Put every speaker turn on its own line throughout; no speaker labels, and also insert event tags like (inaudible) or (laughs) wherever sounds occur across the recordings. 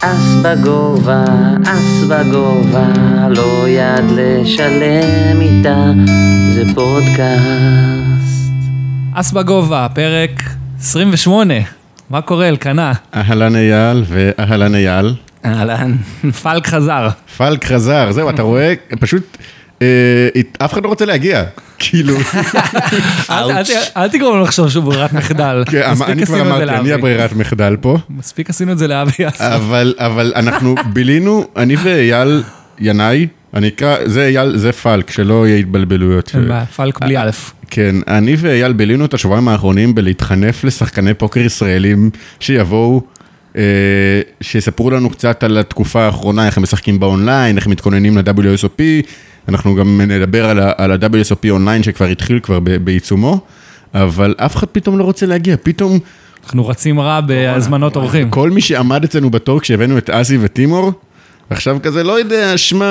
אס בגובה, אס בגובה, לא יד לשלם איתה, זה פודקאסט.
אס בגובה, פרק 28. מה קורה, אלקנה?
אהלן אייל ואהלן אייל.
אהלן. פלק חזר.
פלק חזר, זהו, אתה רואה, פשוט, אה, אית- אף אחד לא רוצה להגיע.
(laughs)
כאילו,
אל- אל- אל תגרום לו לחשוב שהוא ברירת מחדל.
כן,
מספיק
אני כבר
עשינו את זה
אמרתי, אני
לאבי.
הברירת מחדל
(laughs)
פה,
מספיק עשינו את זה לאבי. אז-
אבל אבל אנחנו בילינו, אני ואייל ינאי, אני אקרא, זה אייל, זה פלק, שלא יהיה התבלבלויות.
אין בעיה, פלק בלי א'.
כן, אני ואייל בילינו את השבועיים האחרונים בלהתחנף לשחקני פוקר ישראלים שיבואו, אה, שיספרו לנו קצת על התקופה האחרונה, איך הם משחקים באונליין, איך הם מתכוננים ל-WSOP, אנחנו גם נדבר על, ה- על ה-WSOP אונליין שכבר התחיל כבר ב- בעיצומו, אבל אף אחד פתאום לא רוצה להגיע, פתאום
אנחנו רצים רע בהזמנות אורחים.
אה, כל מי שעמד אצלנו בתור כשהבאנו את אסי וטימור, עכשיו כזה, לא יודע, שמע,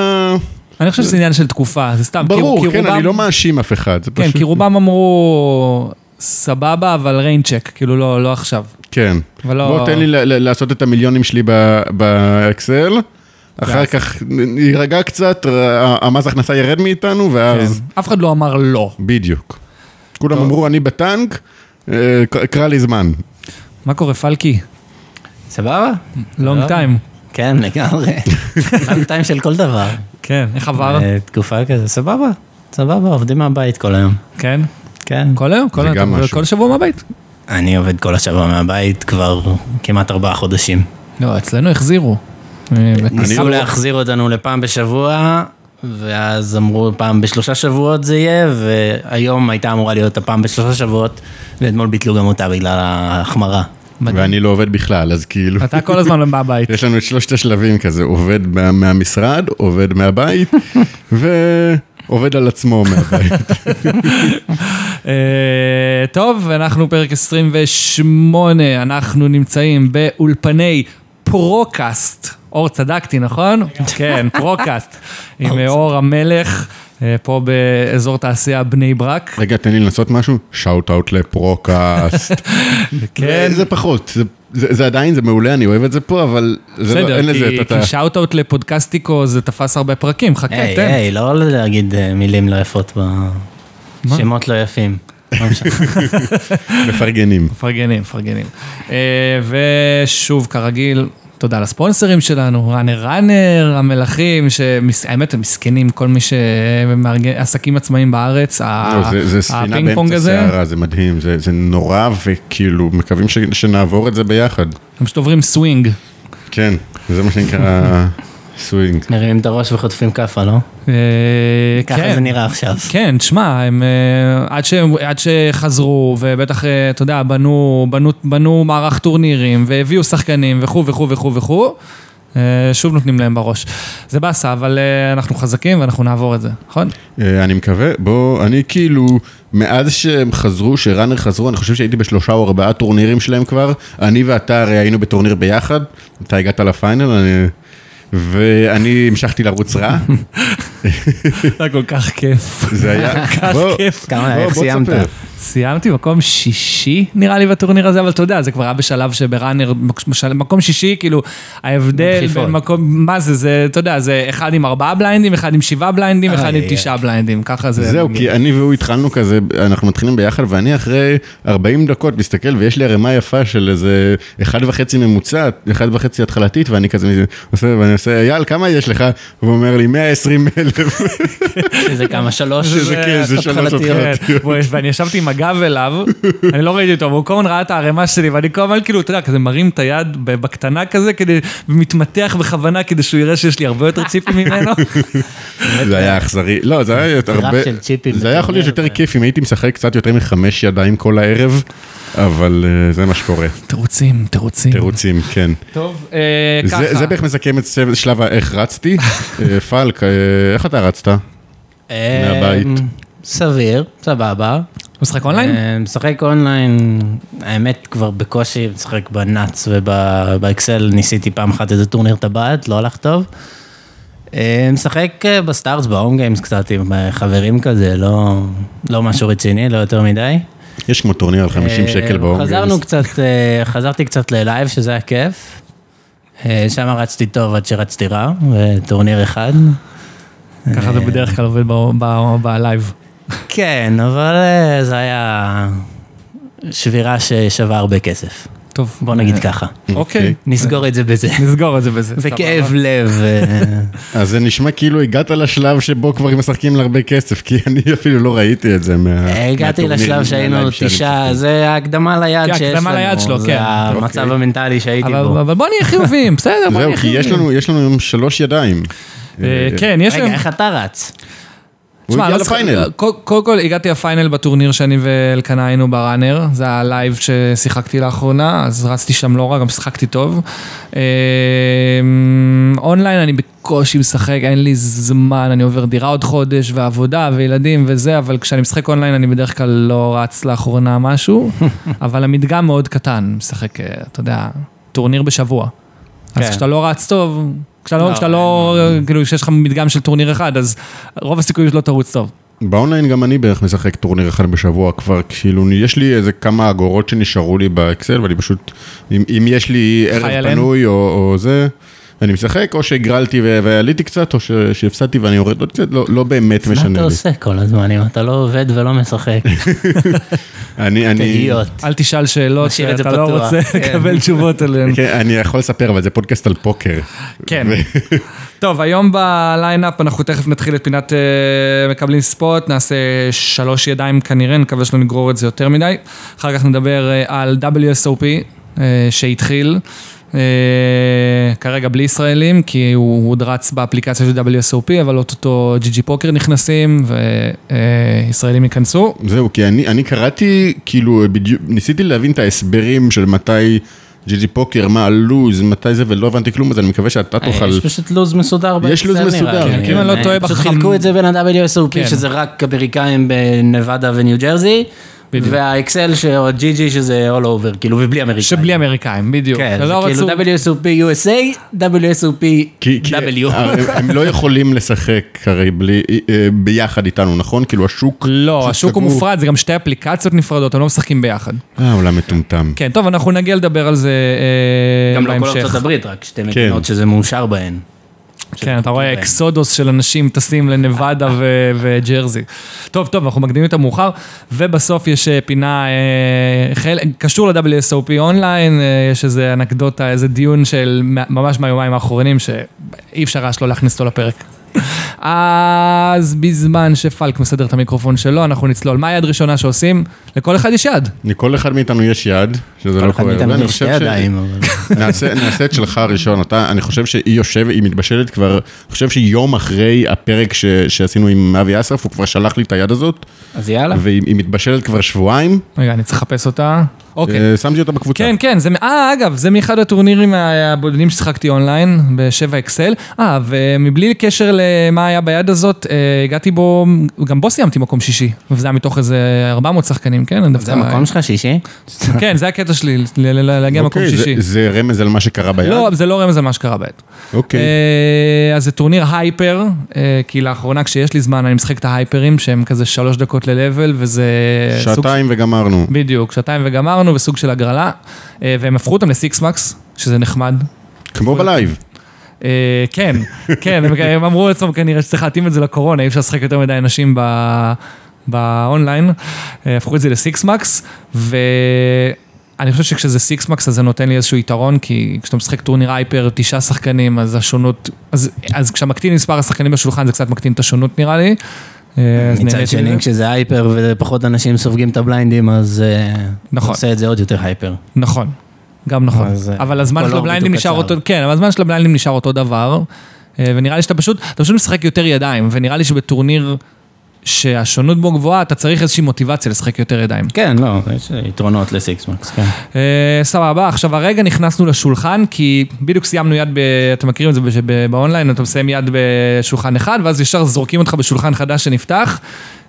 אני חושב שזה עניין של תקופה, זה סתם. כי-
ברור,
כי
כן,
רובם-
אני לא מאשים אף אחד, זה
כן,
פשוט,
כי רובם אמרו, סבבה, אבל ריינצ'ק, כאילו לא לא עכשיו.
כן.
אבל לא-
בוא תן לי ל- ל- לעשות את המיליונים שלי ב- באקסל, אחר כך נ- נירגע קצת, ה- המס הכנסה ירד מאיתנו, ואז
אף אחד לא אמר לא.
בדיוק. כולם אמרו, אני בטנק, אה, ק- קרא לי זמן.
מה קורה, פלקי?
סבבה?
לונג
לא.
טיים.
כן, לגמרי. חיים טיים של כל דבר.
כן, איך עבר?
אה, תקופה כזה, סבבה, סבבה, עובדים מהבית כל היום.
כן?
כן.
כל היום? כל
זה
היום?
גם
אתה עובד
משהו.
כל שבוע מהבית?
אני עובד כל השבוע מהבית כבר כמעט ארבעה חודשים.
לא, אצלנו החזירו. אה,
ניסו
לא-
להחזיר אותנו לפעם בשבוע, ואז אמרו פעם בשלושה שבועות זה יהיה, והיום הייתה אמורה להיות הפעם בשלושה שבועות, ואתמול ביטלו גם אותה בגלל ההחמרה.
ואני לא עובד בכלל, אז כאילו,
אתה כל הזמן לא
(laughs)
מהבית.
יש לנו את שלושת השלבים כזה, עובד מה- מהמשרד, עובד מהבית, ועובד על עצמו מהבית.
אה, טוב, אנחנו פרק 28, אנחנו נמצאים באולפני פרוקאסט. אור, צדקתי,
(laughs)
נכון? כן, פרוקאסט. עם
אוקיי.
אה, אור המלך, אה, פה באזור תעשייה בני ברק.
רגע, תן לי לנסות משהו, שאוט אאוט לפרוקאסט. אוקיי.
כן.
זה פחות, זה- זה זה עדיין, זה מעולה, אני אוהב את זה פה, אבל זה לא-
בסדר,
אין לזה
כי-
את ה...
כי שאוט-אוט לפודקאסטיקו זה תפס הרבה פרקים, חכה,
היי,
תן.
היי, לא להגיד אה, מילים לא יפות בשמות לא יפים. לא משנה.
מפרגנים.
מפרגנים, מפרגנים. אה, ושוב, כרגיל, תודה לספונסרים שלנו, ראנר ראנר, המלכים, שהאמת הם מסכנים, כל מי שמארגן עסקים עצמאיים בארץ, ה-
לא, זה- זה ספינה
אה, הפינג פונג
באמצע
הזה,
סערה, זה מדהים, זה זה נורא, וכאילו, מקווים ש- שנעבור את זה ביחד.
הם פשוט עוברים סווינג.
כן, זה מה
(laughs)
שנקרא סווינג.
מרימים את הראש וחוטפים כאפה, לא?
אה,
ככה
כן.
זה נראה עכשיו.
כן, תשמע, הם, אה, עד, שהם, עד שחזרו, ובטח, אה, אתה יודע, בנו, בנו, בנו מערך טורנירים, והביאו שחקנים, וכו' וכו' וכו' וכו', אה, שוב נותנים להם בראש. זה באסה, אבל אה, אנחנו חזקים ואנחנו נעבור את זה, נכון?
אה, אני מקווה, בוא, אני כאילו, מאז שהם חזרו, שראנר חזרו, אני חושב שהייתי בשלושה או ארבעה טורנירים שלהם כבר, אני ואתה הרי היינו בטורניר ביחד, אתה הגעת לפיינל, אני... ואני המשכתי
(laughs)
לרוץ רע,
היה (laughs) כל כך כיף.
זה היה... בוא,
כיף.
כמה,
לא, בוא,
איך
בוא
סיימת?
תספר.
סיימתי מקום שישי, נראה לי, בטורניר הזה, אבל אתה יודע, זה כבר היה בשלב שבראנר, בשל- מקום שישי, כאילו, ההבדל
בדחיפות.
בין מקום, מה זה, זה, אתה יודע, זה אחד עם ארבעה בליינדים, אחד עם שבעה בליינדים, אחד עם
איי,
תשעה בליינדים, ככה זה.
זהו, כי אני והוא התחלנו כזה, אנחנו מתחילים ביחד, ואני אחרי 40 דקות מסתכל, ויש לי ערימה יפה של איזה 1.5 ממוצעת, 1.5 התחלתית, ואני כזה עושה, ואני עושה, אייל, כמה יש לך? והוא אומר לי, 120 אלף.
שזה כמה, שלוש?
שזה כן, זה שלוש
התחלתיות.
התחלתיות.
כן, בוא, יש- ואני ישבתי עם הגב אליו, (laughs) אני לא ראיתי אותו, והוא כל הזמן ראה את הערימה שלי, ואני כל הזמן כאילו, אתה יודע, כזה מרים את היד ב- בקטנה כזה, כדי, ומתמתח בכוונה כדי שהוא יראה שיש לי הרבה יותר צ'יפים ממנו.
זה היה אכזרי. לא, זה היה
רף
הרבה...
של צ'יפים
זה היה יכול להיות
בטורניר,
יותר
זה-
כיף אם הייתי משחק קצת יותר מחמש ידיים כל הערב, אבל אה, זה מה
(laughs)
שקורה.
(laughs) תירוצים, תירוצים.
תירוצים, כן.
טוב, אה,
זה-
ככה.
זה בערך מסכם את סב- שלב האיך
(laughs)
רצתי. אה, פלק, אה, איך אתה רצת?
אה,
מהבית.
סביר, סבבה.
משחק אונליין?
אה, משחק אונליין, האמת כבר בקושי משחק בנאץ ובאקסל, ניסיתי פעם אחת איזה טורניר טבעת, לא הלך טוב. אה, משחק אה, בסטארס, בהום גיימס קצת עם אה, חברים כזה, לא, לא משהו רציני, לא יותר מדי.
יש כמו טורניר על 50
אה,
שקל בהום
חזרנו
גיימס.
קצת, אה, חזרתי קצת ללייב, שזה היה כיף. אה, שם רצתי טוב עד שרצתי רע, וטורניר אחד.
ככה זה בדרך כלל עובד ב- ב- בלייב.
כן, אבל אה, זה היה שבירה ששווה הרבה כסף.
טוב.
בוא נגיד ככה.
אוקיי.
נסגור את זה (laughs) בזה.
נסגור את זה בזה.
וכאב
סבבה.
לב. אה,
אז זה נשמע כאילו הגעת לשלב שבו כבר משחקים להרבה כסף, כי אני אפילו לא ראיתי את זה מה...
אה, הגעתי
מהטורניר,
לשלב
מהלייב
שהיינו
שאני
תשעה,
משחק.
זה ההקדמה ליד
כן,
שיש לנו.
הקדמה ליד שלו,
זה
כן.
המצב
אוקיי.
המנטלי שהייתי
אבל-
בו.
אבל בוא נהיה חיובים, בסדר, בוא
זהו,
נהיה
כי
חיובים.
יש לנו, יש לנו היום שלוש ידיים.
אה, כן, יש
רגע,
להם...
איך אתה רץ?
הוא
תשמע,
הגיע
לא צריך-
לפיינל.
קודם כל, כל הגעתי לפיינל בטורניר שאני ואלקנה היינו בראנר, זה הלייב ששיחקתי לאחרונה, אז רצתי שם לא רע, גם שיחקתי טוב. אה, אונליין אני בקושי משחק, אין לי זמן, אני עובר דירה עוד חודש, ועבודה, וילדים וזה, אבל כשאני משחק אונליין אני בדרך כלל לא רץ לאחרונה משהו,
(laughs)
אבל המדגם מאוד קטן, משחק, אה, אתה יודע, טורניר בשבוע. אז
כן.
כשאתה לא רץ טוב, כשאתה לא,
לא,
כשאתה לא, כאילו, כשיש לך מדגם של טורניר אחד, אז רוב הסיכויים שלא תרוץ
(laughs)
טוב.
לא-
באונליין גם אני בערך משחק טורניר אחד בשבוע כבר, כאילו יש לי איזה כמה אגורות שנשארו לי באקסל, ואני פשוט, אם, אם יש לי
חי
ערב
עליהן.
פנוי או, או זה, אני משחק, או שהגרלתי ו- ועליתי קצת, או ש- שהפסדתי ואני יורד עוד קצת, לא, לא באמת
מה
משנה
אתה
לי.
עושה כל הזמן אם אתה לא עובד ולא
(laughs)
משחק?
אני, אני,
תהיות.
אל תשאל שאלות
נשאיר את זה
שאתה לא
פתוח.
רוצה
כן. (laughs)
לקבל תשובות עליהן.
כן, אני יכול לספר, אבל זה פודקאסט על פוקר.
כן. (laughs) טוב, היום בליינאפ אנחנו תכף נתחיל את פינת אה, מקבלים ספוט, נעשה שלוש ידיים כנראה, נקווה שלא נגרור את זה יותר מדי. אחר כך נדבר אה, על WSOP אה, שהתחיל. אה, כרגע בלי ישראלים, כי הוא עוד רץ באפליקציה של WSOP, אבל אוטוטו GG פוקר נכנסים וישראלים ייכנסו.
זהו, כי אני, אני קראתי, כאילו, בדיוק, ניסיתי להבין את ההסברים של מתי ג'י ג'י פוקר, מה הלו"ז, מתי זה, ולא הבנתי כלום, אז אני מקווה שאתה תוכל...
אה, יש פשוט לו"ז מסודר.
יש לו"ז
באקסל, נראה
מסודר,
לי.
כן. אם אני
לא טועה,
אה, פשוט
בחמ-
חילקו את זה בין ה-WSOP,
כן.
שזה רק אמריקאים בנבדה וניו ג'רזי,
בדיוק.
והאקסל, ש- או ג'י שזה all over, כאילו, ובלי אמריקאים.
שבלי אמריקאים, בדיוק.
כן,
זה
זה
לא רצו...
כאילו WSOP USA, WSOP
כי, כי
W.
הם, הם לא יכולים לשחק הרי בלי, אה, ביחד איתנו, נכון? כאילו השוק...
לא,
פשוט
השוק הוא
סגור.
מופרד, זה גם שתי אפליקציות נפרדות, הם לא משחקים ביחד.
אה, עולם מטומטם.
כן, טוב, אנחנו נגיע לדבר על זה אה,
גם לא כל
בהמשך.
ארצות הברית, רק
כן.
שתי מדינות שזה מאושר בהן.
כן, אתה רואה
כן.
אקסודוס של אנשים טסים לנבדה ו- וג'רזי. טוב, טוב, אנחנו מקדימים את המאוחר, ובסוף יש אה, פינה, אה, חלק, קשור ל-WSOP אונליין, אה, יש איזה אנקדוטה, איזה דיון של מה- ממש מהיומיים האחרונים, שאי אפשר היה שלא להכניס אותו לפרק. אז בזמן שפלק מסדר את המיקרופון שלו, אנחנו נצלול. מה היד הראשונה שעושים? לכל אחד יש יד.
לכל אחד מאיתנו יש יד, שזה לא
כן. כל אחד
קורה. הרבה.
מאיתנו
אני
בשתי
חושב ש-
ידיים, אבל...
(laughs) נעשה נעשה את שלך הראשון. אתה, אני חושב שהיא יושבת, היא מתבשלת כבר, אני חושב שיום אחרי הפרק ש- שעשינו עם אבי אסרף, הוא כבר שלח לי את היד הזאת,
אז
לא.
יאללה.
והיא היא מתבשלת כבר שבועיים.
רגע, אני צריך לחפש אותה. אוקיי.
אה, שמתי אותה בקבוצה.
כן, כן, זה, מ- אה, אגב, זה מאחד הטורנירים הבודדים ששיחקתי אונליין, בשבע אקסל. אה, ומבלי קשר למה היה ביד הזאת, אה, הגעתי בו, גם בו סיימתי מקום שישי, וזה היה מתוך איזה 400 שחקנים, כן? אני דווקא-
זה המקום שלך שישי?
כן, זה הקטע שלי, ל- ל- ל- להגיע למקום
אוקיי, זה-
שישי.
זה רמז על מה שקרה ביד?
לא, זה לא רמז על מה שקרה ביד.
אוקיי.
אה, אז זה טורניר הייפר, אה, כי לאחרונה כשיש לי זמן אני משחק את ההייפרים, שהם כזה שלוש דקות ל-level, וזה... אה, סוג של-
שעתיים וגמרנו.
בדיוק, שעתיים וגמרנו, וסוג של הגרלה, אה, והם הפכו אותם לסיקסמקס, שזה נחמד.
כמו בלייב.
אה, כן, (laughs) כן, הם- הם אמרו לעצמם כנראה שצריך להתאים את זה לקורונה, אי אפשר לשחק יותר מדי אנשים ב- באונליין. אה, הפכו את זה לסיקסמקס, ואני חושב שכשזה סיקסמקס אז זה נותן לי איזשהו יתרון, כי כשאתה משחק טורניר הייפר, תשעה שחקנים, אז השונות, אז, אז כשאתה מקטין מספר השחקנים בשולחן זה קצת מקטין את השונות נראה לי. אה, אז
מצד
נהניתי
שני,
מזה.
כשזה הייפר ופחות אנשים סופגים את הבליינדים, אז אה,
נכון.
עושה את זה עוד יותר הייפר.
נכון, גם נכון.
אז,
אבל הזמן
כל
של
אור
הבליינדים
בדיוק
נשאר
קצר.
אותו, כן, אבל הזמן של הבליינדים נשאר אותו דבר, אה, ונראה לי שאתה פשוט, אתה פשוט משחק יותר ידיים, ונראה לי שבטורניר שהשונות בו גבוהה, אתה צריך איזושהי מוטיבציה לשחק יותר ידיים.
כן, לא, יש יתרונות לסיקסמקס, כן.
אה, סבבה, עכשיו הרגע נכנסנו לשולחן, כי בדיוק סיימנו יד, ב, אתם מכירים את זה בש- ב- באונליין, אתה מסיים יד בשולחן אחד, ואז ישר זורקים אותך בשולחן חדש שנפתח.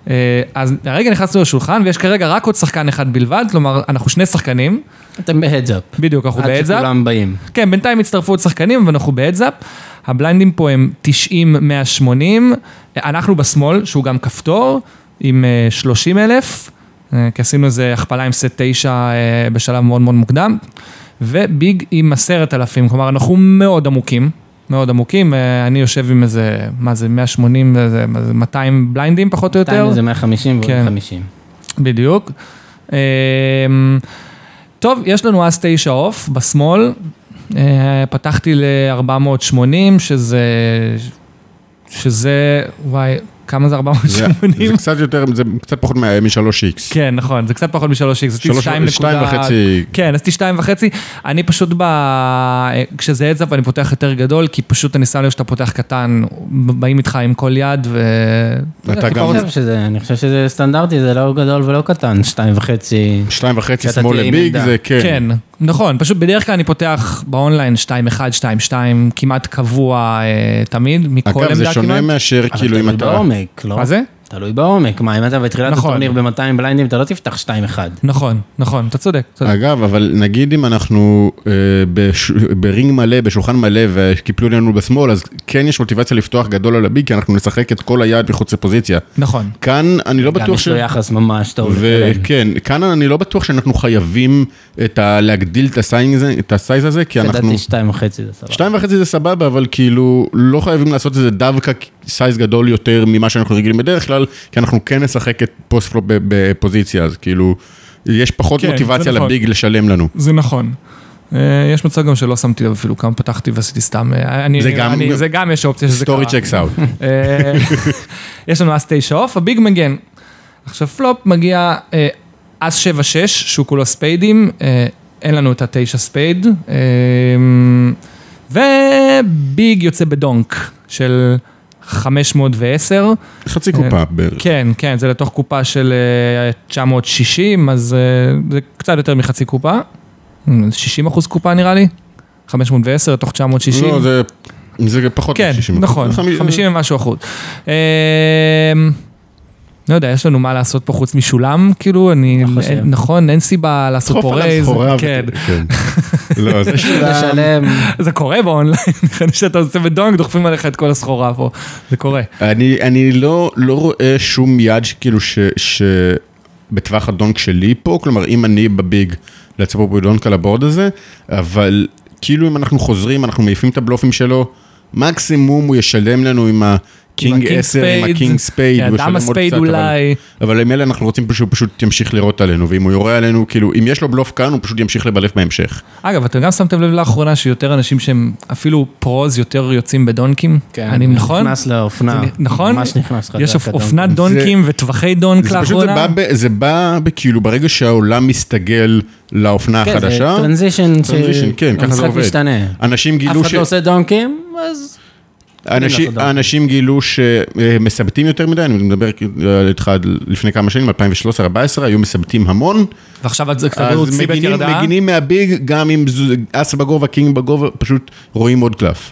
אה, אז הרגע נכנסנו לשולחן, ויש כרגע רק עוד שחקן אחד בלבד, כלומר, אנחנו שני שחקנים,
אתם בהדזאפ.
בדיוק, אנחנו
עד
בעדזאפ.
שכולם באים.
כן, בינתיים הצטרפו עוד שחקנים, ואנחנו בהדזאפ. הבליינדים פה הם 90-180, אנחנו בשמאל, שהוא גם כפתור, עם אה, 30 אלף, אה, כי עשינו איזה הכפלה עם סט 9 אה, בשלב מאוד מאוד מוקדם. וביג עם עשרת אלפים, כלומר אנחנו מאוד עמוקים, מאוד עמוקים, אה, אני יושב עם איזה, מה זה, 180, איזה, מה זה, 200 בליינדים פחות או יותר.
זה 150 ועוד
כן.
50.
בדיוק. אמ, טוב, יש לנו אז תשע עוף בשמאל. אה, פתחתי ל-480, שזה... שזה... וואי, כמה זה
זה
480?
זה קצת יותר, זה קצת פחות מ-3x.
כן, נכון, זה קצת פחות מ-3x, זה
שלוש-
2
שתיים וחצי.
כן, עשיתי 2.5. אני פשוט ב... כשזה עצב אני פותח יותר גדול, כי פשוט אני שם לב שאתה פותח קטן, באים איתך עם כל יד, ו...
אתה
יודע,
גם-
כפרות
אני חושב שזה- אני חושב שזה סטנדרטי, זה לא גדול ולא קטן, שתיים וחצי.
2.5
שאתה
שמאל
תהיה עם
לביג
עמדה.
זה כן.
כן, נכון, פשוט בדרך כלל אני פותח באונליין 2-1, 2-2, כמעט קבוע אה, תמיד, מכל עמדה כמעט.
אגב, זה שונה מאשר
אבל
כאילו אם
תלוי
אתה...
בעומק, לא?
מה זה?
תלוי בעומק, מה אם אתה בתחילת
נכון.
הטורניר ב-200 בליינדים, אתה לא תפתח 2-1.
נכון, נכון, אתה צודק, צודק.
אגב, אבל נגיד אם אנחנו אה, בש... ברינג מלא, בשולחן מלא, וקיפלו לנו בשמאל, אז כן יש מוטיבציה לפתוח גדול על הביג, כי אנחנו נשחק את כל היד מחוץ לפוזיציה.
נכון.
כאן אני לא
גם
בטוח
יש
ש...
לו יחס ממש טוב. לכולם.
וכן, כאן אני לא בטוח שאנחנו חייבים את ה... להגדיל את הסייז הזה, את הסייז הזה כי אנחנו...
לדעתי שתיים וחצי זה סבבה.
שתיים וחצי זה סבבה, אבל כאילו, לא חייבים לעשות את זה דווקא סייז גדול יותר ממה שאנחנו רגילים בדרך כלל, כי אנחנו כן נשחק את פוסט פלופ ב- בפוזיציה, אז כאילו, יש פחות
כן, זה
מוטיבציה
נכון.
לביג לשלם לנו.
זה נכון. אה, יש מצב גם שלא שמתי לב אפילו כמה פתחתי ועשיתי סתם, אה, אני,
זה גם-
אני, זה גם יש אופציה שזה
סטורי
קרה.
צ'קס אאוט.
אה, (laughs) יש לנו אס תשע עוף, הביג מגן. עכשיו פלופ מגיע אה, אס שבע שש, שהוא כולו ספיידים, אה, אין לנו את התשע ספייד, אה, וביג יוצא בדונק של 510.
(laughs) חצי קופה בערך.
כן, כן, זה לתוך קופה של אה, 960, אז אה, זה קצת יותר מחצי קופה. 60 אחוז קופה נראה לי. 510 לתוך 960.
לא, זה... זה פחות
כן,
מ-60%.
נכון,
זה חמיש-
50 ומשהו אחוז. אמ, לא יודע, יש לנו מה לעשות פה חוץ משולם, כאילו, אני,
חושב.
אין- נכון, אין סיבה לעשות
דחוף
פה
עליו
רייז,
סחורה ו-
כן.
כן. (laughs) לא, זה שלה...
לשלם,
זה קורה באונליין, (laughs) נראה לי שאתה עושה בדונג, דוחפים עליך את כל הסחורה פה, זה קורה.
אני, אני לא, לא רואה שום יד שכאילו ש... ש... בטווח הדונק שלי פה, כלומר אם אני בביג לצפות בדונק על הבורד הזה, אבל כאילו אם אנחנו חוזרים, אנחנו מעיפים את הבלופים שלו, מקסימום הוא ישלם לנו עם הקינג 10, עם הקינג ספייד, הוא ישלם
כן, אדם
עוד
הספייד
קצת, אבל-
אולי,
אבל עם אלה אנחנו רוצים שהוא פשוט ימשיך לירות עלינו, ואם הוא יורה עלינו, כאילו אם יש לו בלוף כאן, הוא פשוט ימשיך לבלף בהמשך.
אגב, אתם גם שמתם לב לאחרונה שיותר אנשים שהם אפילו פרוז יותר יוצאים בדונקים,
כן,
אני נכון?
נכנס לאופנה,
זה נ- נכון?
ממש נכנס חזק.
יש
אדום.
אופנת דונקים וטווחי דונק
זה פשוט, זה
לאחרונה?
בא, ב, זה בא ב- כאילו ברגע שהעולם מסתגל לאופנה
כן, זה
החדשה.
טרנזישן, ש-
טרנזישן, כן, ככה זה עובד.
המשחק משתנה.
אנשים
אף
גילו,
אחד
ש...
לא עושה דונקים, אז
אנשים,
לעשות דונק.
אנשים גילו שמסבטים יותר מדי, אני מדבר אה, איתך עד לפני כמה שנים, 2013-2014, היו מסבטים המון,
ועכשיו את זה קצת
אז
הוציא
מגינים,
ירדה?
מגינים מהביג, גם אם זו- אס בגובה, קינג בגובה, פשוט רואים עוד קלף.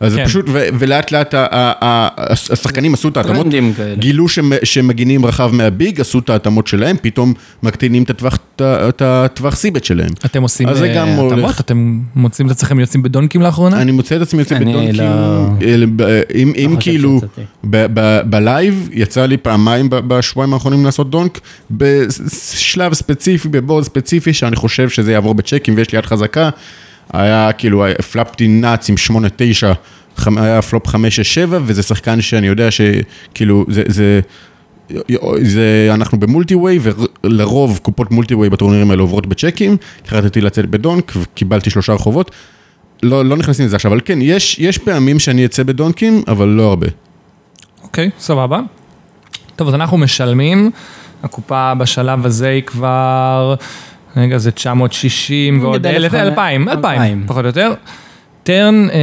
אז
כן.
כן. פשוט, ו- ולאט לאט ה- ה- ה- השחקנים עשו את ההתאמות,
טרנדים כאלה.
גילו שמ- שמגינים רחב מהביג, עשו את ההתאמות שלהם, פתאום מקטינים את הטווח- את ה- את הטווח סיבט שלהם.
אתם עושים
אז זה
אה,
גם
התאמות?
הולך.
אתם מוצאים את עצמכם יוצאים בדונקים לאחרונה?
אני מוצא את עצמי יוצא
אני
בדונקים,
לא-
אל- ב- אה, אם- אם
חושב
כאילו,
שיצאתי.
ב- ב- בלייב יצא לי פעמיים ב- בשבועיים האחרונים לעשות דונק, בשלב ספציפי, בבורד ספציפי, שאני חושב שזה יעבור בצ'קים ויש לי יד חזקה, היה כאילו, הפלפתי נאץ עם 8-9, חמ- היה פלופ 5-6-7, וזה שחקן שאני יודע שכאילו, זה- זה... זה, אנחנו במולטי וויי, ולרוב קופות מולטי וויי בטורנירים האלה עוברות בצ'קים, החלטתי לצאת בדונק, קיבלתי שלושה רחובות. לא, לא נכנסים לזה עכשיו, אבל כן, יש, יש פעמים שאני אצא בדונקים, אבל לא הרבה.
אוקיי, סבבה. טוב, אז אנחנו משלמים. הקופה בשלב הזה היא כבר... רגע, זה 960 ועוד
נגיד
אלף,
אלף חמש-
2,000, 2,000,
אלפיים.
פחות או יותר. טרן, אה,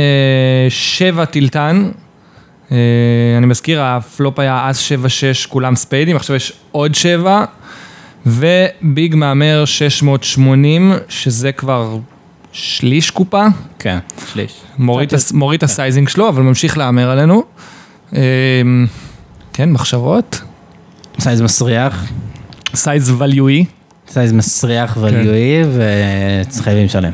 שבע טילטן. אה, אני מזכיר, הפלופ היה אז שבע, שש, כולם ספיידים, עכשיו יש עוד שבע. וביג מהמר 680, שזה כבר שליש קופה.
כן, שליש.
מוריד את הס-
כן.
מוריד את הסייזינג שלו, אבל ממשיך להמר עלינו. אמ, כן, מחשבות.
סייז מסריח,
סייז וליואי.
סייז מסריח
כן.
וליואי, וחייבים לשלם.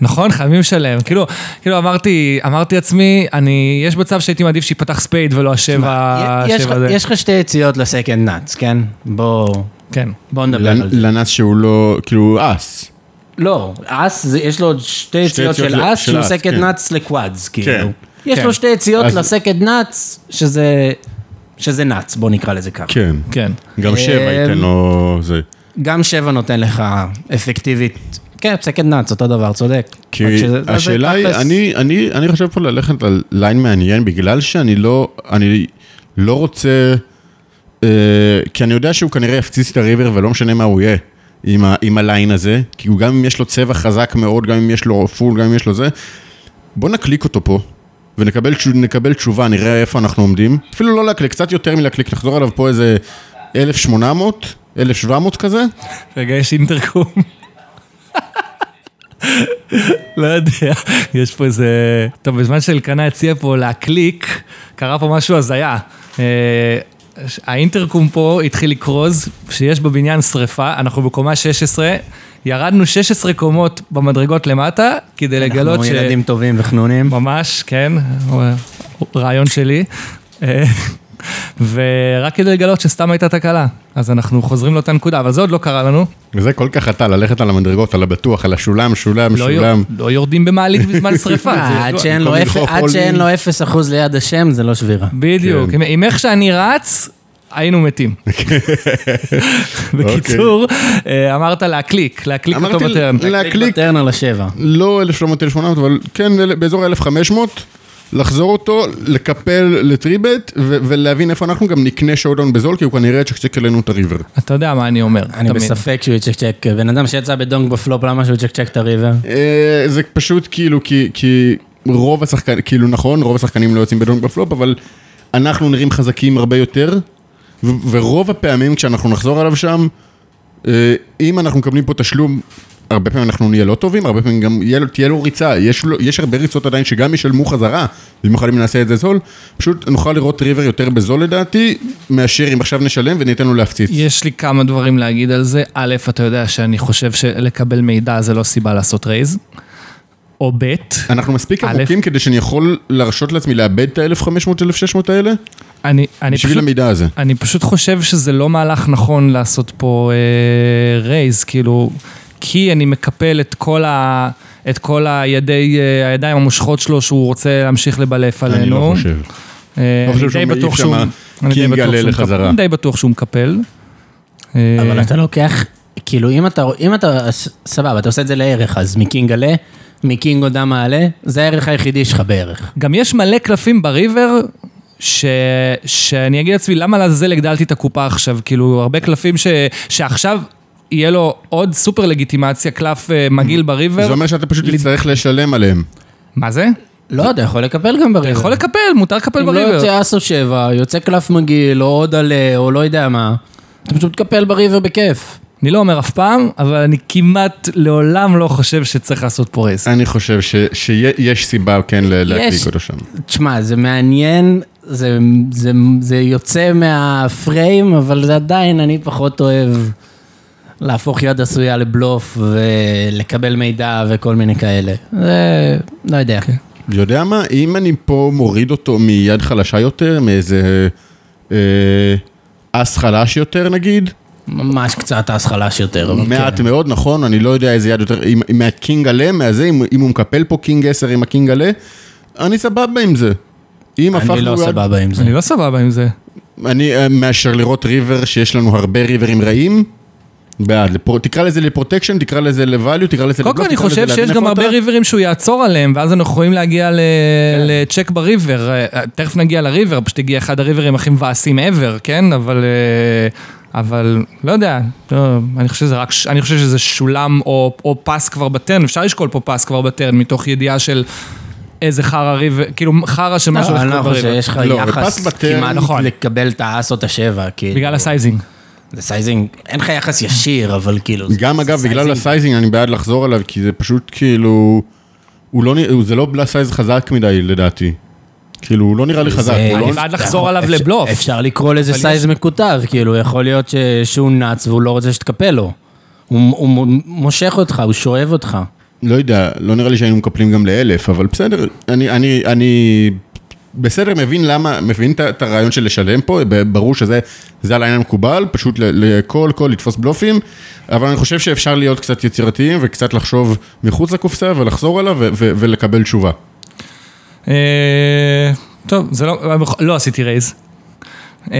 נכון, חייבים לשלם. כאילו, כאילו אמרתי, אמרתי לעצמי, אני, יש מצב שהייתי מעדיף שיפתח ספייד ולא השבע,
י- יש
השבע
לך-
הזה.
יש לך שתי יציאות לסקנד נאץ, כן? בוא
כן.
בוא נדבר על זה.
לנס שהוא לא, כאילו, אס.
לא, אס, זה- יש לו עוד שתי יציאות
יציאות
של
ל-
אס,
של
שהוא
אס,
סקד
כן.
נאץ לקוואדס, כאילו. יש
כן.
לו שתי יציאות
אז-
לסקד נאץ, שזה... שזה נאץ, בוא נקרא לזה ככה.
כן.
כן.
גם שבע
אה,
ייתן לו זה.
גם שבע נותן לך אפקטיבית. כן, סקד נאץ, אותו דבר, צודק.
כי
רק שזה- אז זה
השאלה היא,
תכלס-
אני, אני, אני חושב פה ללכת על ליין מעניין, בגלל שאני לא, אני לא רוצה, אה, כי אני יודע שהוא כנראה יפציץ את הריבר ולא משנה מה הוא יהיה. עם, ה, עם הליין הזה, כי הוא גם אם יש לו צבע חזק מאוד, גם אם יש לו פול, גם אם יש לו זה, בוא נקליק אותו פה, ונקבל תשו- נקבל תשובה, נראה איפה אנחנו עומדים. אפילו לא להקליק, קצת יותר מלהקליק, נחזור עליו פה איזה 1,800, 1,700 כזה,
רגע, יש אינטרקום. לא יודע, יש פה איזה... טוב, בזמן שאלקנה הציע פה להקליק, קרה פה משהו הזיה. אה, ש- האינטרקום פה התחיל לקרוז, שיש בבניין שריפה, אנחנו בקומה 16, ירדנו 16 קומות במדרגות למטה, כדי לגלות ש...
אנחנו ילדים טובים וחנונים.
ממש, כן, רעיון שלי. אה, ורק כדי לגלות שסתם הייתה תקלה, אז אנחנו חוזרים לאותה נקודה, אבל זה עוד לא קרה לנו.
וזה כל כך אתה, ללכת על המדרגות, על הבטוח, על השולם, שולם,
לא, יור-
שולם.
לא יורדים במעלית
(laughs)
בזמן שריפה. זה לא-
אה, עד
ידוע.
שאין לו
במקום
אפס-
לדחוף
עד
all
שאין
in.
לו אפס אחוז ליד השם, זה לא שבירה.
בדיוק,
כן.
עם- עם איך שאני רץ, היינו מתים.
(laughs) אוקיי.
בקיצור, אה, אמרת להקליק, להקליק אותו
אמרתי
בטרן.
להקליק,
בטרן על השבע.
לא 1,700-1,800, אבל כן אל- באזור ה-1,500, לחזור אותו, לקפל לטריבט, ו- ולהבין איפה אנחנו גם נקנה שואודאון בזול, כי הוא כנראה יצ'קצ'ק אלינו את הריבר.
אתה יודע מה אני אומר,
אני
תמיד.
בספק שהוא יצ'קצ'ק. בן אדם שיצא בדונג בפלופ, למה שהוא יצ'קצ'ק את הריבר?
אה, זה פשוט כאילו, כי- כי רוב השחקנים, כאילו נכון, רוב השחקנים לא יוצאים בדונג בפלופ, אבל אנחנו נראים חזקים הרבה יותר, ו- ורוב הפעמים כשאנחנו נחזור עליו שם, אה, אם אנחנו מקבלים פה תשלום, הרבה פעמים אנחנו נהיה לא טובים, הרבה פעמים גם יהיה, לו- תהיה לו ריצה, יש, לו, יש הרבה ריצות עדיין שגם ישלמו חזרה, במיוחד אם נעשה את זה זול, פשוט נוכל לראות ריבר יותר בזול לדעתי, מאשר אם עכשיו נשלם וניתן לו להפציץ.
יש לי כמה דברים להגיד על זה. א', אתה יודע שאני חושב שלקבל מידע זה לא סיבה לעשות רייז. או ב',
אנחנו מספיק
א',
ארוכים כדי שאני יכול להרשות לעצמי לאבד את ה-1500-1600 האלה?
אני, אני
בשביל
פשוט...
המידע הזה.
אני פשוט חושב שזה לא מהלך נכון לעשות פה אה, רייז, כאילו, כי אני מקפל את כל, ה, את כל הידי, אה, הידיים המושכות שלו שהוא רוצה להמשיך לבלף עלינו.
אני לא חושב.
אה,
לא חושב
אני די
שהוא מעיף
בטוח
שם
שהוא... אני די
קינג
בטוח
עלה
שהוא
לחזרה.
מקפל- אני די בטוח שהוא מקפל. אה,
אבל אתה לוקח, כאילו אם אתה, אם אתה, ס- סבבה, אתה עושה את זה לערך, אז מקינג עלה, מקינג עוד דם מעלה, זה הערך היחידי שלך בערך.
גם יש מלא קלפים בריבר, ש... שאני אגיד לעצמי, למה לעזאזל הגדלתי את הקופה עכשיו? כאילו, הרבה קלפים ש... שעכשיו יהיה לו עוד סופר לגיטימציה, קלף אה, מגעיל בריבר.
זה אומר שאתה פשוט תצטרך לשלם עליהם.
מה זה?
לא, אתה יכול לקפל גם בריבר.
יכול לקפל, מותר לקפל
אם לא
בריבר.
יוצא אס או שבע, יוצא קלף מגעיל, או עוד עלה, או לא יודע מה, אתה פשוט תקפל בריבר בכיף.
אני לא אומר אף פעם, אבל אני כמעט לעולם לא חושב שצריך לעשות פה רייס.
אני חושב ש- שיש סיבה כן ל- להקליק אותו שם.
תשמע, זה מעניין, זה, זה, זה יוצא מהפריים, אבל זה עדיין, אני פחות אוהב להפוך יד עשויה לבלוף ולקבל מידע וכל מיני כאלה. זה, לא יודע.
אוקיי.
יודע מה, אם אני פה מוריד אותו מיד חלשה יותר, מאיזה אה, אס חלש יותר נגיד,
ממש קצת אז חלש יותר. אבל
מעט מאוד, נכון, אני לא יודע איזה יד יותר, אם- אם מהקינג עלה, מהזה, אם- אם הוא מקפל פה קינג 10 עם הקינג עלה, אני סבבה עם זה. אם
כן.
הפכנו...
אני לא
יד-
סבבה עם זה.
אני לא סבבה עם זה.
אני אה, מאשר לראות ריבר שיש לנו הרבה ריברים רעים. בעד, לפר... תקרא לזה לפרוטקשן, תקרא לזה לvalue, תקרא לזה
קודם כל
לבלוף,
אני
תקרא לזה
חושב שיש
להבין
גם
איפה
הרבה
אתה.
ריברים שהוא יעצור עליהם, ואז אנחנו יכולים להגיע ל- לצ'ק בריבר. אה, אה, תכף נגיע לריבר, פשוט הגיע אחד הריברים הכי מבאסים ever, כן? אבל... אה, אבל לא יודע, לא, אני חושב שזה רק, ש- אני חושב שזה שולם או, או פס כבר בטרן, אפשר לשקול פה פס כבר בטרן, מתוך ידיעה של איזה חרא ריבר, כאילו חרא של משהו
לא, אני לא חושב
בריבר.
שיש לך
לא,
יחס
ופס בטרן,
כמעט
נכון.
לקבל את האס או את השבע, כאילו.
בגלל הסייזינג.
זה סייזינג, אין לך יחס ישיר, אבל כאילו... זה-
גם
זה
אגב, בגלל
סייזינג.
הסייזינג אני בעד לחזור עליו, כי זה פשוט כאילו... הוא לא נראה, זה לא סייז חזק מדי לדעתי. כאילו, הוא לא נראה לי חזק.
זה-
הוא לא-
אני בעד אה, לחזור עליו
אפשר-
לבלוף.
אפשר לקרוא לזה סייז מקוטב, כאילו, יכול להיות ש- שהוא נץ והוא לא רוצה שתקפל לו. הוא הוא מ- מושך אותך, הוא שואב אותך.
לא יודע, לא נראה לי שהיינו מקפלים גם לאלף, אבל בסדר, אני, אני, אני בסדר, מבין למה, מבין את- את הרעיון של לשלם פה, ב- ברור שזה זה הליין המקובל, פשוט ל- לכל כל לתפוס בלופים, אבל אני חושב שאפשר להיות קצת יצירתיים וקצת לחשוב מחוץ לקופסה ולחזור עליו ו- ו- ולקבל תשובה.
אה, טוב, זה לא, לא עשיתי רייז. אה,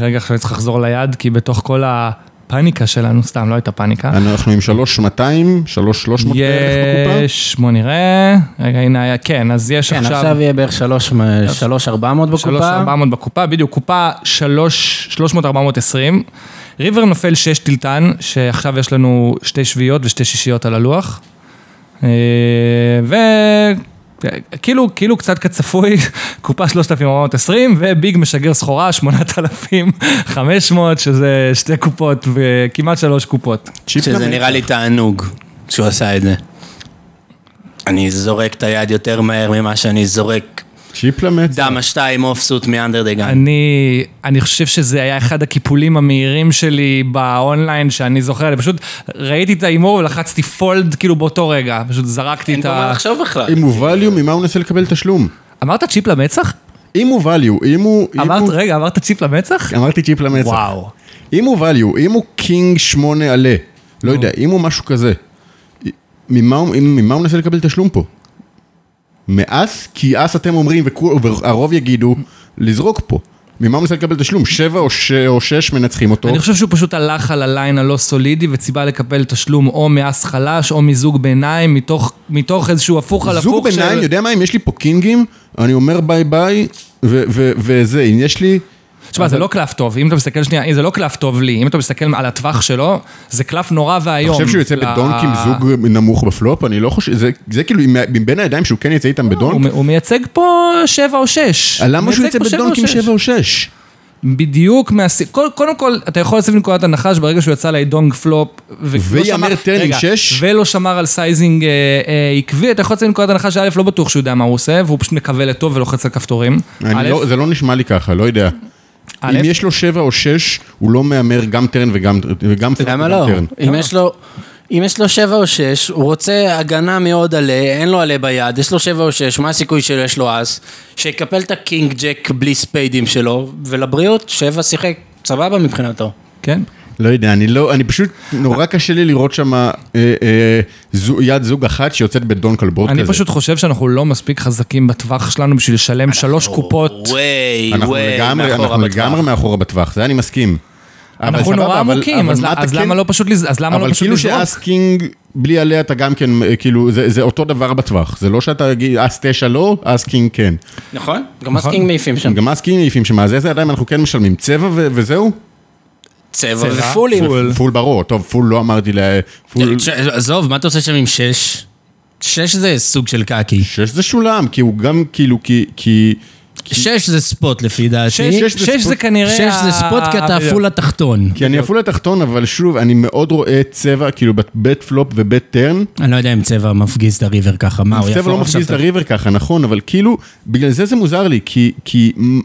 רגע, עכשיו אני צריך לחזור ליד, כי בתוך כל הפאניקה שלנו, סתם, לא הייתה פאניקה.
אנחנו עם 3,200, 3,300 בערך בקופה.
יש, בוא נראה, רגע, הנה היה, כן, אז יש
כן,
עכשיו...
עכשיו יהיה בערך 3,400 בקופה.
3,400 בקופה, בדיוק, קופה 3,420. ריבר נופל 6 טילטן, שעכשיו יש לנו שתי שביעיות ושתי שישיות על הלוח. אה, ו... כאילו, כאילו קצת כצפוי, (laughs) קופה 3,420 וביג משגר סחורה 8,500, שזה שתי קופות וכמעט שלוש קופות.
צ'יפ
שזה
גם-
נראה לי תענוג שהוא עשה את זה. אני זורק את היד יותר מהר ממה שאני זורק
צ'יפ למצ.
דמה 2 אוף סוט מאנדר דה גן.
אני, אני חושב שזה היה אחד הקיפולים המהירים שלי באונליין שאני זוכר, אני פשוט ראיתי את ההימור ולחצתי פולד כאילו באותו רגע, פשוט זרקתי
אין
את
פה מה
ה...
לחשוב בכלל.
אם הוא value, ממה הוא מנסה לקבל תשלום?
אמרת צ'יפ למצח?
אם הוא value, אם הוא... אם
אמרת,
הוא-
רגע, אמרת צ'יפ למצח?
אמרתי צ'יפ כן, למצח. אוקיי.
וואו.
אם הוא value, אם הוא קינג שמונה עלה, לא יודע, אם הוא משהו כזה, ממה הוא אם- ממה הוא מנסה לקבל תשלום פה? מאס? כי אס אתם אומרים, וכו- והרוב יגידו, לזרוק פה. ממה הוא מנסה לקבל תשלום? שבע או ש- או שש מנצחים אותו.
אני חושב שהוא פשוט הלך על הליין הלא סולידי וציפה לקבל תשלום או מאס חלש או מזוג ביניים, מתוך, מתוך איזשהו הפוך על הפוך
זוג ביניים,
של...
יודע מה, אם יש לי פה קינגים, אני אומר ביי ביי, ו- ו- וזה, אם יש לי...
תשמע, זה לא קלף טוב, אם אתה מסתכל שנייה, זה לא קלף טוב לי, אם אתה מסתכל על הטווח שלו, זה קלף נורא
אתה
ואיום.
חושב שהוא יוצא
ל-
בדונק עם זוג נמוך בפלופ? אני לא חושב, זה- זה כאילו עם- מבין הידיים שהוא כן יצא איתם
אה, הוא,
בדונק?
הוא מייצג פה שבע או שש.
אה, למה שהוא יצא
מייצג פה
בדונק עם
שש?
שבע או שש?
בדיוק מהסיב... קודם כל, אתה יכול לצאת מנקודת הנחה שברגע שהוא יצא לאדונג פלופ... ולא
ויאמר
לא שמר-
turn עם
רגע,
שש?
ולא שמר על סייזינג אה, אה, עקבי, אתה יכול לצאת מנקודת הנחה שא' לא בטוח שהוא יודע מה הוא עושה, והוא פשוט מקווה לטוב ולוחץ על כפתורים.
אני
א',
לא- זה לא נשמע לי ככה, לא יודע.
א',
אם יש לו שבע או שש, הוא לא מהמר גם טרן וגם וגם פלופ
למה
וגם
לא?
טרן.
אם יש לו... אם יש לו שבע או שש, הוא רוצה הגנה מאוד עלה, אין לו עלה ביד, יש לו שבע או שש, מה הסיכוי שיש לו אס? שיקפל את הקינג ג'ק בלי ספיידים שלו, ולבריאות, שבע שיחק, סבבה מבחינתו.
כן.
לא יודע, אני לא, אני פשוט, נורא קשה לי לראות שם יד זוג אחת שיוצאת בדונק על בורד כזה.
אני פשוט חושב שאנחנו לא מספיק חזקים בטווח שלנו בשביל לשלם שלוש קופות.
וואי,
אנחנו
וואי,
לגמרי-
Oh, מאחורה
אנחנו
בטווח.
לגמרי מאחורה בטווח, זה אני מסכים. אבל
אנחנו
סבבה,
נורא
אבל-
עמוקים,
אבל
אז
מה
אז
אתה כן-
למה לא פשוט לז- אז למה לא
אבל
פשוט
כאילו
לזרוק?
שאס קינג, בלי עליה אתה גם כן, אה, כאילו, זה זה אותו דבר בטווח. זה לא שאתה, תגיד, אס תשע לא, אס קינג כן.
נכון? גם הסקינג מעיפים שם.
גם אס קינג מעיפים שם, אז איזה ידיים אנחנו כן משלמים? צבע ו- וזהו?
צבע
צבע,
ופולים.
פול.
פול ברור, טוב, פול לא אמרתי ל...
אה,
פול...
ש- עזוב, מה אתה עושה שם עם שש? שש זה סוג של קקי.
שש זה שולם, כי הוא גם כאילו, כי... כי...
שש זה ספוט לפי דעתי.
שש
שש זה
שש זה
ספוט-
כנראה...
שש אה, זה ספוט כי אתה
ה-
עפול לתחתון.
כי אני אפול לתחתון, אבל שוב, אני מאוד רואה צבע, כאילו, בת- בית פלופ ובית טרן.
אה,
אני לא יודע אם צבע מפגיז את הריבר ככה, מה, הוא
צבע
יעבור
לא
עכשיו
מפגיז את הריבר ככה, נכון, אבל כאילו, בגלל זה זה מוזר לי, כי... כי מ,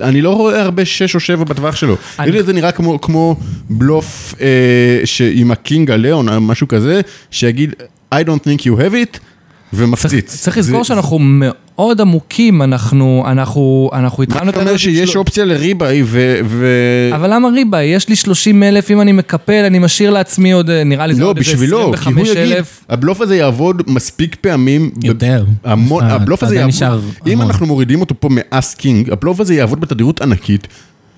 אני לא רואה הרבה שש או שבע בטווח שלו.
אני-
נראה לי זה נראה כמו, כמו בלוף אה, ש- עם הקינג הליאון, משהו כזה, שיגיד, I don't think you have it, ומפציץ.
צריך לזכור
זה-
שאנחנו מאוד עמוקים, אנחנו, אנחנו, אנחנו התחלנו
אתה אומר שיש אופציה לריבאי ו... ו-
אבל למה ריבה? יש לי 30 אלף, אם אני מקפל, אני משאיר לעצמי עוד, אה, נראה לי זה
לא,
עוד איזה
בשבילו, כי הוא
25
יגיד,
אלף.
הבלוף הזה יעבוד מספיק פעמים. ב-
יותר.
המון,
אה,
הבלוף
אתה
הזה
עדיין
יעבוד,
נשאר
אם
המון.
אנחנו מורידים אותו פה מאס קינג, הבלוף הזה יעבוד בתדירות ענקית,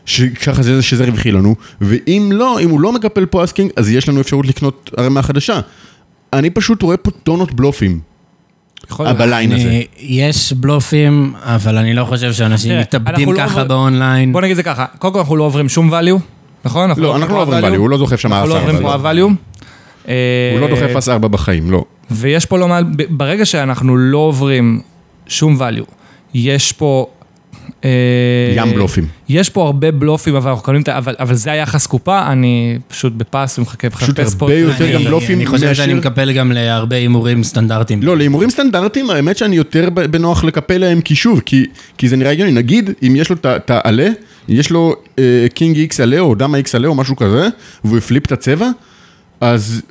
שככה זה שזה רווחי לנו, ואם לא, אם הוא לא מקפל פה אס קינג, אז יש לנו אפשרות לקנות ערימה חדשה. אני פשוט רואה פה טונות בלופים,
יכול להיות.
בליין הזה.
אה,
אני- יש בלופים, אבל אני לא חושב שאנשים
תראה, אנחנו
מתאבדים
לא
ככה
עובר-
באונליין.
בוא נגיד זה ככה, קודם כל אנחנו לא עוברים שום value, נכון?
לא, אנחנו לא עוברים value, הוא לא דוחף שם
אנחנו לא
אף
עוברים פה
ארבע.
value. אה,
הוא לא דוחף אס ארבע בחיים, לא.
ויש פה לא מעט, ב- ברגע שאנחנו לא עוברים שום value, יש פה... אה,
ים בלופים.
יש פה הרבה בלופים, אבל אנחנו קונים את ה... אבל, אבל זה היחס קופה, אני פשוט בפס ומחכה
פשוט
מחפש פה...
הרבה
את-
יותר גם
אני-
בלופים
אני חושב שאני
מאשר-
מקפל גם להרבה הימורים סטנדרטיים.
לא, להימורים סטנדרטיים, האמת שאני יותר ב- בנוח לקפל להם קישוב, כי, כי זה נראה הגיוני. נגיד, אם יש לו את ה- את העלה, יש לו אה, קינג איקס עלה או דמה איקס עלה או משהו כזה, והוא הפליפ את הצבע, אז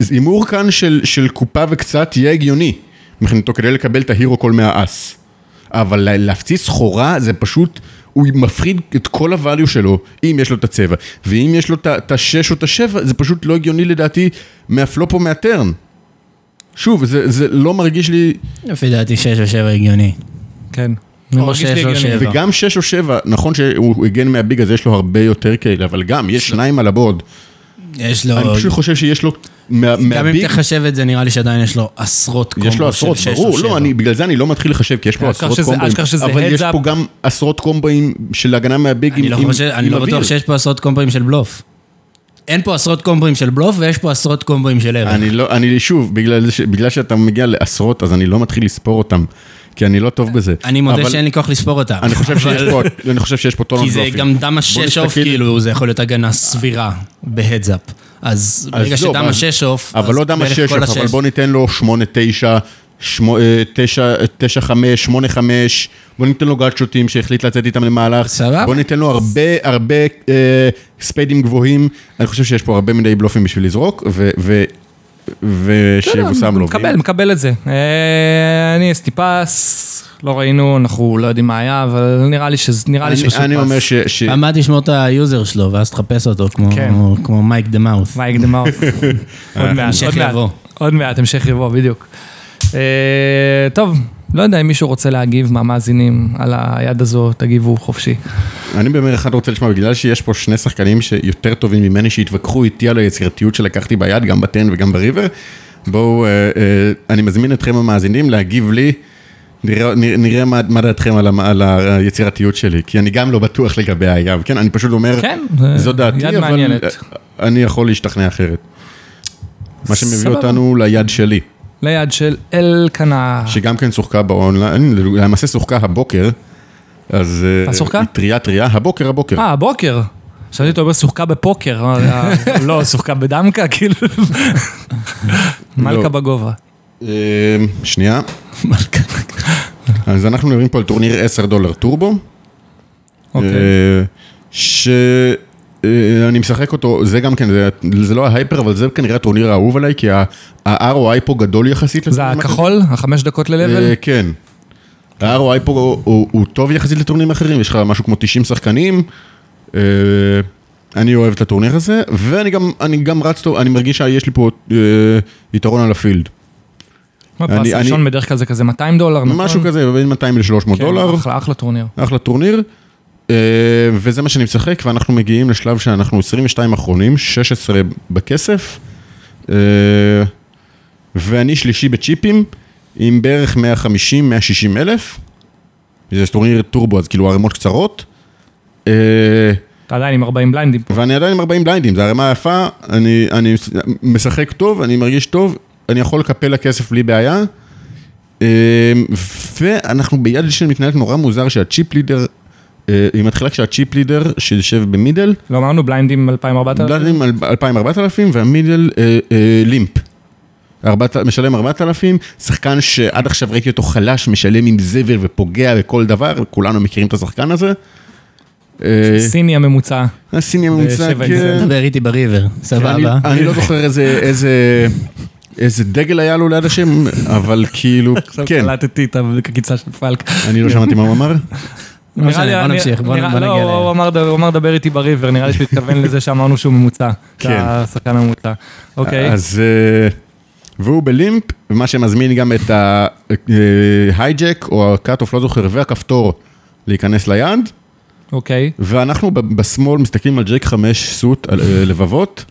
אז הימור כאן של, של קופה וקצת יהיה הגיוני, מבחינתו, כדי לקבל את ההירו קול מהאס. אבל לה- להפציץ סחורה זה פשוט, הוא מפחיד את כל הvalue שלו, אם יש לו את הצבע. ואם יש לו את ה- את השש או את השבע, זה פשוט לא הגיוני לדעתי מהפלופ או מהטרן. שוב, זה, זה לא מרגיש לי,
לפי דעתי 6 ו-7 הגיוני.
כן.
או
אני מרגיש לי
שש או
הגיוני.
שבע. הבנתי.
וגם שש או שבע, נכון שהוא הגן מהביג, אז יש לו הרבה יותר כאלה, אבל גם,
לא.
יש שניים על הבורד.
יש לו...
אני פשוט חושב שיש לו, מה-
לא. גם אם
מהביג,
תחשב את זה, נראה לי שעדיין יש לו עשרות קומבו
יש לו עשרות,
של שש או
ברור,
שבע.
לא, אני, בגלל זה אני לא מתחיל לחשב, כי יש פה
אל תשכח
עשרות
שזה- אל
קומבואים,
תשכח שזה
אבל יש
heads
פה
up.
גם עשרות קומבואים של הגנה מהביג עם
אני לא
עם-
חושב- אני
עם
לא
אוויר.
בטוח שיש פה עשרות קומבואים של בלוף. אין פה עשרות קומבואים של בלוף, ויש פה עשרות קומבואים של ערך.
אני לא, אני שוב, בגלל, זה ש- בגלל שאתה מגיע לעשרות, אז אני לא מתחיל לספור אותם, כי אני לא טוב בזה.
אני מודה
אבל
שאין לי כוח לספור אותם.
אני חושב שיש
אבל-
פה, אני חושב שיש פה טון
כי זה
בלופים.
גם דם
אוקיי. בוא
השש
נסתכל-
אוף, כאילו, זה יכול להיות הגנה סבירה בהדזאפ. אז
אז
ברגע
לא,
שדם
אבל-
השש אוף...
אבל
אז
לא דם
בערך
השש
כל
אוף, אבל בוא ניתן לו שמונה, תשע, שמו- אה, תשע, תשע, חמש, שמונה, חמש, בוא ניתן לו גאדשוטים שהחליט לצאת איתם למהלך.
סבבה.
בוא ניתן לו הרבה, הרבה אה, ספיידים גבוהים. אני חושב שיש פה הרבה מדי בלופים בשביל לזרוק, ו- ו- ושיבושם לו.
אה, מקבל, מקבל את זה. אה, אני אסטיפס, לא ראינו, אנחנו לא יודעים מה היה, אבל נראה לי שזה, נראה לי
אני-
שפשוט
אני אומר
פס.
ש... ש-
עמד לשמור את היוזר שלו, ואז תחפש אותו, כמו-
כן.
כמו מייק דה מאוס.
מה יקדמה
(laughs)
עוד מעט,
המשך
עוד מעט,
יבוא.
עוד מעט, המשך יבוא, בדיוק. אה, טוב, לא יודע אם מישהו רוצה להגיב מהמאזינים על היד הזו, תגיבו
(laughs)
חופשי.
אני במר אחד רוצה לשמוע, בגלל שיש פה שני שחקנים שיותר טובים ממני, שהתווכחו איתי על היצירתיות שלקחתי ביד, גם בטן וגם בריבר, בואו, אה, אה, אני מזמין אתכם המאזינים להגיב לי, נראה, נראה, נראה מה, מה דעתכם על, המ- על היצירתיות שלי, כי אני גם לא בטוח לגביה, אגב, כן, אני פשוט אומר,
כן,
זו דעתי,
יד
אבל
מעניינת.
אה, אני יכול להשתכנע אחרת. מה שמביא
סבבה.
אותנו ליד שלי,
ליד של אלקנה.
שגם כן שוחקה באונליין, אה, למעשה שוחקה הבוקר, אז... אה,
אה, שוחקה?
היא טריה טריה, הבוקר הבוקר.
אה, הבוקר. חשבתי אתה אומר שוחקה בפוקר, אה, לא, שוחקה בדמקה,
(laughs)
כאילו.
לא.
מלכה בגובה.
אה, שנייה. אז אנחנו מדברים פה על טורניר 10 דולר טורבו, אה,
אוקיי.
שאני אה, משחק אותו, זה גם כן, זה- זה לא ההייפר, אבל זה כנראה הטורניר האהוב עליי, כי ה- ה-ROI פה גדול יחסית.
זה
לטורנירים
הכחול, החמש דקות
אחרים.
ל-level?
אה, כן. ה-ROI פה הוא- הוא הוא טוב יחסית לטורנירים אחרים, יש לך משהו כמו 90 שחקנים. אה, אני אוהב את הטורניר הזה, ואני גם, אני גם רץ טוב, אני מרגיש שיש לי פה אה, יתרון על הפילד.
מה,
אני-
פרס
אני-
ראשון בדרך כלל זה כזה 200 דולר, נכון?
משהו כזה, בין 200 ל-300
כן,
דולר.
אחלה, אחלה טורניר.
אחלה טורניר, אה, וזה מה שאני משחק, ואנחנו מגיעים לשלב שאנחנו 22 אחרונים, 16 בכסף, אה, ואני שלישי בצ'יפים, עם בערך 150-160 אלף, זה טורניר טורבו, אז כאילו ערימות קצרות, אה,
אתה עדיין עם 40 בליינדים.
ואני עדיין עם 40 בליינדים, זו ערימה יפה, אני, אני משחק טוב, אני מרגיש טוב, אני יכול לקפל לכסף בלי בעיה. אמ, ואנחנו ביד של מתנהלת נורא מוזר שהצ'יפ לידר, אה, היא מתחילה כשהצ'יפ לידר שיושב במידל,
לא אמרנו בליינדים 2004?
בלאדים 2,000-4,000 והמידל אה, אה, לימפ. ארבעת- משלם 4,000, שחקן שעד עכשיו ראיתי אותו חלש, משלם עם זבל ופוגע בכל דבר, כולנו מכירים את השחקן הזה. אה,
סיני הממוצע.
הסיני הממוצע,
שבע עם
כן.
זבל.
דבר איתי בריבר,
אני,
סבבה.
אני לא זוכר איזה, איזה, איזה דגל היה לו ליד השם, אבל כאילו,
(laughs) עכשיו
כן,
קלטתי את הקקיצה של פלק.
אני לא שמעתי מה הוא אמר.
לא
אה,
משנה, בוא נמשיך, בוא נ- בוא נגיע
לא,
ל-
הוא אמר- הוא אמר דבר איתי בריבר, נראה לי שהוא התכוון לזה שאמרנו שהוא ממוצע.
כן.
כן. השחקן הממוצע. אוקיי.
אז, אה, והוא בלימפ, מה שמזמין גם את ההייג'ק או הקאט-אוף, לא זוכר, והכפתור להיכנס ליד,
אוקיי.
ואנחנו ב- בשמאל מסתכלים על ג'ק חמש סוט, על אה, לבבות.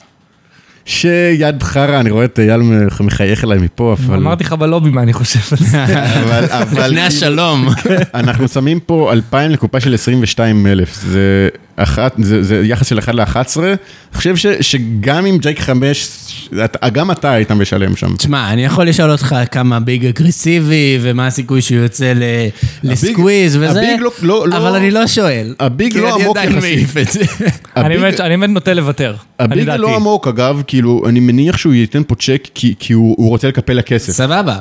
שיד חרא, אני רואה את אייל מ- מחייך אליי מפה, אבל...
אמרתי לך בלובי מה אני חושב על זה.
(laughs) אבל... כאילו- אבל-
לפני השלום.
אנחנו שמים פה 2,000 לקופה של 22 אלף, זה, אחת, זה, זה יחס של 1 ל-11, אני חושב ש, שגם עם ג'ק 5, גם אתה היית משלם שם.
(laughs) תשמע, אני יכול לשאול אותך כמה ביג אגרסיבי, ומה הסיכוי שהוא יוצא ל- לסקוויז וזה,
הביג לא- לא- לא-
אבל אני לא שואל.
הביג
כי
לא
אני
עמוק
עדיין
יחסית.
מעיף את זה.
אני
הביג-
באמת- אני באמת נוטה לוותר. אני
הביג
דעתי.
לא עמוק, אגב, כאילו, אני מניח שהוא ייתן פה צ'ק כי, כי הוא, הוא רוצה לקפל לכסף.
סבבה,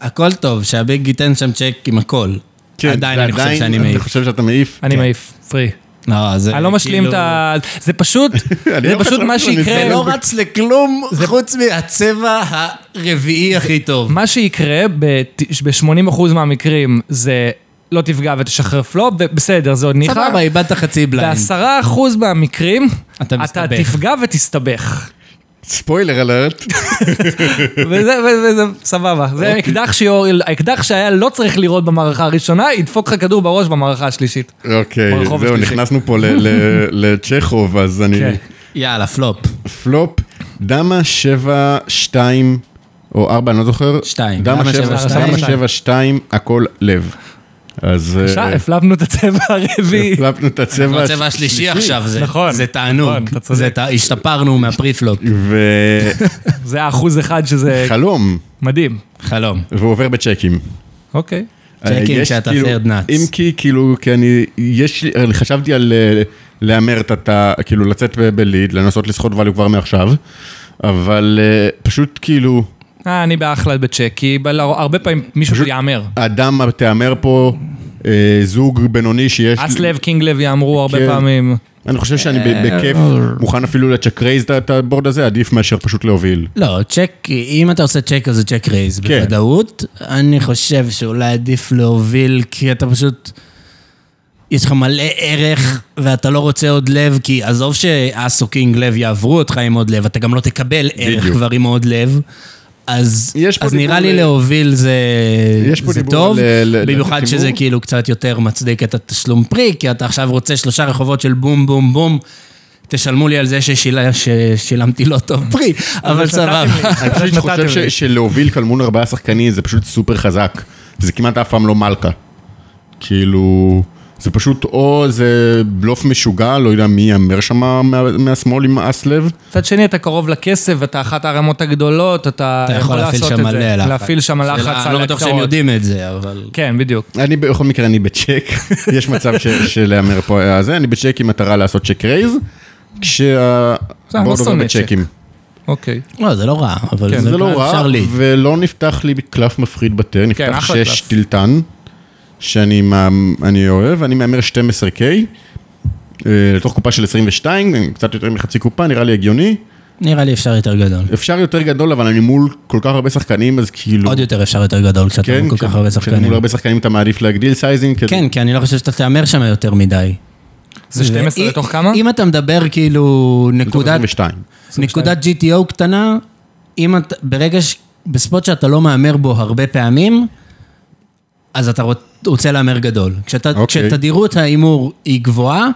הכל טוב, שהביג ייתן שם צ'ק עם הכל.
כן,
עדיין כן, אני חושב שאני
אני
מעיף.
חושב שאתה מעיף.
אני מעיף, פרי.
לא, זה
אני לא משלים
כאילו-
את ה... זה פשוט,
אה, (laughs) אני
זה
לא
פשוט
חשבתי
מה
על
שיקרה,
זה
זה.
לא
לא רץ לכלום חוץ מהצבע הרביעי הכי טוב.
מה שיקרה ב-80% מהמקרים זה לא תפגע ותשחרר פלופ, ובסדר, זה עוד ניחא.
סבבה, איבדת חצי בליינד.
בעשרה אחוז מהמקרים,
אתה
אתה
מסתבך.
תפגע
(laughs)
ותסתבך.
ספוילר אלרט.
וזה, וזה, וזה, סבבה.
אוקיי.
זה אקדח שיוריל, האקדח שהיה לא צריך לראות במערכה הראשונה, ידפוק לך כדור בראש במערכה השלישית.
אוקיי,
ברחוב
זהו,
השלישי.
נכנסנו פה ל- ל- לצ'כוב, אז אני...
כן.
יאללה, פלופ.
פלופ, דמה 7, 2, או 4, אני לא זוכר.
שתיים.
דמה
דמה
7,
שבע,
שתיים.
7, 2, הכל לב. אז... אה,
עכשיו הפלפנו את הצבע הרביעי.
הפלפנו את הצבע
הצבע השלישי עכשיו, זה-
נכון,
זה תענוג.
נכון, אתה צודק.
זה תע- השתפרנו מהפריפלופ.
זה האחוז אחד שזה
וחלום,
מדהים.
חלום.
והוא עובר בצ'קים.
אוקיי.
(laughs) צ'קים
יש
כשאתה
כאילו-
third nuts.
אם כי, כאילו, כי אני, יש לי, אני חשבתי על אה, להמר את ה... כאילו, לצאת ב- בליד, לנסות לסחוט value כבר מעכשיו, אבל אה, פשוט כאילו,
אה, אני באחלה בצ'ק, כי בל- הרבה פעמים מישהו יאמר.
אדם תהמר פה, אה, זוג בינוני שיש...
אס לב, קינג לב יאמרו הרבה
כן.
פעמים.
אני חושב שאני ב- בכיף מוכן אפילו לצ'קרייז את- את הבורד הזה, עדיף מאשר פשוט להוביל.
לא, צ'ק, אם אתה עושה צ'ק אז זה צ'ק רייז,
כן.
בוודאות. אני חושב שאולי עדיף להוביל, כי אתה פשוט... יש לך מלא ערך, ואתה לא רוצה עוד לב, כי עזוב שאס או קינג לב יעברו אותך עם עוד לב, אתה גם לא תקבל ערך
בדיוק.
כבר עם עוד לב. אז,
יש פה
אז
דיבור
נראה לי
ל-
להוביל זה,
יש פה
זה
דיבור
טוב,
ל- ל-
במיוחד
לציבור.
שזה כאילו קצת יותר מצדיק את התשלום פרי, כי אתה עכשיו רוצה שלושה רחובות של בום בום בום, תשלמו לי על זה ששיל... ששילמתי לא טוב (laughs) פרי, אבל סבבה.
אני פשוט חושב ש- שלהוביל קלמון ארבעה שחקנים זה פשוט סופר חזק. זה כמעט אף פעם לא מלכה. כאילו, זה פשוט או זה בלוף משוגע, לא יודע מי יאמר שם מה- מהשמאל עם אסלב.
מצד שני, אתה קרוב לכסף, אתה אחת הערימות הגדולות, אתה
אתה יכול להפעיל
לעשות
שם
את
מלא
זה.
לחץ.
להפעיל שם לחץ על
שאלה, לא בטוח שהם
הקצרות.
יודעים את זה, אבל...
כן, בדיוק.
אני בכל מקרה, אני בצ'ק, (laughs) יש מצב ש- שלהמר פה היה זה, אני בצ'ק עם מטרה לעשות צ'ק רייז,
אני לא
כשהבורד עובר
שונא
בצ'קים.
אוקיי.
לא, זה לא רע, אבל
כן,
זה
זה לא רע,
אפשר לי.
ולא נפתח לי קלף מפחיד בטר,
כן,
נפתח
אחלה
שש
קלף.
טילטן, שאני מה- אני אוהב, אני מהמר 12K, אה, לתוך קופה של 22, קצת יותר מחצי קופה, נראה לי הגיוני.
נראה לי אפשר יותר גדול.
אפשר יותר גדול, אבל אני מול כל כך הרבה שחקנים, אז כאילו...
עוד יותר אפשר יותר גדול כשאתה
כן,
עם כל כך
כש-
הרבה
כשאתה
שחקנים.
מול הרבה שחקנים אתה מעדיף להגדיל סייזינג. כזה.
כן, כי אני לא חושב שאתה תהמר שם יותר מדי.
זה 12
ואי-
לתוך כמה?
אם אתה מדבר כאילו
מתוך
נקודת
22.
נקודת GTO קטנה, אם אתה, ברגע ש... בספוט שאתה לא מהמר בו הרבה פעמים, אז אתה רוצ- רוצה להמר גדול. כשאתה, okay.
אוקיי.
כשתדירות ההימור היא גבוהה,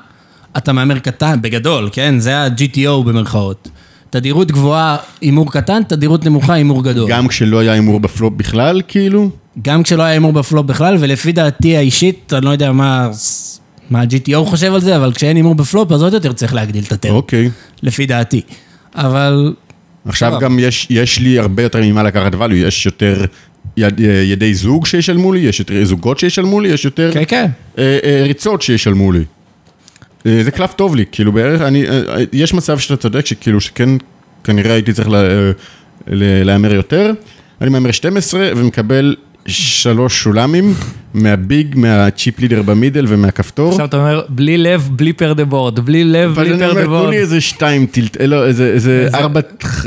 אתה מהמר קטן, בגדול, כן? זה ה-GTO במרכאות. תדירות גבוהה, הימור קטן, תדירות נמוכה, הימור גדול. גם,
גם כשלא היה הימור בפלופ בכלל, כאילו.
גם כשלא היה הימור בפלופ בכלל, ולפי דעתי האישית, אני לא יודע מה, מה ה-GTO חושב על זה, אבל כשאין הימור בפלופ, אז עוד יותר צריך להגדיל את הטרם,
אוקיי.
לפי דעתי. אבל
עכשיו
לא.
סבבה.
גם יש, יש לי הרבה יותר ממה לקחת value, יש יותר יד, אה, ידי זוג שישלמו לי, יש יותר זוגות שישלמו לי, יש יותר
כן,
אוקיי.
כן.
אה, אה, ריצות שישלמו לי. אה, זה קלף טוב לי, כאילו בערך, אני, אה, אה, יש מצב שאתה צודק, שכאילו שכן, כנראה הייתי צריך לה- אה, ל- להמר יותר. אני מהמר 12 ומקבל שלוש שולמים (laughs) מהביג, מהצ'יפ לידר במידל ומהכפתור.
עכשיו אתה אומר, בלי לב, בלי פר דה בורד. בלי לב,
אבל
בלי
אני
פר
אומר,
דה
תנו
בורד.
לי איזה שתיים טילט, אה, לא, איזה- איזה ארבע-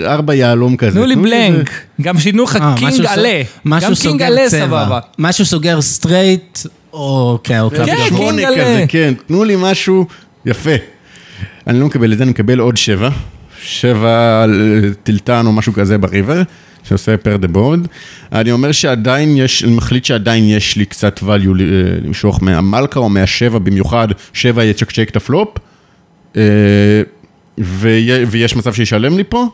ארבע יהלום כזה.
תנו לי
איזה-
בלנק. גם שינו לך
אה,
קינג
משהו ס-
עלה.
משהו
גם קינג
סוגר
עלה
צבע.
סבבה.
משהו סוגר סטרייט, או כן, או קלף
כן,
גבוה.
שמונה
קינג
כזה,
עלה.
כן, תנו לי משהו יפה. אני לא מקבל את זה, אני מקבל עוד שבע. שבע אה, טילטן או משהו כזה בריבר, שעושה פר דה בורד. אני אומר שעדיין יש, אני מחליט שעדיין יש לי קצת value ל- אה, למשוך מהמלכה או מהשבע במיוחד, שבע יצ'קצ'ק את הפלופ. אה, ויה- ויש מצב שישלם לי פה.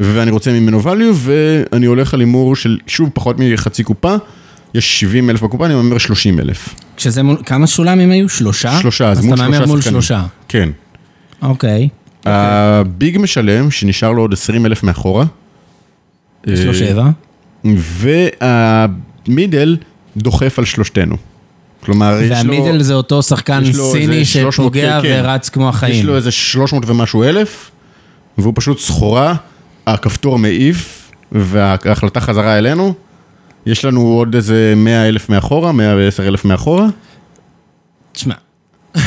ואני רוצה ממנו value, ואני הולך על הימור של, שוב, פחות מחצי קופה, יש 70 אלף בקופה, אני אומר 30 אלף.
כשזה מול, כמה שולמים היו? שלושה?
שלושה, אז מול שלושה
אז אתה
שחקנים.
מהמר מול שלושה.
כן.
אוקיי.
הביג משלם, שנשאר לו עוד 20 אלף מאחורה,
יש לו
אה,
שבע.
והמידל דוחף על שלושתנו. כלומר, יש לו...
והמידל זה אותו שחקן
יש לו
סיני
איזה 300,
שפוגע
כן, כן.
ורץ
יש
כמו החיים.
לו איזה 300 ומשהו אלף, והוא פשוט סחורה, הכפתור מעיף, וההחלטה חזרה אלינו. יש לנו עוד איזה 100 אלף מאחורה, 110 אלף מאחורה.
תשמע,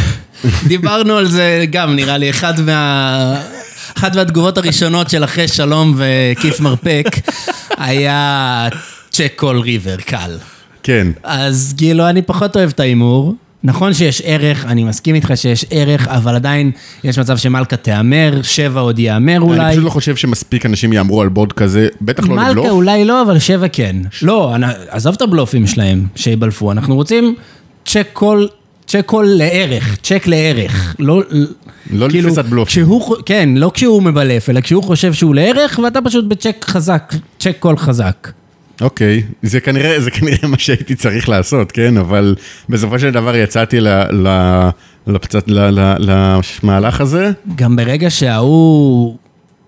(laughs) דיברנו על זה גם, נראה לי, אחד מה... אחת מהתגובות הראשונות של אחרי
(laughs)
שלום וכיף מרפק היה צ'ק קול ריבר, קל.
כן.
אז כאילו, אני פחות אוהב את ההימור. נכון שיש ערך, אני מסכים איתך שיש ערך, אבל עדיין יש מצב שמלכה תיאמר, שבע עוד ייאמר אולי.
אני פשוט לא חושב שמספיק אנשים יאמרו על בורד כזה, בטח לא לבלוף.
מלכה אולי לא, אבל שבע כן. לא, אנ- עזוב את הבלופים שלהם, שיבלפו. אנחנו רוצים צ'ק כל... צ'ק כל לערך, צ'ק לערך. לא,
לא
כאילו,
לתפיסת בלוף.
כשהוא, חו- כן, לא כשהוא מבלף, אלא כשהוא חושב שהוא לערך, ואתה פשוט בצ'ק חזק, צ'ק כל חזק.
אוקיי, זה כנראה, זה כנראה מה שהייתי צריך לעשות, כן? אבל בסופו של דבר יצאתי ל, ל, לפצת, ל, ל, למהלך הזה.
גם ברגע שההוא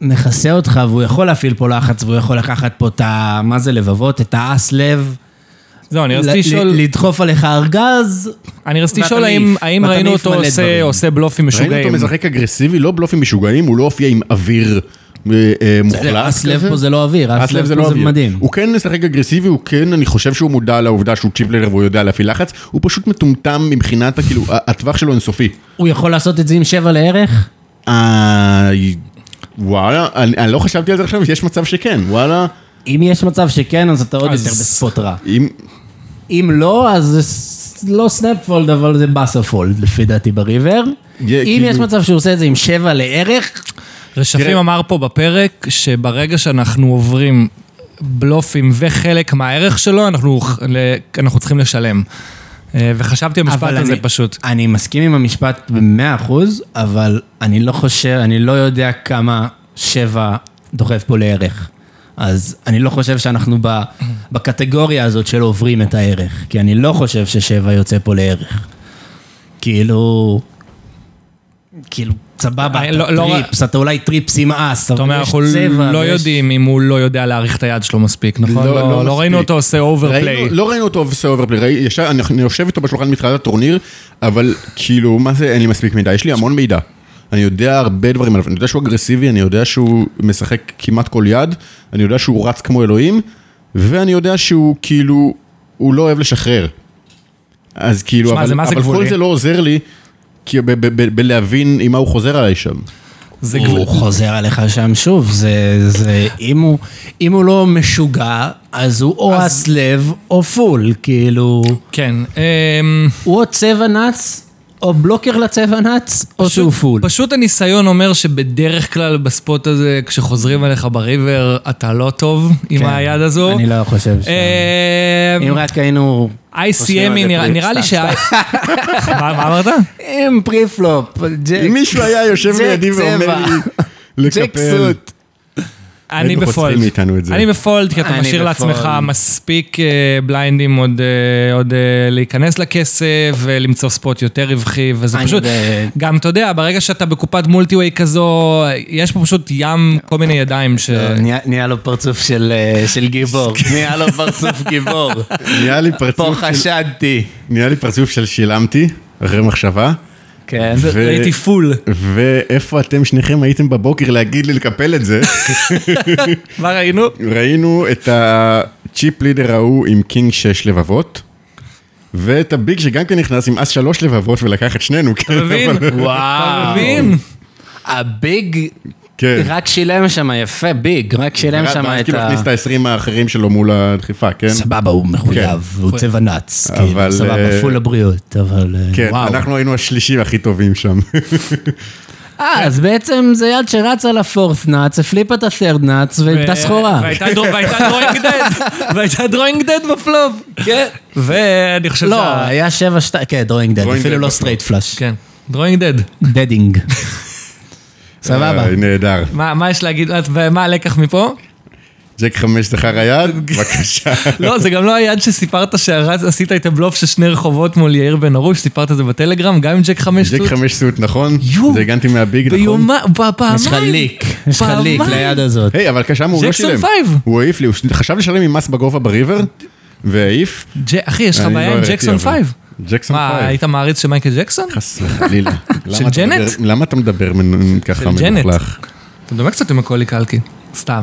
מכסה אותך, והוא יכול להפעיל פה לחץ, והוא יכול לקחת פה את ה... מה זה לבבות? את האס לב.
זהו, אני רציתי
ל-
לשאול...
ל- לדחוף עליך ארגז.
אני רציתי
ואתה
לשאול האם-
מעיף,
האם
ואתה
ראינו
מעיף
אותו
מלא
עושה-
דברים.
עושה בלופים
ראינו אותו
משוגעים.
משחק אגרסיבי, לא בלופים משוגעים, הוא לא הופיע עם אוויר אה, אה, מוחלט.
אס לב
כזה.
פה זה לא אוויר,
אס לב זה לא
פה זה
אוויר.
מדהים.
הוא כן משחק אגרסיבי, הוא כן, אני חושב שהוא מודע לעובדה שהוא צ'יפלר והוא יודע להפעיל לחץ, הוא פשוט מטומטם מבחינת, ה- כאילו, ה- הטווח שלו אינסופי.
הוא יכול לעשות את זה עם שבע לערך?
אה... וואלה, אני, אני לא חשבתי על זה עכשיו, יש מצב שכן, וואלה.
אם יש מצב שכן, אז אתה עוד
אז-
יותר בספוט רע.
אם...
אם לא, אז זה ס- לא סנאפפולד, אבל זה באסרפולד, לפי דעתי, בריבר.
יהיה,
אם
כאילו-
יש מצב שהוא עושה את זה עם שבע לערך,
רשפים
תראה-
אמר פה בפרק שברגע שאנחנו עוברים בלופים וחלק מהערך שלו, אנחנו ל- אנחנו צריכים לשלם. אה, וחשבתי במשפט
אבל
הזה
אני-
פשוט.
אני מסכים עם המשפט ב-100%, אבל אני לא חושב, אני לא יודע כמה שבע דוחף פה לערך. אז אני לא חושב שאנחנו ב, בקטגוריה הזאת של עוברים את הערך, כי אני לא חושב ששבע יוצא פה לערך. כאילו... כאילו, סבבה,
אני
אתה
לא- לא-
טריפס, אתה אולי טריפס עם אס,
אתה אומר,
אבל יש
אנחנו
צבע.
לא
ויש-
יודעים אם הוא לא יודע להעריך את היד שלו מספיק, נכון?
לא- לא
לא- לא ראינו
מספיק.
אותו עושה
ראינו,
אוברפליי.
לא ראינו אותו עושה אוברפליי, ראי- ישר- אני אני יושב איתו בשולחן מתחילת הטורניר, אבל כאילו, מה זה, אין לי מספיק מידע, יש לי המון מידע. אני יודע הרבה דברים עליו, אני יודע שהוא אגרסיבי, אני יודע שהוא משחק כמעט כל יד, אני יודע שהוא רץ כמו אלוהים, ואני יודע שהוא כאילו, הוא לא אוהב לשחרר. אז כאילו,
שמע,
אבל,
זה מה זה
אבל כל
גבולי.
זה לא עוזר לי, כי ב- ב- ב- בלהבין עם מה הוא חוזר עליי שם.
זה גבול.
הוא חוזר עליך שם שוב, זה, זה, אם הוא, אם הוא לא משוגע, אז הוא או
אז-
אס לב או פול, כאילו,
כן. אמ,
הוא או צבע נץ, או בלוקר לצבע נץ, או
פשוט-
לא שהוא פול.
פשוט הניסיון אומר שבדרך כלל בספוט הזה, כשחוזרים אליך בריבר, אתה לא טוב עם
כן,
היד הזו.
אני לא חושב ש...
אמ,
אם רק היינו... חושבים על
ICMי,
זה
נראה-
פרי-
נראה לי
סתם,
שה... (laughs) מה מה אמרת?
אם פריפלופ, ג'ק,
אם מישהו היה יושב
ג'ק
לידי ואומר
צבע.
לי,
ג'ק
לקפל,
סוט.
אני
חוסכים
בפולד.
מאיתנו את זה.
אני בפולד, כי אתה
אני
משאיר
בפולד.
לעצמך מספיק אה, בליינדים עוד, אה, עוד אה, להיכנס לכסף ולמצוא ספוט יותר רווחי, וזה
אני
פשוט...
יודע.
גם, אתה יודע, ברגע שאתה בקופת מולטיווי כזו, יש פה פשוט ים כל מיני ידיים ש...
אה, נהיה- נהיה לו פרצוף של אה, של גיבור, נהיה לו פרצוף גיבור.
נהיה לי
פה
פרצוף של-
חשדתי.
נהיה לי פרצוף של שילמתי, אחרי מחשבה,
כן.
ו-
הייתי פול.
ואיפה אתם שניכם הייתם בבוקר להגיד לי לקפל
(laughs)
את זה?
מה ראינו?
ראינו את הצ'יפ לידר ההוא עם קינג 6 לבבות, ואת הביג שגם כן נכנס עם אס 3 לבבות ולקח את שנינו. כן, אתה
מבין? אתה
וואו.
מבין?
הביג
כן.
רק שילם שם יפה, ביג, רק שילם שם
ואז
את
כאילו
ה...
הכניס את ה-20 האחרים שלו מול הדחיפה, כן?
סבבה, הוא מחויב, הוא צבע נץ,
אבל,
כאילו,
אה,
סבבה, פול הבריאות, אבל אה,
כן,
וואו.
אנחנו היינו השלישים הכי טובים שם.
אה, אז בעצם זה יד שרצה לפורט נץ, הפליפה את הסרד נץ והייתה סחורה.
והייתה דרוינג דד, (laughs) והייתה דרוינג דד בפלופ.
כן.
ואני חושב
לא,
שה-
היה שבע שתיים, כן, דרוינג דד,
דרוינג
אפילו
דד
לא
בפלופ.
סטרייט פלאש.
כן, דרוינג דד.
דדינג. סבבה.
אה, נהדר.
מה מה יש להגיד, ומה הלקח מפה?
ג'ק 5 זכר
(laughs)
היד, בבקשה.
לא, זה גם לא היד שסיפרת שעשית את הבלוף של שני רחובות מול יאיר בן ארוש, סיפרת את זה בטלגרם, גם עם ג'ק חמש
ג'ק
תות.
5 סוט, נכון?
יו.
זה הגנתי מהביג, נכון?
ביומה, ב- פעמיים.
יש לך ליק, יש לך ליק
פעמיים.
ליד הזאת.
היי, אבל שם הוא לא
ג'קסון
שילם.
פייב.
הוא העיף לי, הוא חשב לשלם עם מס בגובה בריבר, והעיף.
ג'- אחי, יש לך
אני לא
בעיה עם
הראיתי,
ג'קסון
אבל.
פייב.
ג'קסון
מה,
פייב.
היית מעריץ של מייקל ג'קסון?
חס
(laughs)
וחלילה. למה אתה
ג'נט?
מדבר- למה אתה מדבר מנ- ככה
ג'נט.
מלוכלך?
אתה מדבר קצת עם מקולי קלקי, סתם.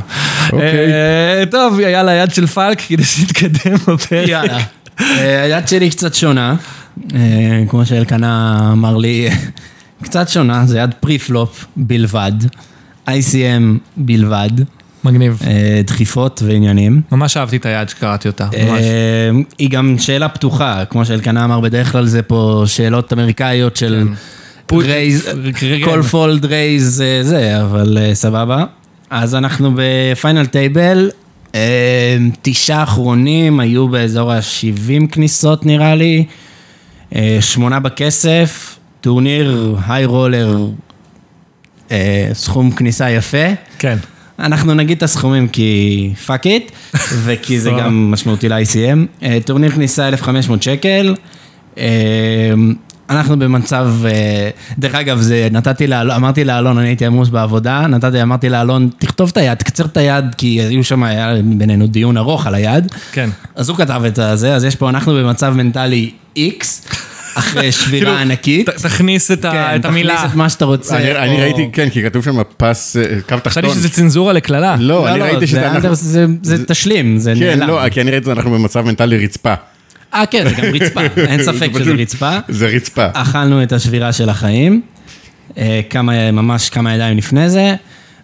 אוקיי.
אה, טוב, יאללה, יד של פלק כדי שנתקדם בפרק.
יאללה. (laughs) אה, היד שלי קצת שונה, אה, כמו שאלקנה אמר לי, (laughs) קצת שונה, זה יד פריפלופ בלבד, ICM בלבד.
מגניב.
אה, דחיפות ועניינים.
ממש אהבתי את היד שקראתי אותה, ממש.
אה, היא גם שאלה פתוחה, כמו שאלקנה אמר, בדרך כלל זה פה שאלות אמריקאיות של רייז,
כן.
אה, כל פולד רייז אה, זה, אבל אה, סבבה. אז אנחנו בפיינל טייבל, אה, תשעה אחרונים, היו באזור ה-70 כניסות נראה לי, אה, שמונה בכסף, טורניר היי רולר, אה, סכום כניסה יפה.
כן.
אנחנו נגיד את הסכומים כי פאק איט,
(laughs)
וכי זה
סבבה.
גם משמעותי ל-ICM. אה, טורניר כניסה 1,500 שקל. אה, אנחנו במצב, אה, דרך אגב, זה נתתי, לאל- אמרתי לאלון, אני הייתי עמוס בעבודה, נתתי, אמרתי לאלון, תכתוב את היד, תקצר את היד, כי היו שם, היה בינינו דיון ארוך על היד.
כן.
אז הוא כתב את הזה, אז יש פה, אנחנו במצב מנטלי איקס,
(laughs)
אחרי שבירה ענקית.
ת- תכניס כאילו, את ה-
כן,
את המילה.
תכניס את מה שאתה רוצה.
אני אני
או-
ראיתי, כן, כי כתוב שם פס, אה, קו תחתון.
חשבתי שזה צנזורה לקללה.
לא, אני
לא,
ראיתי
זה
שזה אנחנו...
אנדר- זה- זה תשלים, זה
כן,
נעלם.
לא, כי אני ראיתי שאנחנו במצב מנטלי רצפה.
אה, כן, זה
(laughs)
גם רצפה, אין ספק שזה
פשוט-
רצפה.
זה רצפה.
אה,
אכלנו את השבירה של החיים, אה, כמה, ממש כמה ידיים לפני זה.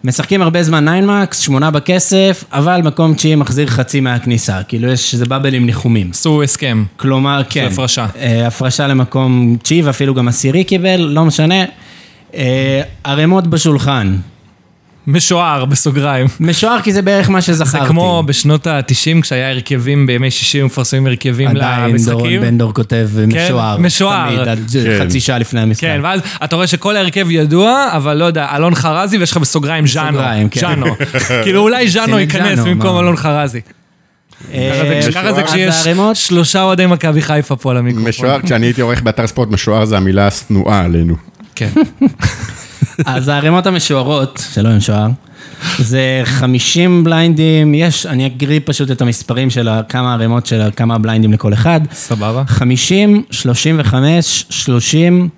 משחקים הרבה זמן 9מקס, שמונה בכסף, אבל מקום תשיעי מחזיר חצי מהכניסה. כאילו יש, זה באבל עם ניחומים.
עשו הסכם.
כלומר, כן.
הפרשה.
אה, הפרשה למקום תשיעי, ואפילו גם עשירי קיבל, לא משנה. אה, ערימות בשולחן.
משוער, בסוגריים.
משוער כי זה בערך מה
זה
שזכרתי.
כמו בשנות ה-90, כשהיה הרכבים, בימי שישי היו מפרסמים הרכבים
עדיין דורון
למשחקים. כן,
בן דור כותב משוער.
משוער.
תמיד, עד
כן.
חצי שעה לפני המשחק.
כן, ואז אתה רואה שכל ההרכב ידוע, אבל לא יודע, אלון חרזי ויש לך בסוגריים ז'אנו.
בסוגריים, כן. (laughs)
ז'אנו. כאילו אולי ז'אנו
שימי
ייכנס
ז'אנו,
במקום
מה?
אלון חרזי.
אה,
ככה זה
משוער. אז
כשיש
הערימות
שלושה אוהדי מכבי חיפה פה על המיקרופון.
משוער, כשאני הייתי עורך באתר ספורט, משוער זה המילה השנואה עלינו.
(laughs)
כן.
אז הערימות המשוערות, שלא עם שוער, זה 50 בליינדים, יש, אני אקריא פשוט את המספרים של ה- כמה ערימות של ה- כמה בליינדים לכל אחד.
סבבה.
50, 35, 30,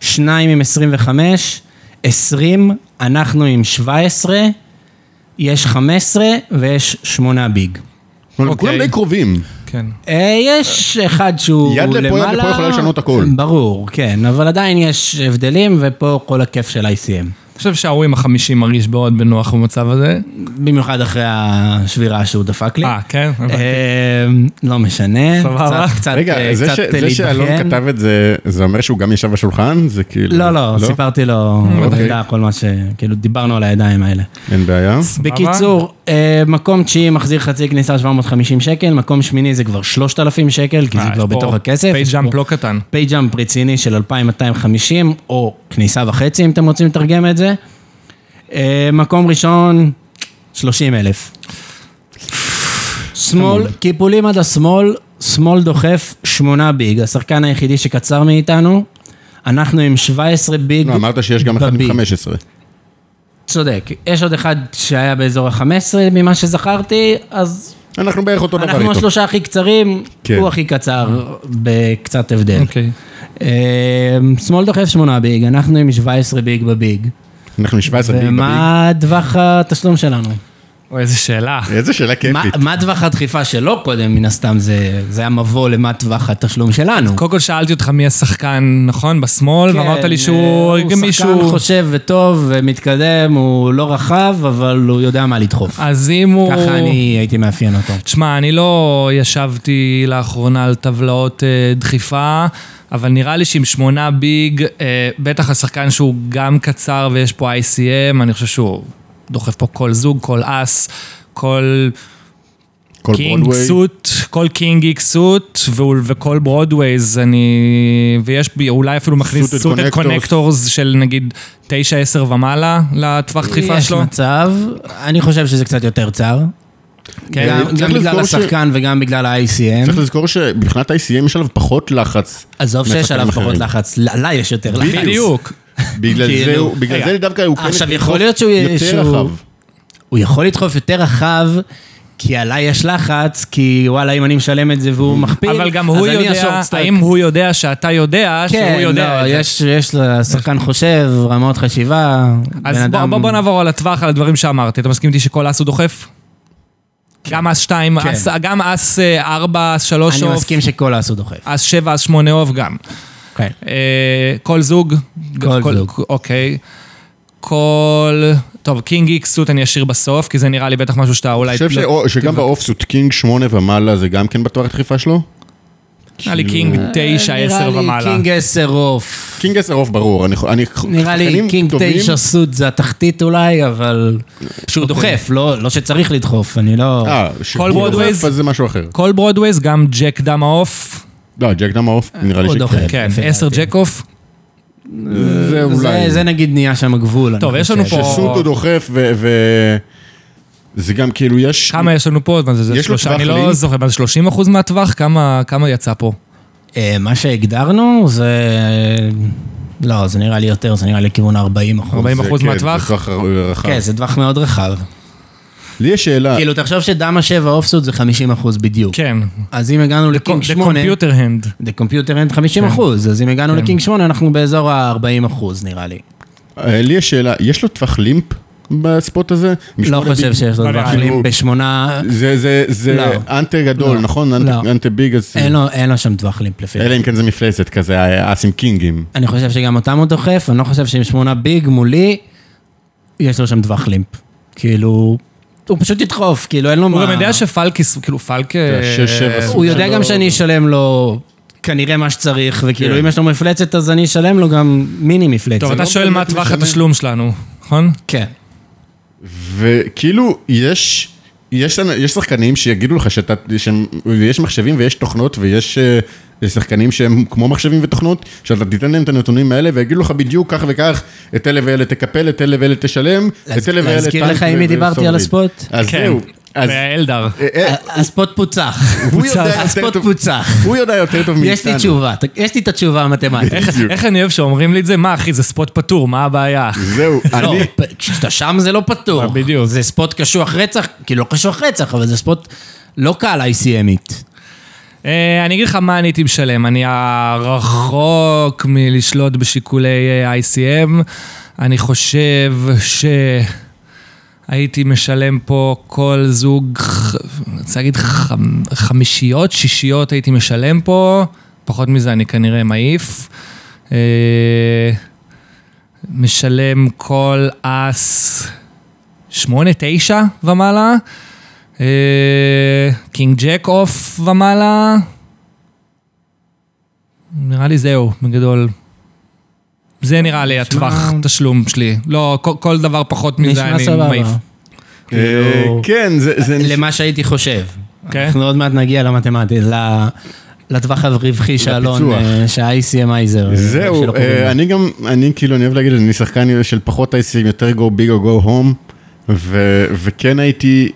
2 עם 25, 20, אנחנו עם 17, יש 15 ויש 8 ביג.
אוקיי.
אבל כולם די קרובים.
כן.
אה, יש אחד שהוא
יד לפה, יד
למעלה.
לפה יכולה לשנות הכל.
ברור, כן, אבל עדיין יש הבדלים, ופה כל הכיף של ICM.
אני חושב שההוא עם החמישים מרגיש מאוד בנוח במצב הזה.
במיוחד אחרי השבירה שהוא דפק לי.
אה, כן? הבנתי.
אה, לא משנה.
סבבה.
קצת- קצת
רגע,
אה,
זה
קצת
ש- זה
להתבכיין.
שאלון כתב את זה, זה אומר שהוא גם ישב בשולחן? זה כאילו...
לא, לא, סיפרתי לו, אתה
אוקיי.
יודע, כל מה ש... כאילו, דיברנו על הידיים האלה.
אין בעיה.
בקיצור, אה, מקום תשיעי מחזיר חצי כניסה 750 שקל, מקום שמיני זה כבר 3,000 שקל, כי זה
אה,
כבר
יש פה
בתוך הכסף.
פייג'
יש פה
ג'אמפ לא קטן.
פיי ג'אמפ רציני של 2,250, או כניסה וחצי, אם אתם רוצים לתרגם את זה. אה, מקום ראשון, 30,000. שמאל, קיפולים עד השמאל, שמאל דוחף, שמונה ביג. השחקן היחידי שקצר מאיתנו, אנחנו עם 17 ביג.
לא, אמרת שיש גם אחד עם
בביג.
15.
צודק. יש עוד אחד שהיה באזור ה-15 ממה שזכרתי, אז
אנחנו בערך אותו דבר
אנחנו
איתו.
השלושה הכי קצרים,
כן.
הוא הכי קצר בקצת הבדל.
אוקיי.
אה, שמאל דוחף שמונה ביג, אנחנו עם 17 ביג בביג.
אנחנו עם 17 ביג בביג.
ומה טווח התשלום שלנו?
אוי, איזה שאלה.
אה.
איזה שאלה
מה-
כיפית.
מה טווח הדחיפה שלו קודם, מן הסתם, זה זה המבוא למה טווח התשלום שלנו.
קודם כל שאלתי אותך מי השחקן, נכון? בשמאל,
כן,
ואמרת לי
אה,
שהוא גם
הוא שחקן
מישהו...
חושב וטוב ומתקדם, הוא לא רחב, אבל הוא יודע מה לדחוף.
אז אם אה, הוא...
ככה אני הייתי מאפיין אותו.
תשמע, אני לא ישבתי לאחרונה על טבלאות אה, דחיפה, אבל נראה לי שעם שמונה ביג, אה, בטח השחקן שהוא גם קצר ויש פה ICM, אני חושב שהוא דוחף פה כל זוג, כל אס, כל
כל
קינג
ברודוויי.
סוט, כל קינג איקס סוט, והוא- וכל ברודווייז, אני... ויש בי, אולי אפילו מכניס
סוטד
סוטד
קונקטורס.
קונקטורס של נגיד 9-10 ומעלה לטווח דחיפה
יש
שלו.
מצב, אני חושב שזה קצת יותר צר.
כן.
גם
צריך
גם
לזכור
בגלל
ש-
השחקן וגם בגלל ה-ICM.
צריך לזכור שמבחינת ICM יש עליו פחות לחץ.
עזוב שיש
משחקנים
עליו פחות
אחרים.
לחץ, ל- עליי יש יותר לחץ.
בדיוק.
בגלל
כאילו-
זה הוא- בגלל
רגע.
זה דווקא הוא
עכשיו,
יכול
יכול
לדחוף
להיות שהוא-
יותר
שהוא-
רחב.
הוא יכול לדחוף יותר רחב, כי עליי יש לחץ, כי וואלה, אם אני משלם את זה והוא מכפיל,
אבל גם הוא
אז אני
יודע,
השורט סטארט.
האם הוא יודע שאתה יודע
כן,
שהוא יודע
לא,
את זה.
יש, יש לשחקן חושב, רמות חשיבה,
אז
בן
בוא-
אדם...
בוא בוא נעבור על הטווח, על הדברים שאמרתי. אתה מסכים איתי שכל אס הוא דוחף? גם אס 2,
כן.
גם אס 4, אס 3
אני
אוף,
מסכים שכל אס הוא דוחף.
אס 7, אס 8 אוף גם.
כן.
אה, כל זוג?
כל זוג.
אוקיי. כל טוב, קינג איקס סוט אני אשאיר בסוף, כי זה נראה לי בטח משהו שאתה אולי...
אני חושב
לא-
שאו- שגם באופסוט קינג 8 ומעלה זה גם כן בתואר הדחיפה שלו?
נראה לי קינג
אה,
אה,
9, 10
נראה לי
ומעלה.
קינג 10 עוף.
קינג 10 אוף ברור, אני... אני-
נראה לי
כן. שחקנים
קינג
טובים-
תשע סוד זה התחתית אולי, אבל... שהוא דוחף,
אוקיי.
לא לא שצריך לדחוף, אני לא...
אה, שהוא
ברודווייז?
דוחף, אז זה משהו אחר.
כל ברודווייז, גם ג'ק דם העוף.
לא, ג'ק דם האוף, נראה לי
הוא
שכן.
דוחף.
כן,
לפי
10
דעתי.
ג'ק עוף.
זה אולי...
זה- לא זה נגיד נהיה שם הגבול.
טוב,
אני
יש לנו
חושב.
פה-
שסוטו דוחף ו... ו- זה גם כאילו יש...
כמה יש לנו פה? מה זה, זה
יש לו
שלושה?
טווח
אני לא
לינק?
זוכר, מה זה 30 אחוז מהטווח? כמה כמה יצא פה?
אה, מה שהגדרנו זה... לא, זה נראה לי יותר, זה נראה לי כיוון 40 אחוז.
40 אחוז
זה- כן,
מהטווח?
זה טווח רחב.
כן, זה טווח מאוד רחב.
לי יש שאלה,
כאילו, תחשוב שדמה 7 אופסוט זה 50 אחוז בדיוק.
כן.
אז אם הגענו לקינג
זה
8...
קומפיוטר כן. הנד.
The computer end 50 אחוז, אז אם הגענו לקינג 8, אנחנו באזור ה-40 אחוז נראה לי.
אה, לי יש שאלה, יש לו טווח לימפ בספוט הזה?
לא
משמונה
חושב
ביג-
שיש לו
לא
דבר
נראה
לי.
חלים בשמונה,
זה, זה, זה
לא.
אנטה גדול,
לא.
נכון? אנטה-
לא.
אנטה ביג, אז...
אין לו- אין לו שם טווח לימפ לפי.
אלא אם כן זה מפלצת כזה, האסים קינגים.
אני חושב שגם אותם הוא דוחף, אני לא חושב שעם שמונה ביג מולי, יש לו שם טווח לימפ. כאילו, הוא פשוט ידחוף, כאילו אין לו מה...
הוא גם יודע שפלקיס, כאילו פלק...
שש, שבע,
אה,
הוא יודע גם שאני אשלם לו כנראה מה שצריך,
כן.
וכאילו אם יש לו מפלצת אז אני אשלם לו גם מיני מפלצת.
טוב, אתה
לא
שואל
באמת
מה טווח
משנה.
התשלום שלנו, נכון?
כן.
אה, וכאילו, יש... יש, יש שחקנים שיגידו לך שאתה, שהם, יש מחשבים ויש תוכנות ויש אה, שחקנים שהם כמו מחשבים ותוכנות, שאתה תיתן להם את הנתונים האלה ויגידו לך בדיוק כך וכך, את אלה ואלה תקפל, את אלה ואלה תשלם, את אלה ואלה
להזכיר
טנק
לך עם מי
ו-
דיברתי על
וסוליד.
הספוט?
אז
כן.
זהו. אז
אלדר.
אה, אה,
הספוט פוצח.
הוא יודע יותר
הספוט
טוב-
פוצח.
הוא יודע יותר טוב מאיתנו.
יש לי תשובה, יש לי את התשובה המתמטית.
איך-
(laughs)
איך אני אוהב שאומרים לי את זה? מה, אחי, זה ספוט פטור, מה הבעיה?
זהו,
לא,
אני... אה,
פ- כשאתה שם זה לא פתור.
בדיוק.
זה ספוט קשוח רצח, כאילו לא קשוח רצח, אבל זה ספוט לא קהל ICMית.
אה, אני אגיד לך מה אני הייתי משלם, אני רחוק מלשלוט בשיקולי אה, ICM, אני חושב שהייתי משלם פה כל זוג, ח- אני רוצה להגיד חמ- חמישיות, שישיות הייתי משלם פה, פחות מזה אני כנראה מעיף. אה, משלם כל אס שמונה, תשע ומעלה. אה, קינג ג'ק אוף ומעלה. נראה לי זהו, בגדול. זה נראה לי הטווח תשלום שלי. לא, כל- כל דבר פחות מזה
נשמע
אני מעיף.
סבבה.
אה, כן, זה... זה אוקיי. נש-
למה שהייתי חושב.
כן.
אנחנו עוד מעט נגיע למתמטי, ל- לטווח הרווחי שאלון,
לפיצוח.
אה,
זהו,
שה-ICMייזר. שלא
אה,
קוראים לו.
אני גם, אני כאילו, אני אוהב להגיד, אני שחקן של פחות אייסים, יותר גו ביג או גו הום, וכן הייתי,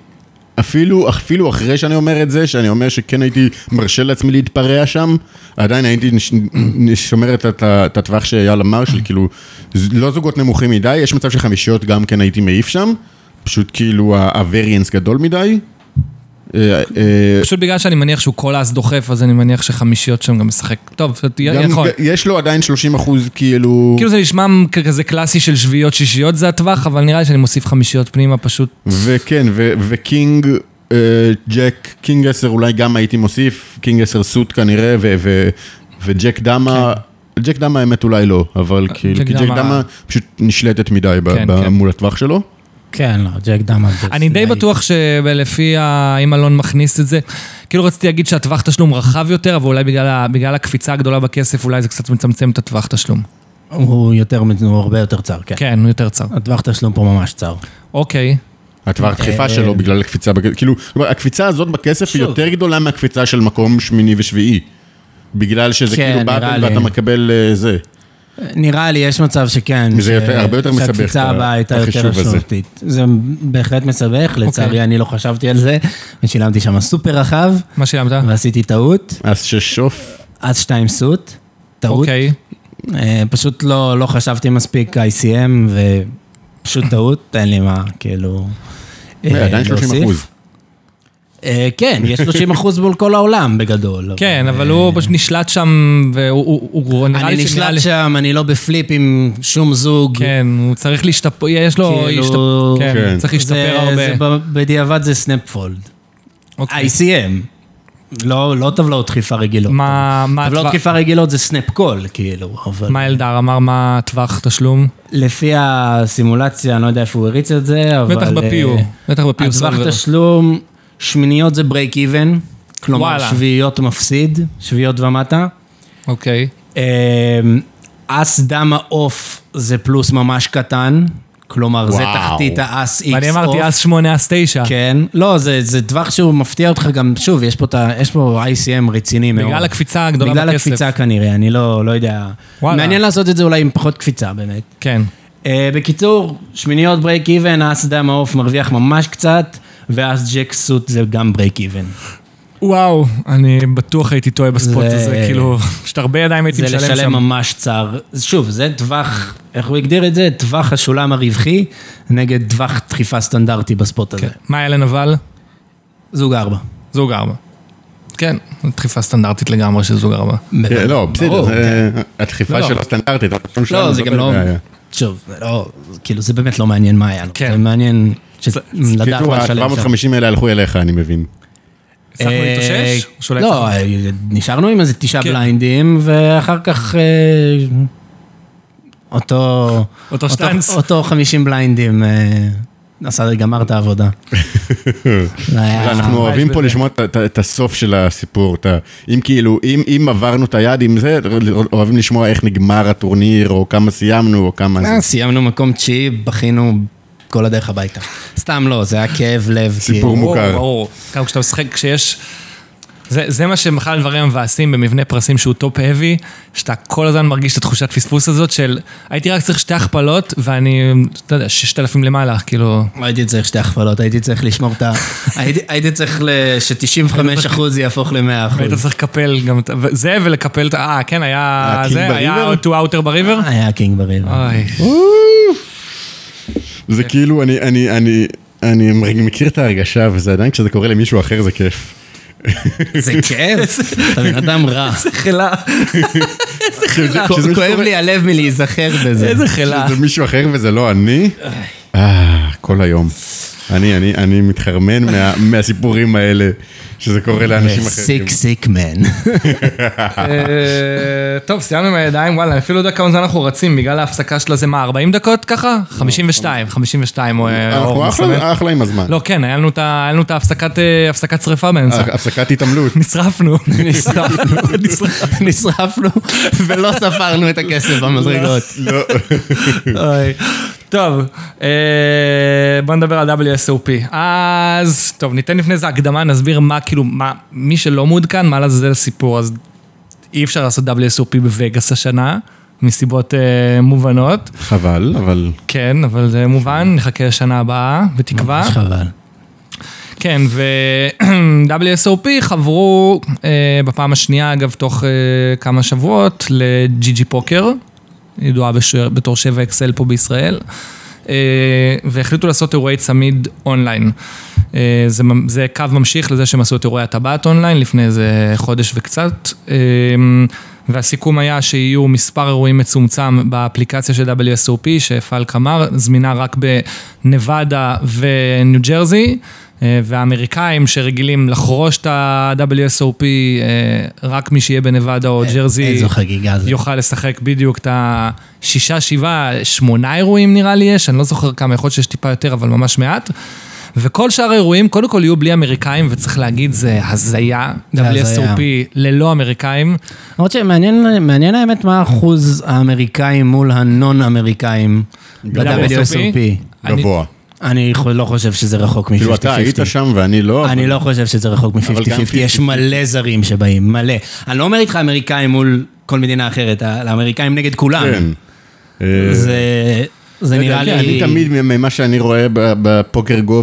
אפילו, אפילו אחרי שאני אומר את זה, שאני אומר שכן הייתי מרשה לעצמי להתפרע שם, עדיין הייתי נש- נ- שומר את הת- את הטווח שאייל אמר, של כאילו, ז- לא זוגות נמוכים מדי, יש מצב שחמישיות גם כן הייתי מעיף שם, פשוט כאילו ה- הווריאנס גדול מדי. אה, אה,
פשוט בגלל שאני מניח שהוא כל אס דוחף, אז אני מניח שחמישיות שם גם משחק. טוב, זה תהיה-
גם
יכול.
ג- יש לו עדיין 30 אחוז, כאילו...
כאילו זה נשמע כזה קלאסי של שביעיות, שישיות זה הטווח, אבל נראה לי שאני מוסיף חמישיות פנימה פשוט.
וכן, ו- וקינג, אה, ג'ק, קינג 10 אולי גם הייתי מוסיף, קינג 10 סוט כנראה, ו- ו- וג'ק דמה,
כן.
ג'ק דמה האמת אולי לא, אבל
אה,
כאילו,
ג'ק
כי ג'ק
דמה-
דמה פשוט נשלטת מדי ב-
כן,
ב-
כן.
מול הטווח שלו.
כן, לא, ג'ק דמה. זה-
אני די
זה-
בטוח שלפי ה... אם אלון מכניס את זה, כאילו רציתי להגיד שהטווח תשלום רחב יותר, אבל אולי בגלל, ה... בגלל הקפיצה הגדולה בכסף, אולי זה קצת מצמצם את הטווח תשלום.
הוא יותר, הוא הרבה יותר צר, כן.
כן, הוא יותר צר.
הטווח תשלום פה ממש צר.
אוקיי.
אה,
הטווח דחיפה שלו בגלל הקפיצה, בכ- כאילו, כלומר, הקפיצה הזאת בכסף היא
שוב.
יותר גדולה מהקפיצה של מקום שמיני ושביעי. בגלל שזה
כן,
כאילו
נראה
באבל
לי.
ואתה מקבל אה, זה.
נראה לי, יש מצב שכן.
זה יותר- הרבה יותר מסבך את
שהקפיצה
ה-
הבאה הייתה יותר
החישוב הזה.
משמעותית. זה בהחלט מסבך,
אוקיי.
לצערי אני לא חשבתי על זה, ושילמתי שם סופר רחב,
מה שילמת?
ועשיתי טעות,
אז ששוף,
אז שתיים סוט, טעות.
אוקיי.
אה, פשוט לא לא חשבתי מספיק ICM, ופשוט טעות, אין לי מה, כאילו... אה,
עדיין 30
להוסיף.
אחוז.
אה, כן, יש 30 אחוז מול כל העולם בגדול.
כן, אבל הוא פשוט נשלט שם, והוא הוא- הוא- הוא- נראה
אני
לי שנראה לי-
נשלט שם, אני לא בפליפ עם שום זוג.
כן, הוא צריך להשתפר, יש לו...
כאילו-
השתפ- כן,
כן.
צריך
זה-
להשתפר
זה
הרבה.
אה, ב- בדיעבד זה סנפפולד.
אוקיי.
ICM. לא, לא טבלאות דחיפה רגילות.
מה- מה
טבלאות
הטווח-
דחיפה רגילות זה סנאפ קול, כאילו, אבל...
מה אלדר אמר, מה טווח תשלום?
לפי הסימולציה, אני לא יודע איפה הוא הריץ את זה, אבל...
בטח בפיו,
אה,
בטח בפיו
הטווח
סולבר.
תשלום, שמיניות זה ברייק איבן, כלומר
וואלה.
שביעיות מפסיד, שביעיות ומטה.
אוקיי.
אה, אס דם העוף זה פלוס ממש קטן, כלומר זה
וואו.
תחתית האס איקס אוף.
ואני אמרתי אס שמונה, אס תשע.
כן, לא, זה, זה טווח שהוא מפתיע אותך גם, שוב, יש פה, את ה- יש פה ICM רציני מאוד.
בגלל הקפיצה הגדולה
בגלל
בכסף.
הקפיצה כנראה, אני לא, לא יודע.
וואלה.
מעניין לעשות את זה אולי עם פחות קפיצה, באמת.
כן.
אה, בקיצור, שמיניות ברייק איבן, האס דם העוף מרוויח ממש קצת, והאס ג'ק סוט זה גם ברייק איבן.
וואו, אני בטוח הייתי טועה בספוט
זה-
הזה, כאילו, פשוט הרבה ידיים הייתי
זה
משלם שם.
לשלם ממש צר. שוב, זה טווח, איך הוא הגדיר את זה? טווח השולם הרווחי נגד טווח דחיפה סטנדרטי בספוט הזה.
כן. מה היה לנבל?
זוג ארבע.
אה,
זוג ארבע. כן, דחיפה סטנדרטית לגמרי של זוג ארבע.
כן, לא, בסדר,
ברור,
זה- הדחיפה
לא.
של הסטנדרטית. אבל
לא,
שלנו
זה גם לא...
בעיה.
שוב, זה לא, כאילו, זה באמת לא מעניין מה היה לנו.
כן.
זה מעניין ש- לדעת
קיצור,
מה לשלם שם.
ה-750 האלה הלכו אליך, אני מבין.
הצלחנו
אה,
להתאושש? או שאולי
לא, אה, נשארנו עם איזה תשעה
כן.
בליינדים, ואחר כך... אה, אותו...
אותו שטנץ.
אותו 50 בליינדים אה, עשה, גמר את העבודה. זה היה-
לא, אנחנו אוהבים פה
בזה.
לשמוע את- את- את הסוף של הסיפור. את ה- אם כאילו, אם אם עברנו את היעד עם זה, אוהבים לשמוע איך נגמר הטורניר, או כמה סיימנו, או כמה זה.
אה, סיימנו מקום תשיעי, בכינו כל הדרך הביתה. סתם לא, זה היה כאב לב.
סיפור
כאילו.
ברור,
מוכר.
ברור. גם כשאתה משחק, כשיש... זה, זה מה שבכלל הדברים המבאסים במבנה פרסים שהוא טופ האבי, שאתה כל הזמן מרגיש את התחושת פספוס הזאת של הייתי רק צריך שתי הכפלות ואני, אתה יודע, ששת אלפים למעלה, כאילו...
לא הייתי צריך שתי הכפלות, הייתי צריך לשמור את ה... הייתי- הייתי צריך ל- ש-95% יהפוך
היית
ל-100%.
צריך לקפל גם את זה ולקפל את ה... אה, כן, היה...
הקינג
זה, היה
בריבר? אה.
טו אאוטר בריבר?
היה קינג בריב.
אוי,
זה כאילו, אני, אני, אני, אני מכיר את ההרגשה, וזה עדיין כשזה קורה למישהו אחר זה כיף.
(laughs) זה כיף, אתה בן
(laughs)
אדם רע.
חלה,
כשזה-
כואב
כשזה
כואב
קורה-
לי הלב מלהיזכר בזה.
איזה חלה.
כשזה מישהו אחר וזה לא אני, אה, כל היום. אני, אני, אני מתחרמן מה, (laughs) מהסיפורים האלה, שזה קורה לאנשים אחרים.
אה, סיק סיק מן.
אה, טוב, סיימנו עם הידיים, וואלה, אני אפילו לא יודע כמה זמן אנחנו רצים, בגלל ההפסקה שלה זה מה, 40 דקות ככה? 52, 52, או... אה,
אנחנו
אור מסמן.
אחלה, אחלה עם הזמן.
לא, כן, היה לנו את ה- היה לנו את ההפסקת אה, הפסקת שריפה באמצע.
הפסקת
(laughs)
התעמלות.
נשרפנו.
נשרפנו ולא ספרנו את הכסף במדרגות.
לא.
אוי. (laughs) טוב, אה, בוא נדבר על WSOP. אז, טוב, ניתן לפני זה הקדמה, נסביר מה, כאילו, מה, מי שלא מעודכן, מה לזה סיפור, אז אי אפשר לעשות WSOP בווגאס השנה, מסיבות אה, מובנות.
חבל, אבל...
כן, אבל זה מובן, נחכה לשנה הבאה, בתקווה.
חבל.
כן, ו-WSOP חברו אה, בפעם השנייה, אגב, תוך אה, כמה שבועות, לג'י.ג'י פוקר, ידועה בשוער- בתור 7 אקסל פה בישראל, אה, והחליטו לעשות אירועי צמיד אונליין. אה, זה, ממ- זה קו ממשיך לזה שהם עשו את אירועי הטבעת אונליין לפני איזה חודש וקצת, אה, והסיכום היה שיהיו מספר אירועים מצומצם באפליקציה של WSOP, שפלק אמר, זמינה רק בנבדה וניו ג'רזי. אה, והאמריקאים שרגילים לחרוש את ה-WSOP, אה, רק מי שיהיה בנבדה
אה,
או ג'רזי,
איזו חגיגה זאת.
יוכל לשחק בדיוק את השישה, שבעה, שמונה אירועים נראה לי יש, אני לא זוכר כמה, יכול להיות שיש טיפה יותר, אבל ממש מעט. וכל שאר האירועים, קודם כל יהיו בלי אמריקאים, וצריך להגיד, זה הזיה,
זה
WSOP ללא אמריקאים.
למרות שמעניין מעניין האמת מה האחוז האמריקאים מול הנון-אמריקאים ב-WSOP.
אני-
גבוה.
אני חו- לא חושב שזה רחוק
כאילו, אתה היית
מ-50-50.
שם ואני לא.
אני
אבל-
לא חושב שזה רחוק
גם
מ-50-50,
50-50.
יש מלא זרים שבאים, מלא. אני לא אומר איתך אמריקאים מול כל מדינה אחרת, ה- האמריקאים נגד כולם.
כן. אה,
זה- זה
לא יודע,
נראה לי...
אני- אני תמיד, ממה שאני רואה ב- בפוקר גו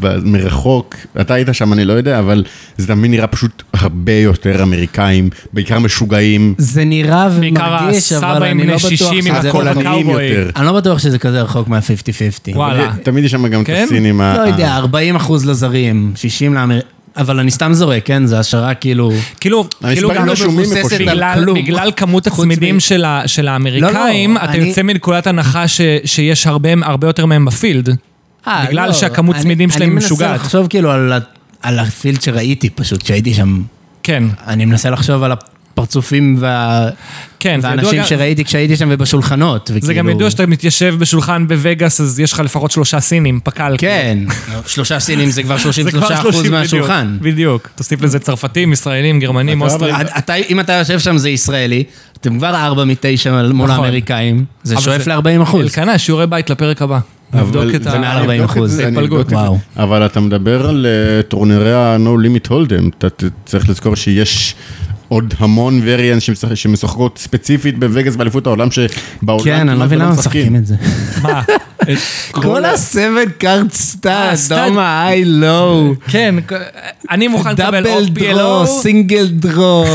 ומרחוק, אתה היית שם, אני לא יודע, אבל זה תמיד נראה פשוט הרבה יותר אמריקאים, בעיקר משוגעים,
זה נראה
בעיקר
ומרגיש, אבל
הסבאים
אני לא
בני
בטוח
60 עם
שזה נכון.
הכובע
רחוק.
הקולניים
קאובוי.
יותר.
אני לא בטוח שזה כזה רחוק מה-50-50.
וואלה.
אה, תמיד יש שם גם את
כן?
הסינים. ה-
לא יודע, 40 אחוז לזרים, 60 לאמר... אבל אני סתם זורק, כן? זה השערה כאילו... לא
כאילו, כאילו
המספרים
גם
רשומים איפה
מבוססת
שהם.
על
בגלל,
כלום.
בגלל כמות
חוץ
הצמידים
מ-
של, ה, של האמריקאים,
לא,
אתה
אני-
יוצא מנקודת הנחה ש, שיש הרבה, הרבה יותר מהם בפילד.
אה,
בגלל
לא,
שהכמות
אני-
צמידים שלהם
אני
משוגעת.
מנסה לחשוב כאילו על ה- על הפילד שראיתי פשוט, שהייתי שם
כן,
אני מנסה לחשוב על הפרצופים וה...
כן. זה ידוע
והאנשים
גם-
שראיתי כשהייתי שם ובשולחנות.
זה
וכאילו-
גם ידוע שאתה מתיישב בשולחן בווגאס, אז יש לך לפחות שלושה סינים, פקל.
כן, שלושה סינים זה כבר
(laughs) זה כבר
33 אחוז
30,
מהשולחן.
בדיוק, בדיוק. תוסיף לזה צרפתים, ישראלים, גרמנים,
אתה
אוסטרים.
את- אתה- אם אתה יושב שם זה ישראלי, אתם כבר ארבע מתשע מול
נכון.
האמריקאים, זה
אבל
שואף
זה-
ל-40 אחוז.
אלקנה, שיעורי בית לפרק הבא. נבדוק
אבל-
את
זה מעל
ה...
40
אני אבדוק את
אחוז.
זה, אני
התפלגות.
אבדוק את זה.
וואו.
אבל אתה מדבר על אה, טורנירי ה-No Limit Hold'em, אתה ת- צריך לזכור שיש... עוד המון וריאנס שמשחק- שמשחקות ספציפית בווגאס באליפות העולם שבעולם
כן, אני
כמעט
לא מבין
ולא
למה משחקים את זה.
מה? את-
כל הסבן קארד סטאט,
הסטאט.
דומה היי לואו,
כן, אני מוכן לקבל או
דאבל דרו,
PLO,
סינגל דרו.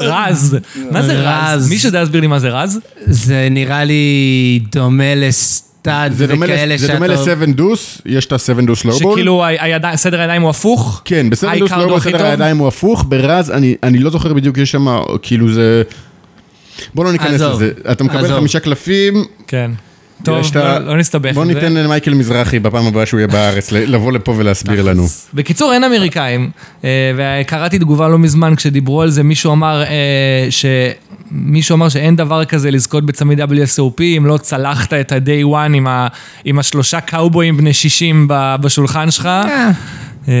רז. מה זה רז?
רז.
מישהו יודע להסביר לי מה זה רז?
זה נראה לי דומה לסטאט
זה דומה
וכאלה
לס- זה
שאתה...
דומה ל-7 דוס, יש את ה-7 דוס לואובול.
שכאילו ה- הידיים- סדר הידיים הוא הפוך?
כן, בסדר דוס
האיקרדו
לא
כאילו, הכי
בסדר
טוב?
הידיים הוא הפוך, ברז, אני, אני לא זוכר בדיוק, יש שם, כאילו זה... בוא לא ניכנס
עזוב,
לזה. אתה מקבל
עזוב.
חמישה קלפים.
כן. טוב,
יש את ה-
לא- לא נסתבך.
בוא
עם זה.
ניתן למייקל מזרחי בפעם הבאה שהוא יהיה בארץ, ל- לבוא לפה ולהסביר
נכון.
לנו.
בקיצור, אין אמריקאים, אה, וקראתי תגובה לא מזמן כשדיברו על זה, מישהו אמר אה, ש... מישהו אמר שאין דבר כזה לזכות בצמיד WSOP אם לא צלחת את ה-day one עם, ה... עם השלושה קאובויים בני 60 ב... בשולחן שלך. אה,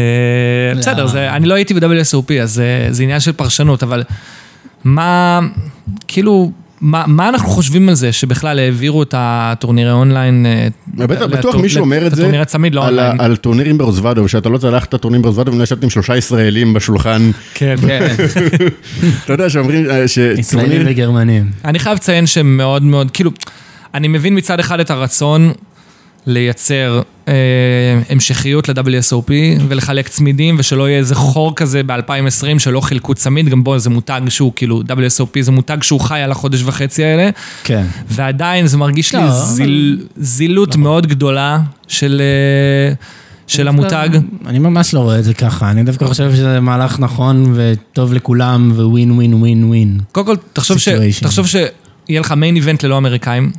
בסדר, זה... אני לא הייתי ב-WSOP, אז זה... זה עניין של פרשנות, אבל מה... כאילו... מה, מה אנחנו חושבים על זה שבכלל העבירו את הטורנירי אונליין? אה,
בטח,
לטור-
בטוח מישהו אומר את זה
לטורנירי הצמיד, לא
על ה-
אונליין.
על טורנירים ברוזוודו, שאתה לא צלחת טורניר ברוזוודו ולא ישבת עם שלושה ישראלים
(laughs)
בשולחן.
כן.
(laughs)
כן,
אתה יודע שאומרים אה,
ישראלים
שטורניר...
וגרמנים.
אני חייב לציין שמאוד מאוד, כאילו, אני מבין מצד אחד את הרצון לייצר אה, המשכיות ל-WSOP ולחלק צמידים ושלא יהיה איזה חור כזה ב-2020 שלא חילקו צמיד, גם בו זה מותג שהוא כאילו, WSOP זה מותג שהוא חי על החודש וחצי האלה,
כן.
ועדיין זה מרגיש לי
לא, נכון.
זיל, זילות מאוד גדולה של... אה, של המותג.
אני ממש לא רואה את זה ככה, אני דווקא חושב שזה מהלך נכון וטוב לכולם וווין ווין ווין ווין.
קודם כל, תחשוב, ש...
Situation.
תחשוב שיהיה לך מיין איבנט ללא אמריקאים.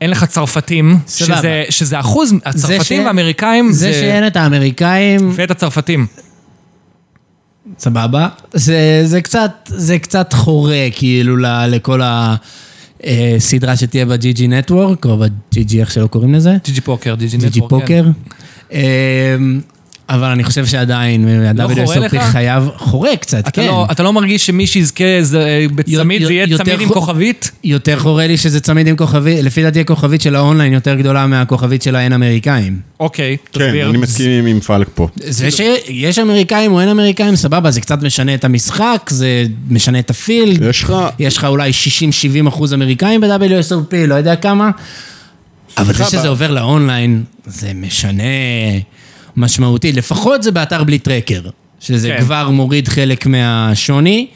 אין לך צרפתים,
סבבה.
שזה, שזה אחוז, הצרפתים
ש-
והאמריקאים
זה
זה...
שאין את האמריקאים,
ואת הצרפתים.
סבבה. זה, זה, קצת, זה קצת חורה כאילו ל, לכל הסדרה שתהיה ב-GG Network, או ב-GG איך שלא קוראים לזה,
ג'י ג'י פוקר, ג'י ג'י
GG
נטוורק. כן.
פוקר. אמ, אבל אני חושב שעדיין,
לא חורה
ה-WSOP
לך?
חייב, חורה קצת,
אתה,
כן.
לא, אתה לא מרגיש שמי שיזכה זה- בצמיד,
יו-
זה יהיה
יותר
צמיד עם
חו-
כוכבית?
יותר חורה לי שזה צמיד עם כוכבית, לפי דעתי הכוכבית של האונליין יותר גדולה מהכוכבית של האין אמריקאים.
אוקיי,
כן,
תסביר.
אני מסכים עם פלק פה.
זה
כאילו-
שיש אמריקאים או אין אמריקאים, סבבה, זה קצת משנה את המשחק, זה משנה את הפילד.
יש לך...
יש לך אולי 60-70 אחוז אמריקאים ב-WSOP, לא יודע כמה, אבל זה
סליחה,
שזה
ב-
עובר לאונליין, זה משנה משמעותי. לפחות זה באתר בלי טרקר, שזה
כן.
כבר מוריד חלק מהשוני,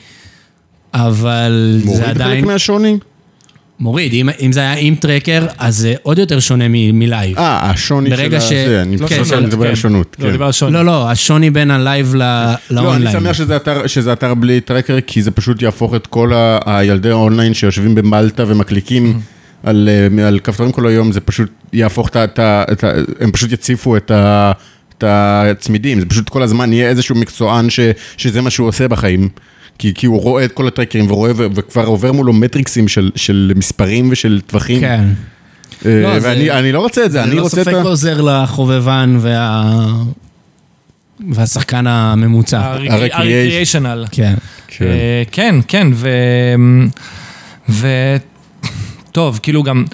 אבל זה
מוריד חלק
עדיין...
מהשוני?
מוריד, אם- אם זה היה עם טרקר, אז זה עוד יותר שונה מ- מלייב.
אה, השוני של
ברגע ש-
הזה, אני
לא
חושב
שונות,
שאני מדבר על שונות.
כן, לא,
כן.
דיבר על שוני.
לא, לא, השוני בין הלייב ל-
לא,
לאונליין.
אני שמח שזה אתר, שזה אתר בלי טרקר, כי זה פשוט יהפוך את כל ה- הילדי האונליין שיושבים במלטה ומקליקים
Mm-hmm.
על, אה, על כפתורים כל היום, זה פשוט יהפוך את ה... את ה- את ה- הם פשוט יציפו את ה... את הצמידים, זה פשוט כל הזמן יהיה איזשהו מקצוען ש, שזה מה שהוא עושה בחיים. כי, כי הוא רואה את כל הטרקרים ורואה ו- וכבר עובר מולו מטריקסים של, של מספרים ושל טווחים.
כן.
אה,
לא, זה-
ואני אני לא רוצה את זה, אני
זה לא
רוצה את ה...
ספק עוזר לחובבן וה... והשחקן הממוצע.
ה-recreation.
הרקריאיישנל.
כן.
כן.
אה, כן, כן, ו... ו... טוב, כאילו גם...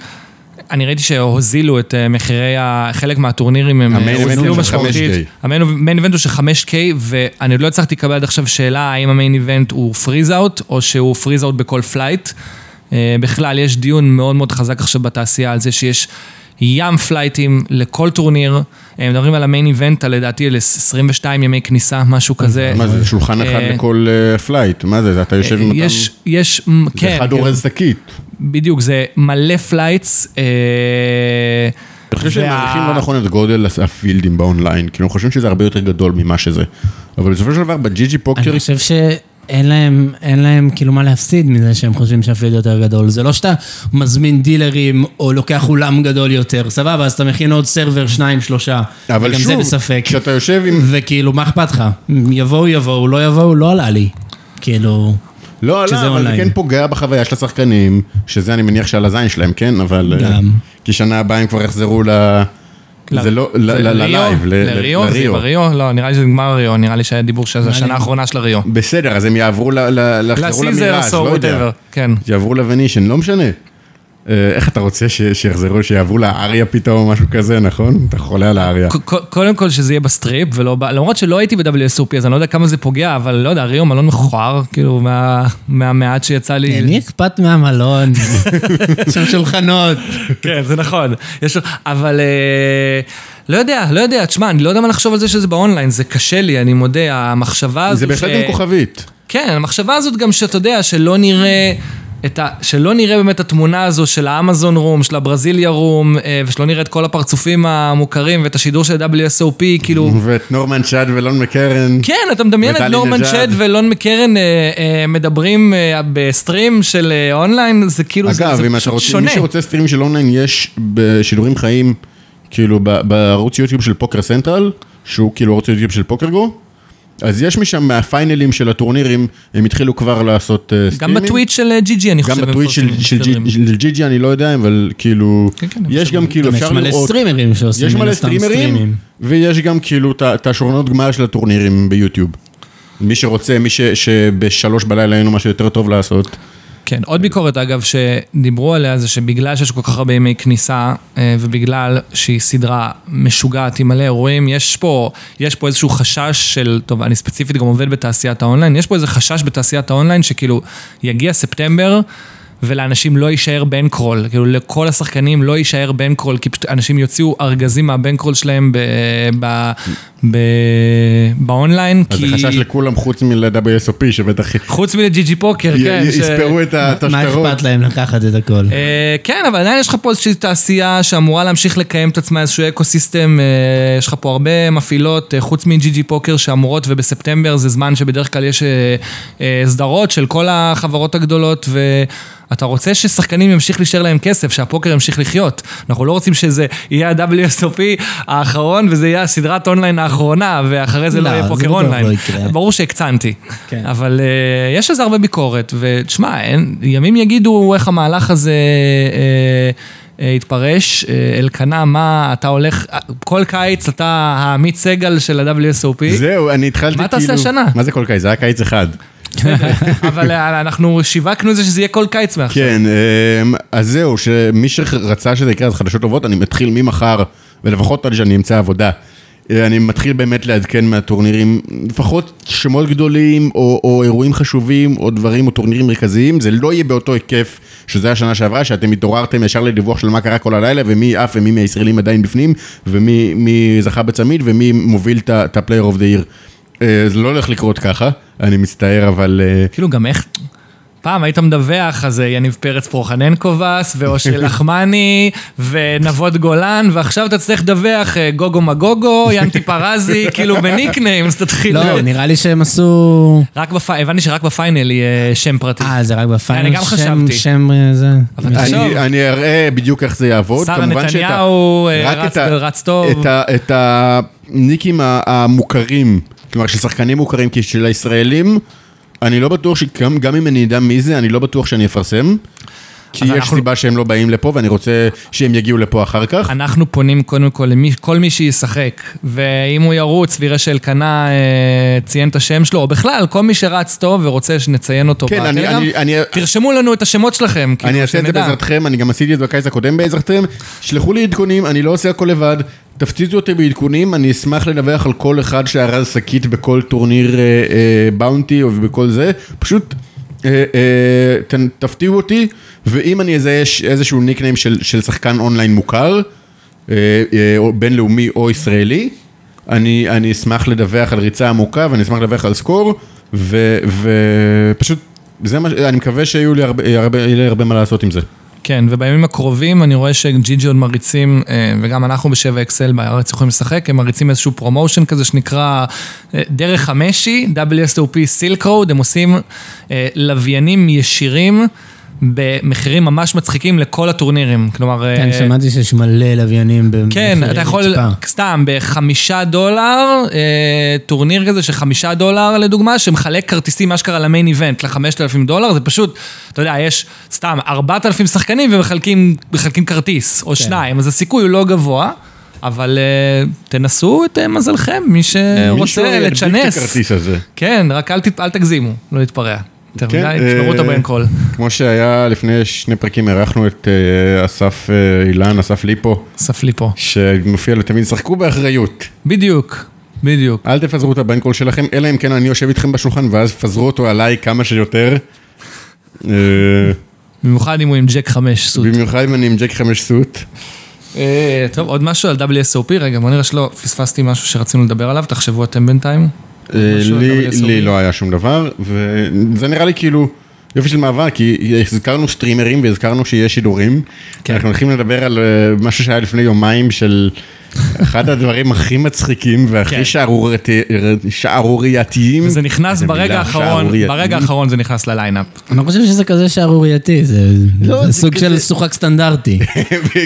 אני ראיתי שהוזילו את אה, מחירי ה... חלק מהטורנירים, הם אה,
המיין איבנט
הוזילו
הוא של
משמעותית.
5K.
המיין המיין איבנט הוא של 5K, ואני עוד לא הצלחתי לקבל עד עכשיו שאלה האם המיין איבנט הוא פריז אאוט, או שהוא פריז אאוט בכל פלייט. אה, בכלל, יש דיון מאוד מאוד חזק עכשיו בתעשייה על זה שיש ים פלייטים לכל טורניר. אה, מדברים על המיין איבנט, על לדעתי, על 22 ימי כניסה, משהו כזה.
אה, מה זה, שולחן אחד
אה,
לכל אה, פלייט, מה זה, אתה
אה,
יושב עם אותם...
יש, יש, מ, כן,
זה אחד
כן,
אורז שקית.
בדיוק, זה מלא פלייטס. אה,
אני חושב שהם
וה-
מעריכים לא נכון את גודל הפילדים באונליין, כאילו הם חושבים שזה הרבה יותר גדול ממה שזה. אבל בסופו של דבר בג'י פוקר,
אני חושב שאין להם, אין להם כאילו מה להפסיד מזה שהם חושבים שהפילד יותר גדול. זה לא שאתה מזמין דילרים או לוקח אולם גדול יותר, סבבה, אז אתה מכין עוד סרבר, שניים, שלושה.
אבל
וגם זה
שוב,
בספק.
כשאתה יושב עם...
וכאילו, מה אכפת לך? יבואו, יבואו, לא יבואו, לא עלה לי. כאילו...
לא,
כשזה
לא, אבל זה
אונליין.
כן פוגע בחוויה של השחקנים, שזה אני מניח שעל הזין שלהם, כן? אבל... אה,
גם.
כי שנה הבאה הם כבר יחזרו ל...
ל-
זה לא, ל- ל-
לריו?
ללייב, ל- ל-
לריו? זה בריו? לא, נראה לי שזה נגמר ריו, נראה לי שהיה דיבור שזה השנה האחרונה של הריו.
בסדר, אז הם יעברו ל... ל- יחזרו למיראז',
לסיזרס
לא
או
יודע.
וואטאבר, כן.
יעברו לוונישן, לא משנה. אה, איך אתה רוצה ש- שיחזרו, שיעברו לאריה פתאום או משהו כזה, נכון? אתה חולה על האריה.
ק- ק- קודם כל שזה יהיה בסטריפ, ולא ב... למרות שלא הייתי ב-WSOP, אז אני לא יודע כמה זה פוגע, אבל לא יודע, ריו מלון מכוער, כאילו, מה- מהמעט שיצא לי.
למי אכפת (laughs) מהמלון? שם שולחנות.
כאילו,
כן, זה נכון. יש... אבל אה, לא יודע, לא יודע, תשמע, אני לא יודע מה לחשוב על זה שזה באונליין, זה קשה לי, אני מודה, המחשבה הזו...
זה בהחלט
ש-
עם כוכבית.
כן, המחשבה הזאת גם שאתה יודע, שלא נראה... את ה... שלא נראה באמת התמונה הזו של האמזון רום, של הברזיליה רום, אה, ושלא נראה את כל הפרצופים המוכרים ואת השידור של WSOP, כאילו,
ואת נורמן צ'אד ולון מקרן.
כן, אתה מדמיין את
וטלי
נורמן שד
נג'אד.
ולון מקרן אה, אה, מדברים אה, בסטרים של אה, אונליין, זה כאילו, זה-
אגב,
זה
אם אתה
פשוט
רוצה, מי
שונה.
שרוצה סטרימים של אונליין, יש בשידורים חיים, כאילו ב- בערוץ יוטיוב של פוקר סנטרל, שהוא כאילו ערוץ יוטיוב של פוקר גו, אז יש משם מהפיינלים של הטורנירים, הם התחילו כבר לעשות אה,
גם
סטרימים.
בטוויט של אה, ג'י ג'י, אני
גם
חושב. הם
בטוויט של-
מפרסמים
של ג'י-
משדרים.
של ג'י ג'י אני לא יודע, אבל כאילו,
כן, כן, הם
יש גם כאילו,
גם יש
אפשר
מלא
לראות,
סטרימרים שעושים
יש
מן
מלא
הסתם
סטרימרים, ויש גם כאילו את ה- את השורנות גמר של הטורנירים ביוטיוב. מי שרוצה, מי ש- שבשלוש בלילה אין לו משהו יותר טוב לעשות.
כן, עוד ביקורת אגב שדיברו עליה זה שבגלל שיש כל כך הרבה ימי כניסה אה, ובגלל שהיא סדרה משוגעת עם מלא אירועים, יש פה, יש פה איזשהו חשש של, טוב, אני ספציפית גם עובד בתעשיית האונליין, יש פה איזה חשש בתעשיית האונליין שכאילו יגיע ספטמבר ולאנשים לא יישאר בנקרול, כאילו לכל השחקנים לא יישאר בנקרול, כי פשוט אנשים יוציאו ארגזים מהבנקרול שלהם ב, ב, ב, באונליין,
אז
כי...
זה חשש לכולם חוץ מל-WSOP, שבטח
חוץ מלג'י ג'י פוקר,
י-
כן.
י-
ש-
יספרו את ה- את
מה
השטרות.
אכפת להם לקחת את הכל?
אה, כן, אבל עדיין יש לך פה איזושהי תעשייה שאמורה להמשיך לקיים את עצמה איזשהו אקו-סיסטם, אה, יש לך פה הרבה מפעילות, אה, חוץ מג'י.ג'י פוקר שאמורות, ובספטמבר זה זמן שבדרך כלל יש אה, אה, סדרות של כל החברות הגדולות, ואתה רוצה ששחקנים ימשיך להישאר להם כסף, שהפוקר ימשיך לחיות. אנחנו לא רוצים שזה יהיה ה-WSOP האחרון, וזה יהיה הסדרת אונליין האחרונה, ואחרי זה לא
לא,
יהיה
זה
פוקר
בטוח לא
אונליין.
יקרה.
ברור שהקצנתי,
כן.
אבל אה, יש לזה הרבה ביקורת, ותשמע, אין- ימים יגידו איך המהלך הזה אה, אה, יתפרש. אה, אלקנה, מה אתה הולך, אה, כל קיץ אתה העמית סגל של ה-WSOP,
זהו, אני התחלתי כאילו...
מה אתה עושה השנה?
מה זה כל קיץ? זה היה קיץ אחד.
(laughs) אבל אה, אנחנו שיווקנו את זה שזה יהיה כל קיץ מעכשיו.
כן, אמ, אז זהו, שמי שרצה שזה יקרה, אז חדשות טובות, אני מתחיל ממחר, ולפחות עד שאני אמצא עבודה. אה, אני מתחיל באמת לעדכן מהטורנירים, לפחות שמות גדולים, או, או אירועים חשובים, או דברים, או טורנירים מרכזיים, זה לא יהיה באותו היקף שזה השנה שעברה, שאתם התעוררתם ישר לדיווח של מה קרה כל הלילה, ומי עף ומי מהישראלים עדיין בפנים, ומי מי זכה בצמיד, ומי מוביל את ה- את ה-player of the year. אה, זה לא הולך לקרות ככה, אני מצטער, אבל... אה,
כאילו גם איך... פעם היית מדווח, אז אה, יניב פרץ פרוחננקו בס, ואושרי לחמני, ונבות גולן, ועכשיו אתה צריך לדווח אה, גוגו מגוגו, ינטי פרזי, כאילו בניקניימס תתחיל.
לא, נראה לי שהם עשו...
רק בפ... הבנתי שרק בפיינל יהיה שם פרטי.
אה, זה רק בפיינל?
אני גם
שם-
חשבתי.
שם אה, זה...
תחשוב.
אני, אני אראה בדיוק איך זה יעבוד.
שרה
כמובן שאת ה-
נתניהו, אה,
רק
רץ-
את ה-
רץ טוב.
את, ה, את הניקים ה- המוכרים, כלומר של שחקנים מוכרים, כי של הישראלים, אני לא בטוח שגם גם אם אני אדע מי זה, אני לא בטוח שאני אפרסם. כי
אז
יש
אנחנו-
סיבה שהם לא באים לפה, ואני רוצה שהם יגיעו לפה אחר כך.
אנחנו פונים קודם כל למי, כל מי שישחק, ואם הוא ירוץ ויראה שאלקנה אה, ציין את השם שלו, או בכלל, כל מי שרץ טוב ורוצה שנציין אותו
כן, אני-
בטלגרם,
אני- אני-
תרשמו לנו את השמות שלכם, כאילו,
אני אעשה את זה
שנדע.
בעזרתכם, אני גם עשיתי את זה בקיץ הקודם בעזרתכם. שלחו לי עדכונים, אני לא עושה הכל לבד. תפציצו אותי בעדכונים, אני אשמח לדווח על כל אחד שארז שקית בכל טורניר אה, אה, באונטי או בכל זה. פשוט אה, אה, ת- תפתיעו אותי, ואם אני אזהה ש- איזשהו ניקניים של, של שחקן אונליין מוכר, אה, אה, או בינלאומי או ישראלי, אני, אני אשמח לדווח על ריצה עמוקה ואני אשמח לדווח על סקור, ופשוט, זה מה, ש- אני מקווה שיהיו לי הרבה, הרבה, יהיה לי הרבה מה לעשות עם זה.
כן, ובימים הקרובים אני רואה שג'יג'י עוד מריצים, אה, וגם אנחנו בשבע אקסל בארץ יכולים לשחק, הם מריצים איזשהו פרומושן כזה שנקרא אה, דרך המשי, WSOP סילק רוד, הם עושים אה, לוויינים ישירים. במחירים ממש מצחיקים לכל הטורנירים. כלומר...
כן,
אה,
שמעתי שיש מלא לוויינים במחירי
כן, אתה יכול,
רצפה.
סתם, בחמישה דולר, אה, טורניר כזה של חמישה דולר לדוגמה, שמחלק כרטיסים אשכרה למיין איבנט, לחמשת אלפים דולר, זה פשוט, אתה יודע, יש סתם ארבעת אלפים שחקנים ומחלקים מחלקים כרטיס,
כן.
או שניים, אז הסיכוי הוא לא גבוה, אבל אה, תנסו את אה, מזלכם, מי
מישהו
שרוצה
אה, ידביק את
אה, לצ'נס.
הכרטיס הזה.
כן, רק אל, תת- אל תגזימו, לא להתפרע. יותר
כן,
מדי, תשמרו
אה,
אותו בין כל.
כמו שהיה לפני שני פרקים, אירחנו את אה, אסף אה, אילן, אסף ליפו,
אסף לי פה.
שמופיע לו תמיד, שחקו באחריות.
בדיוק, בדיוק.
אל תפזרו את הבן קול שלכם, אלא אם כן אני יושב איתכם בשולחן, ואז פזרו אותו עליי כמה שיותר. אה,
במיוחד אם הוא עם ג'ק חמש סוט.
במיוחד אם אני עם ג'ק חמש סוט.
אה, טוב, עוד משהו על WSOP, רגע, בוא נראה שלא פספסתי משהו שרצינו לדבר עליו, תחשבו אתם בינתיים.
אה,
משהו על
לי-
WSOP?
לי לא היה שום דבר, וזה נראה לי כאילו יופי של מעבר, כי הזכרנו סטרימרים והזכרנו שיש שידורים.
כן.
אנחנו הולכים לדבר על אה, משהו שהיה לפני יומיים של
(laughs)
אחד הדברים הכי מצחיקים
כן.
והכי שערורייתי- שערורייתיים.
וזה נכנס
איזה
ברגע
מילה,
האחרון,
שערורייתיים.
ברגע האחרון זה נכנס לליינאפ.
אני לא חושב שזה כזה שערורייתי, זה
לא,
זה
זה
סוג
כזה-
של שוחק (laughs) סטנדרטי.
(laughs)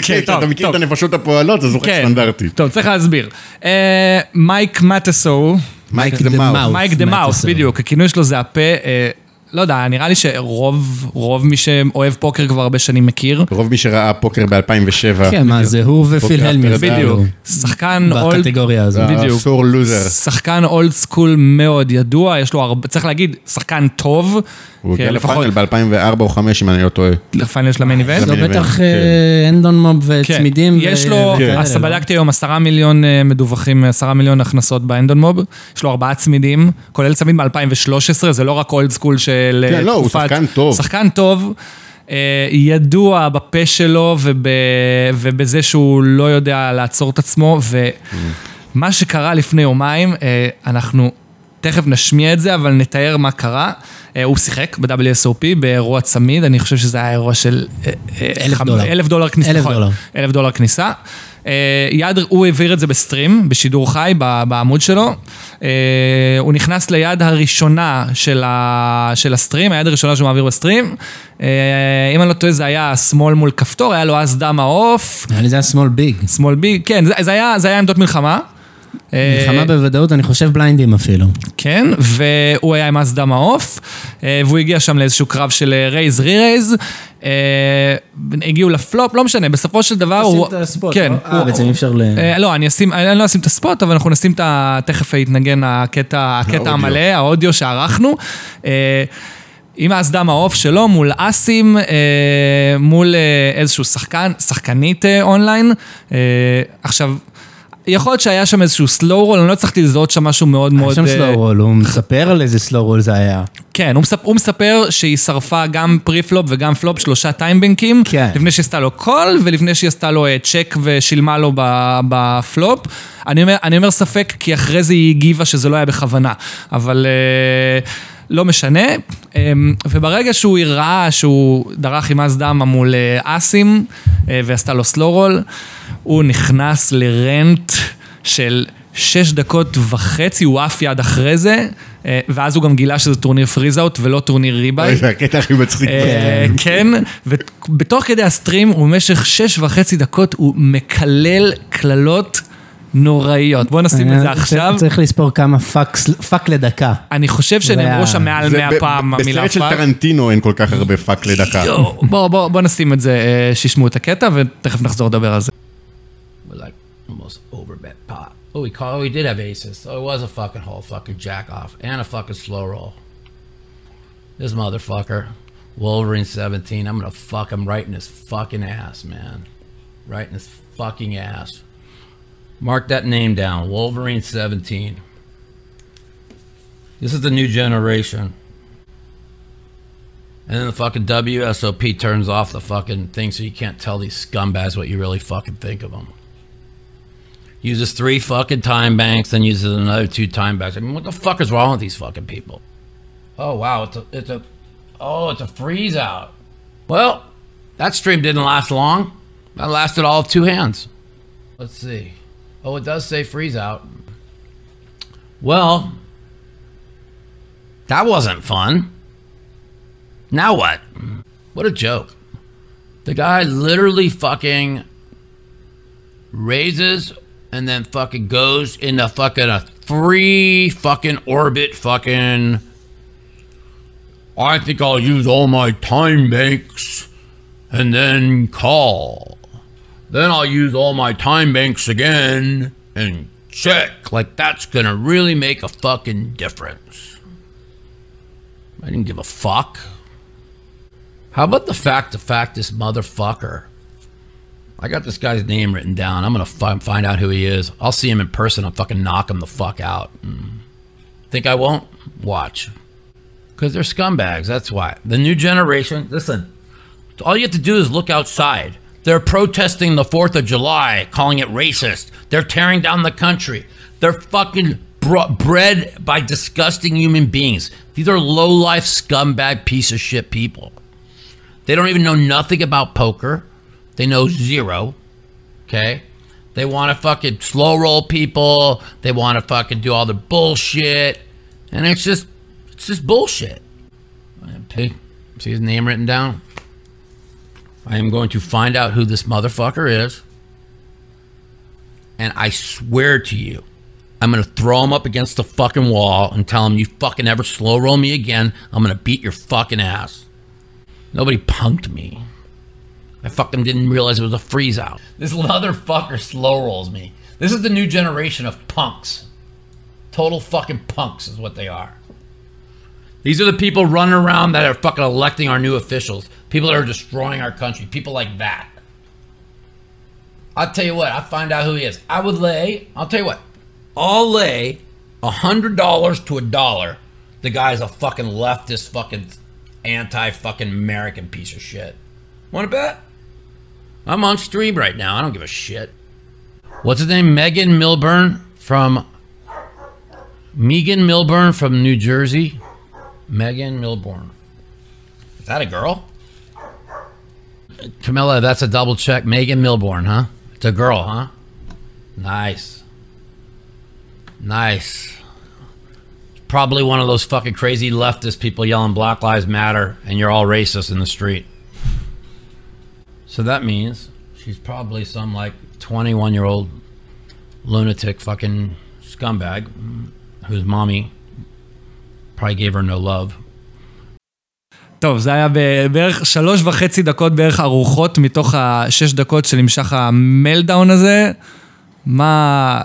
כן,
טוב,
אתה מכיר
טוב.
את הנפשות הפועלות, אז הוא רק
כן.
סטנדרטי.
טוב, צריך להסביר. אה, מייק מטסו,
מייק
the
דה מאוס.
Mouse.
מייק דה מאוס,
מטסו.
בדיוק, הכינוי שלו זה הפה, אה, לא יודע, נראה לי שרוב רוב מי שאוהב פוקר כבר הרבה שנים מכיר.
רוב מי שראה פוקר ב-2007.
כן, מה זה, הוא ופיל
אוקיי,
הלמיר.
אתה-
בדיוק, שחקן אולד
בקטגוריה הזו.
אה,
בדיוק.
סור לוזר.
שחקן אולד סקול מאוד ידוע, יש לו הרבה, צריך להגיד, שחקן טוב.
הוא הגיע
כן,
לפאנל ב-2004 או 2005, אם אני לא טועה.
לפאנל של המיין איבנט.
לא,
מיני
בטח
ו-
אה, אין דון מוב
כן.
וצמידים.
יש
ו-
לו,
וכאלה,
אז
לא?
בדקתי היום עשרה מיליון אה, מדווחים, עשרה מיליון הכנסות באנדון מוב, יש לו ארבעה צמידים, כולל צמיד מ-2013, זה לא רק אולד סקול של אה,
כן, לא, הוא שחקן טוב.
שחקן טוב. אה, ידוע בפה שלו וב, ובזה שהוא לא יודע לעצור את עצמו,
Mm-hmm.
ומה שקרה לפני יומיים, אה, אנחנו תכף נשמיע את זה, אבל נתאר מה קרה. אה, הוא שיחק ב-WSOP באירוע צמיד, אני חושב שזה היה אירוע של... אה, אה,
אלף
חמ-
דולר.
אלף דולר כניסה.
אלף
נכון.
דולר.
אלף דולר כניסה. אה, יד, הוא העביר את זה בסטרים, בשידור חי, ב- בעמוד שלו. אה, הוא נכנס ליד הראשונה של, ה, של הסטרים, היד הראשונה שהוא מעביר בסטרים. אה, אם אני לא טועה, זה היה שמאל מול כפתור, היה לו אז דם העוף,
נראה לי זה לא היה שמאל ביג.
שמאל בי, כן, זה, זה, היה, זה היה עמדות מלחמה. אה,
מלחמה בוודאות, אני חושב בליינדים אפילו.
כן, והוא היה עם אז דם העוף, אה, והוא הגיע שם לאיזשהו קרב של אה, רייז רי-רייז. אה, הגיעו לפלופ, לא משנה, בסופו של דבר
שים
הוא...
את הספוט,
כן,
לא? אה,
הוא-
בעצם אי אפשר ל...
אה, לא, אני אשים, אני לא אשים את הספוט, אבל אנחנו נשים את ה... תכף יתנגן
לא,
הקטע, הקטע
האודיו.
המלא, האודיו שערכנו. אה, עם אז דם העוף שלו, מול אסים, אה, מול אה, איזשהו שחקן, שחקנית אה, אונליין. אה, עכשיו, יכול להיות שהיה שם איזשהו סלואו רול, אני לא הצלחתי לזהות שם משהו מאוד מאוד...
היה שם
אה,
סלואו רול, הוא מספר על איזה סלואו רול זה היה.
כן, הוא מספר, הוא מספר שהיא שרפה גם פרי-פלופ וגם פלופ, שלושה טיימבנקים,
כן.
לפני שהיא עשתה לו קול, ולפני שהיא עשתה לו אה, צ'ק ושילמה לו ב- בפלופ. אני אומר, אני אומר ספק, כי אחרי זה היא הגיבה שזה לא היה בכוונה, אבל אה, לא משנה. אה, וברגע שהוא ראה שהוא דרך עם אז דמה מול אה, אסים, אה, ועשתה לו סלורול, הוא נכנס לרנט של... שש דקות וחצי, הוא עף יד אחרי זה, אה, ואז הוא גם גילה שזה טורניר פריזאוט ולא טורניר ריבאי.
אוי, זה הקטע הכי מצחיק.
אה, כן, ובתוך כדי הסטרים, ובמשך שש וחצי דקות, הוא מקלל קללות נוראיות. בואו נשים את זה
אני-
עכשיו.
אה, צריך לזכור כמה פאקס- פאק לדקה.
אני חושב שנאמרו שם מעל
זה
100
ב-
פעם
ב-
המילה
בסרט של
פאק.
טרנטינו אין כל כך הרבה פאק לדקה.
יואו, בואו בואו- בואו נשים את זה, אה, שישמעו את הקטע, ותכף נחזור לדבר על זה.
with like almost overbet pot. Oh, we call. We did have aces. So it was a fucking whole fucking jack off and a fucking slow roll. This motherfucker, Wolverine seventeen. I'm gonna fuck him right in his fucking ass, man. Right in his fucking ass. Mark that name down, Wolverine seventeen. This is the new generation. And then the fucking WSOP turns off the fucking thing so you can't tell these scumbags what you really fucking think of them uses three fucking time banks, then uses another two time banks. I mean, what the fuck is wrong with these fucking people? Oh wow, it's a, it's a, oh, it's a freeze out. Well, that stream didn't last long. That lasted all of two hands. Let's see. Oh, it does say freeze out. Well, that wasn't fun. Now what? What a joke. The guy literally fucking raises and then fucking goes into fucking a free fucking orbit fucking I think I'll use all my time banks and then call. Then I'll use all my time banks again and check. Like that's gonna really make a fucking difference. I didn't give a fuck. How about the fact to fact this motherfucker? I got this guy's name written down. I'm gonna fi- find out who he is. I'll see him in person. I'll fucking knock him the fuck out. Mm. Think I won't? Watch. Because they're scumbags. That's why. The new generation, listen, all you have to do is look outside. They're protesting the 4th of July, calling it racist. They're tearing down the country. They're fucking br- bred by disgusting human beings. These are low life scumbag piece of shit people. They don't even know nothing about poker. They know zero. Okay? They want to fucking slow roll people. They want to fucking do all the bullshit. And it's just, it's just bullshit. See, see his name written down? I am going to find out who this motherfucker is. And I swear to you, I'm going to throw him up against the fucking wall and tell him, you fucking ever slow roll me again, I'm going to beat your fucking ass. Nobody punked me. I fucking didn't realize it was a freeze out. This motherfucker slow rolls me. This is the new generation of punks. Total fucking punks is what they are. These are the people running around that are fucking electing our new officials. People that are destroying our country. People like that. I'll tell you what, I find out who he is. I would lay, I'll tell you what, I'll lay a hundred dollars to a dollar. The guy's a fucking leftist fucking anti fucking American piece of shit. Wanna bet? I'm on stream right now. I don't give a shit. What's his name? Megan Milburn from Megan Milburn from New Jersey. Megan Milburn. Is that a girl? Camilla, that's a double check. Megan Milburn, huh? It's a girl, huh? Nice. Nice. Probably one of those fucking crazy leftist people yelling Black Lives Matter and you're all racist in the street. So that means she's probably some like 21 year old lunatic fucking scumbag mm, whose mommy probably gave her no love.
טוב, זה היה ב- בערך שלוש וחצי דקות בערך ארוחות מתוך השש דקות שנמשך המלדאון הזה. מה...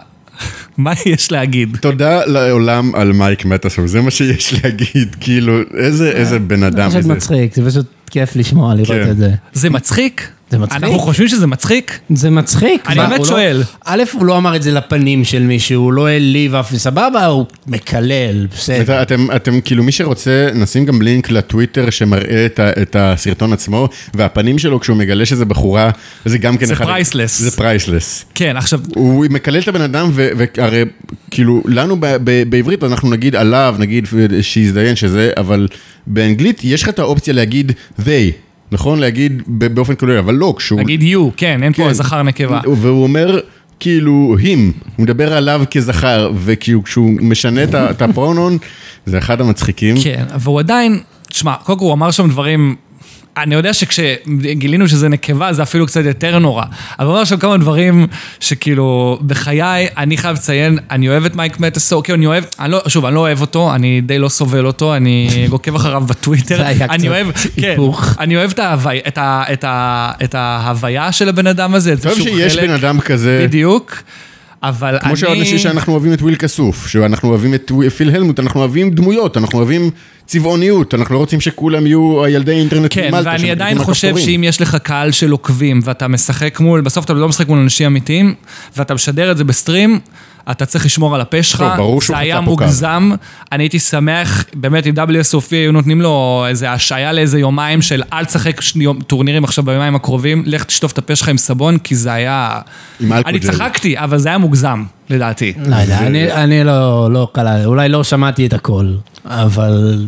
מה יש להגיד?
תודה לעולם על מייק מטאסון, זה מה שיש להגיד, כאילו, איזה, איזה בן אדם,
זה פשוט
איזה...
מצחיק, זה פשוט כיף לשמוע,
כן.
לראות את זה.
זה מצחיק?
זה מצחיק.
אנחנו חושבים שזה מצחיק?
זה מצחיק.
אני
מה,
באמת
הוא
שואל.
לא, א', הוא לא אמר את זה לפנים של מישהו, הוא לא העליב אף, סבבה, הוא מקלל, בסדר.
אתה- אתם, אתם, כאילו, מי שרוצה, נשים גם לינק לטוויטר שמראה את, ה, את הסרטון עצמו, והפנים שלו כשהוא מגלה שזה בחורה, זה גם כן...
זה
אחד-
priceless.
זה פרייסלס.
כן, עכשיו,
הוא מקלל את הבן אדם, ו- והרי כאילו, לנו ב- ב- בעברית אנחנו נגיד עליו, נגיד שיזדיין שזה, אבל באנגלית יש לך את האופציה להגיד they, נכון? להגיד ב- באופן כולל, אבל לא, כשהוא...
נגיד you, כן, אין פה
כן.
זכר נקבה.
והוא אומר, כאילו, him, הוא מדבר עליו כזכר, וכאילו, כשהוא משנה את ה- את הפרונון, זה אחד המצחיקים.
כן, והוא עדיין, תשמע, קודם כל הוא אמר שם דברים, אני יודע שכשגילינו שזה נקבה זה אפילו קצת יותר נורא, אבל הוא אמר שם כמה דברים שכאילו, בחיי, אני חייב לציין, אני אוהב את מייק מטסו, כאילו אני אוהב, אני לא, שוב, אני לא אוהב אותו, אני די לא סובל אותו,
(laughs)
אני עוקב אחריו בטוויטר,
זה היה
אני
קצת
אוהב, כן,
היפוך.
אני אוהב את ההווי- את ה- את ה- את ההוויה של הבן אדם הזה, את זה
טוב
שהוא
שיש
חלק,
בן אדם כזה,
בדיוק, אבל אני...
כמו שאנשים שאנחנו אוהבים את וויל כסוף, שאנחנו אוהבים את וו- פיל הלמוט, אנחנו אוהבים דמויות, אנחנו אוהבים צבעוניות, אנחנו לא רוצים שכולם יהיו הילדי אינטרנט
כן,
ממלטה
ואני
שמחכים
עדיין
על
חושב
כפתורים.
שאם יש לך קהל של עוקבים ואתה משחק מול, בסוף אתה לא משחק מול אנשים אמיתיים, ואתה משדר את זה בסטרים, אתה צריך לשמור על הפה שלך.
לא, ברור שהוא
זה היה
חצה פה קו.
מוגזם, אני הייתי שמח, באמת, אם WSOP היו נותנים לו איזו השעיה לאיזה יומיים של אל תשחק שני- יום- טורנירים עכשיו ביומיים הקרובים, לך תשטוף את הפה שלך עם סבון, כי זה היה...
עם אלכוג'ל.
אני צחקתי, אבל זה היה מוגזם, לדעתי.
לא יודע, אני- אני לא, לא קלע, אולי לא שמעתי את הכל, אבל...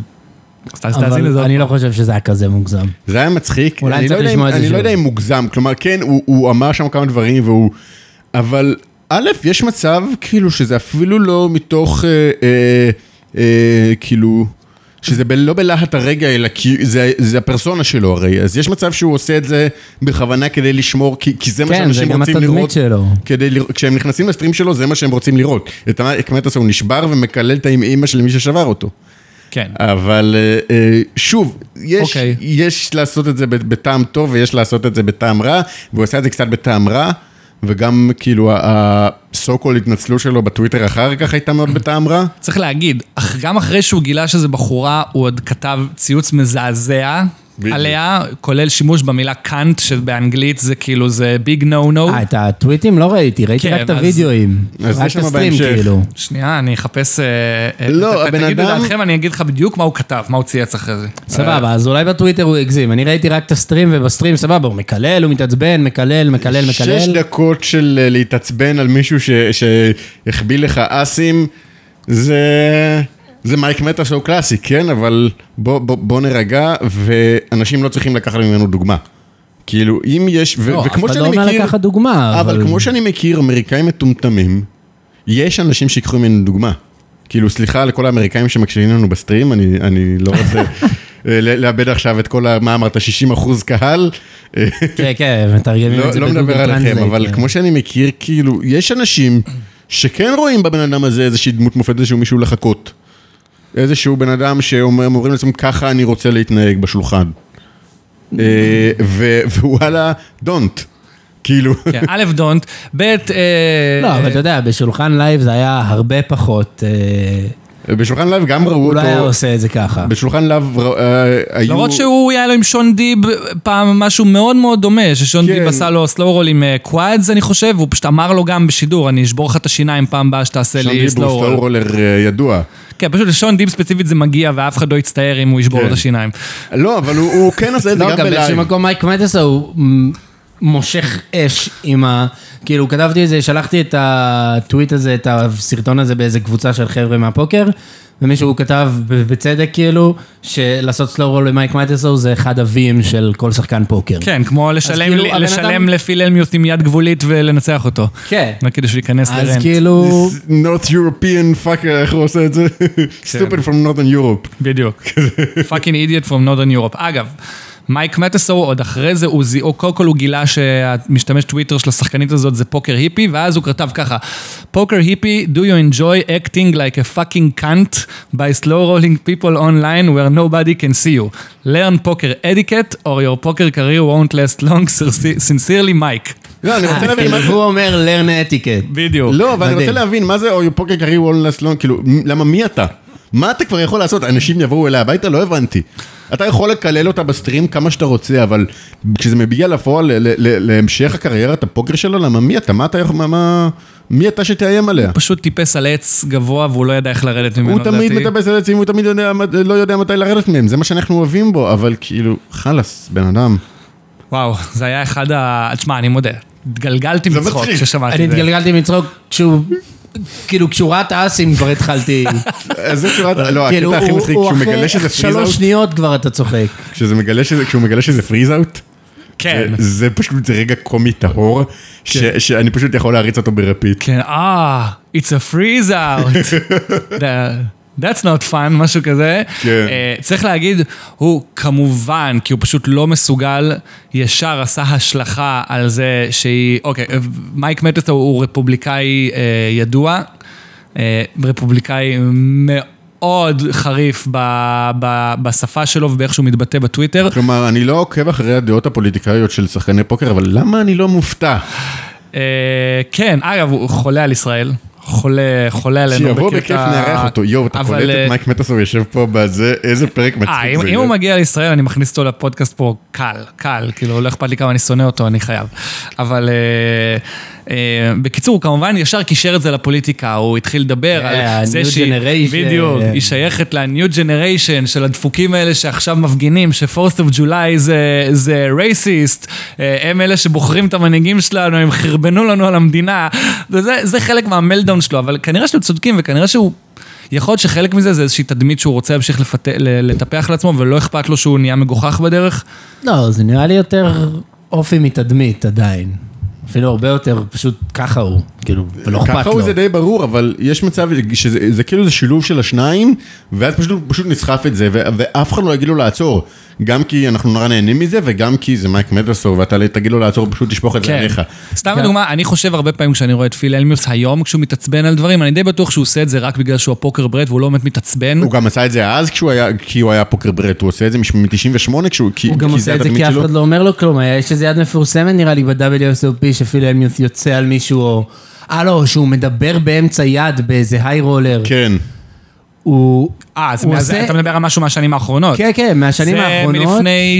אז תאזין
אבל
לזה. עוד
אני לא חושב שזה היה כזה מוגזם.
זה היה מצחיק.
אולי
אני
צריך
לא יודע אם-
לשמוע את זה
אני לא
שוב.
יודע אם מוגזם, כלומר, כן, הוא- הוא אמר שם כמה דברים והוא... אבל א', יש מצב כאילו שזה אפילו לא מתוך אה, אה, אה, כאילו... שזה ב- לא בלהט הרגע, אלא כי זה, זה הפרסונה שלו הרי, אז יש מצב שהוא עושה את זה בכוונה כדי לשמור, כי, כי זה מה
כן, זה
שאנשים
גם
רוצים
התדמית
לראות.
שלו.
כדי לראות, כשהם נכנסים לסטרים שלו, זה מה שהם רוצים לראות. את המטאס הוא נשבר ומקלל את האימא של מי ששבר אותו.
כן.
אבל אה, אה, שוב, יש,
אוקיי.
יש לעשות את זה ב- בטעם טוב ויש לעשות את זה בטעם רע, והוא עשה את זה קצת בטעם רע, וגם כאילו הסו קול התנצלות שלו בטוויטר אחר כך הייתה מאוד בטעם רע.
צריך להגיד, אך גם אחרי שהוא גילה שזה בחורה, הוא עוד כתב ציוץ מזעזע.
בדיוק.
עליה, כולל שימוש במילה קאנט, שבאנגלית זה כאילו, זה ביג נו נו.
אה, את הטוויטים לא ראיתי, ראיתי
כן,
רק את
אז-
הוידאוים.
אז זה
רק את
שם
הסטרים
בהמשך.
כאילו.
שנייה, אני אחפש... אה, אה,
לא,
ת- ת-
הבן
תגידו
אדם-
דעתכם, אני אגיד לך בדיוק מה הוא כתב, מה הוא צייץ אחרי זה.
סבבה,
אה.
אז אולי בטוויטר הוא הגזים. אני ראיתי רק את הסטרים, ובסטרים סבבה, הוא מקלל, הוא מתעצבן, מקלל, מקלל,
שש
מקלל.
דקות של אה, להתעצבן על מישהו ש- שהחביא לך אסים, זה... זה מייק מטאס הוא קלאסי, כן? אבל בוא, בוא, בוא נרגע, ואנשים לא צריכים לקחת ממנו דוגמה. כאילו, אם יש... ו-
לא, אף
וכמו
אחד
שאני
לא אומר
מכיר...
לקחת דוגמה,
אבל
אבל-
כמו שאני מכיר אמריקאים מטומטמים, יש אנשים שיקחו ממנו דוגמה. כאילו, סליחה לכל האמריקאים שמקשיבים לנו בסטרים, אני, אני לא
(laughs)
רוצה אה, ל- לאבד עכשיו את כל ה... מה אמרת? 60 אחוז קהל? אה,
כן, כן, מתרגמים את
לא,
זה
לא
בגוגל
מדבר עליכם,
טרנסלייט,
אבל
כן.
כמו שאני מכיר, כאילו, יש אנשים שכן רואים בבן אדם הזה איזושהי דמות מופת, איזשהו מישהו לחכות. איזשהו בן אדם שאומר, אומרים לעצמם, ככה אני רוצה להתנהג בשולחן.
(laughs)
אה, ו- (laughs) ווואלה, don't. כאילו,
כן, א', דונט, ב', אה,
לא, אבל אתה יודע, בשולחן לייב זה היה הרבה פחות, אה,
בשולחן לב גם ראו
הוא לא היה
אותו,
עושה את זה ככה.
בשולחן לב ראו- אה, היו...
למרות שהוא היה לו עם שון דיב פעם משהו מאוד מאוד דומה, ששון
כן.
דיב עשה לו סלואו רול עם אה, קוואדס, אני חושב, הוא פשוט אמר לו גם בשידור, אני אשבור לך את השיניים פעם הבאה שתעשה
שם
לי
לא
דיברו
סלואו
סלואו
רול.
רולר אה, ידוע.
כן, פשוט לשון דיב ספציפית זה מגיע, ואף אחד לא יצטער אם הוא ישבור לו את
כן.
השיניים.
לא, אבל הוא הוא כן עושה את זה
לא,
גם
גם באיזשהו
בלייב.
מקום מייק מטסה הוא מ- מושך אש עם ה... כאילו, כתבתי את זה, שלחתי את הטוויט הזה, את הסרטון הזה באיזה קבוצה של חבר'ה מהפוקר, ומישהו כתב, בצדק כאילו, שלעשות סלואו רול למייק מטסה זה אחד הווים של כל שחקן פוקר.
כן, כמו לשלם
כאילו,
לי-
הבן
לשלם
אדם-
לפיל אלמיוס עם יד גבולית ולנצח אותו.
כן.
לא, כדי שהוא ייכנס
אז
לרנט.
כאילו...
North European fucker, איך הוא עושה את זה?
כן.
Stupid from Northern Europe.
בדיוק. (laughs) פאקינג אידיוט from Northern Europe. אגב, מייק מטסו, עוד אחרי זה, הוא זיהו, קודם כל הוא גילה שהמשתמש טוויטר של השחקנית הזאת זה פוקר היפי, ואז הוא כתב ככה, פוקר היפי, do you enjoy acting like a fucking cunt by slow rolling people online where nobody can see you. learn poker etiquette or your poker career won't last long, sincerely מייק.
לא, אני רוצה להבין
כאילו,
מה זה...
הוא אומר learn etiquette.
בדיוק.
לא, אבל אני
מדהים.
רוצה להבין, מה זה או פוקר קרי וולנס לון, כאילו, מ- למה מי אתה? מה אתה כבר יכול לעשות? אנשים יבואו אליה הביתה? לא הבנתי. אתה יכול לקלל אותה בסטרים כמה שאתה רוצה, אבל כשזה מביע לפועל ל- ל- ל- להמשך הקריירת הפוקר שלו, למה מי אתה? מה אתה יכול... מה- מה... מי אתה שתאיים עליה?
פשוט טיפס על עץ גבוה והוא לא ידע איך לרדת ממנו,
הוא תמיד
לדעתי.
מטפס על עצים, הוא תמיד יודע- לא יודע מתי לרדת מהם, זה מה שאנחנו אוהבים בו, אבל כאילו, חלאס, בן אדם.
וואו, זה היה אחד ה... תשמע, אני מודה, התגלגלתי
זה
מצחוק
מצחיק.
כששמעתי
אני
את זה.
התגלגלתי מצחוק כשהוא... כאילו, כשהוא ראה את האסים כבר
(laughs)
התחלתי.
אה,
אז זה תשובת, לא,
כאילו,
הקטע הכי
הוא-
מצחיק,
הוא
כשהוא
אחרי
מגלה שזה פריז
שלוש
אאוט,
שניות כבר אתה צוחק.
כשזה מגלה שזה- כשהוא מגלה שזה פריז אאוט,
כן.
זה פשוט, זה רגע קומי טהור, ש- שאני פשוט יכול להריץ אותו ברפיט.
כן, אה, it's a freeze
(laughs)
out. That- That's not fun, משהו כזה.
כן.
אה, צריך להגיד, הוא כמובן, כי הוא פשוט לא מסוגל, ישר עשה השלכה על זה שהיא, אוקיי, אה, מייק מטטו הוא רפובליקאי אה, ידוע, אה, רפובליקאי מאוד חריף ב- ב- בשפה שלו ובאיך שהוא מתבטא בטוויטר.
כלומר, אני לא עוקב אחרי הדעות הפוליטיקאיות של שחקני פוקר, אבל למה אני לא מופתע?
אה, כן, אגב, הוא חולה על ישראל. חולה, חולה עלינו בקטע...
שיבוא בכיף נארח אותו, יואו, אתה
אבל,
קולט
אה,
את מייק מטסו יושב פה בזה, איזה פרק מצחיק
אה, אם,
זה.
אם הוא מגיע לישראל, אני מכניס אותו לפודקאסט פה קל, קל, כאילו, לא אכפת לי כמה אני שונא אותו, אני חייב. אבל אה, אה, בקיצור, הוא כמובן ישר קישר את זה לפוליטיקה, הוא התחיל לדבר
כן,
אה,
על זה
ה-new
שהיא...
generation.
בדיוק,
כן.
היא שייכת ל-new generation של הדפוקים האלה שעכשיו מפגינים, ש-first of July זה, זה racist, אה, הם אלה שבוחרים את המנהיגים שלנו, הם חרבנו לנו על המדינה, וזה זה חלק מהמלדאון שלו, אבל כנראה שהם צודקים, וכנראה שהוא... יכול להיות שחלק מזה זה איזושהי תדמית שהוא רוצה להמשיך לפת... ל- לטפח לעצמו, ולא אכפת לו שהוא נהיה מגוחך בדרך.
לא, זה נראה לי יותר אופי מתדמית עדיין.
אפילו הרבה יותר, פשוט ככה הוא, כאילו, ולא אכפת לו.
ככה הוא זה די ברור, אבל יש מצב שזה זה כאילו זה שילוב של השניים, ואז פשוט, פשוט נסחף את זה, ו, ואף אחד לא יגיד לו לעצור. גם כי אנחנו נורא נהנים מזה, וגם כי זה מייק מדלסור, ואתה לא- תגיד לו לעצור, פשוט תשפוך
כן.
את זה עליך.
כן.
כן.
סתם לדוגמה, אני חושב הרבה פעמים כשאני רואה את פיל אלמיוס היום, כשהוא מתעצבן על דברים, אני די בטוח שהוא עושה את זה רק בגלל שהוא הפוקר ברד והוא לא באמת מתעצבן.
הוא גם עשה את זה אז כשהוא היה, כי הוא היה פוקר ברט, הוא עושה את זה מ-98 כשהוא, כי,
הוא גם
כי
עושה את זה
התדמית
כי אף
שלו.
אחד לא אומר לו כלום, היה- יש איזה יד מפורסמת נראה לי ב-WSOP שאפילו אלמיוס יוצא על מישהו או... אה לא, שהוא מדבר באמצע יד באיזה היי רולר.
כן.
הוא...
אה, אז
הוא
מה- זה-
עושה-
אתה מדבר על משהו מהשנים האחרונות.
כן, כן, מהשנים
זה
האחרונות.
מלפני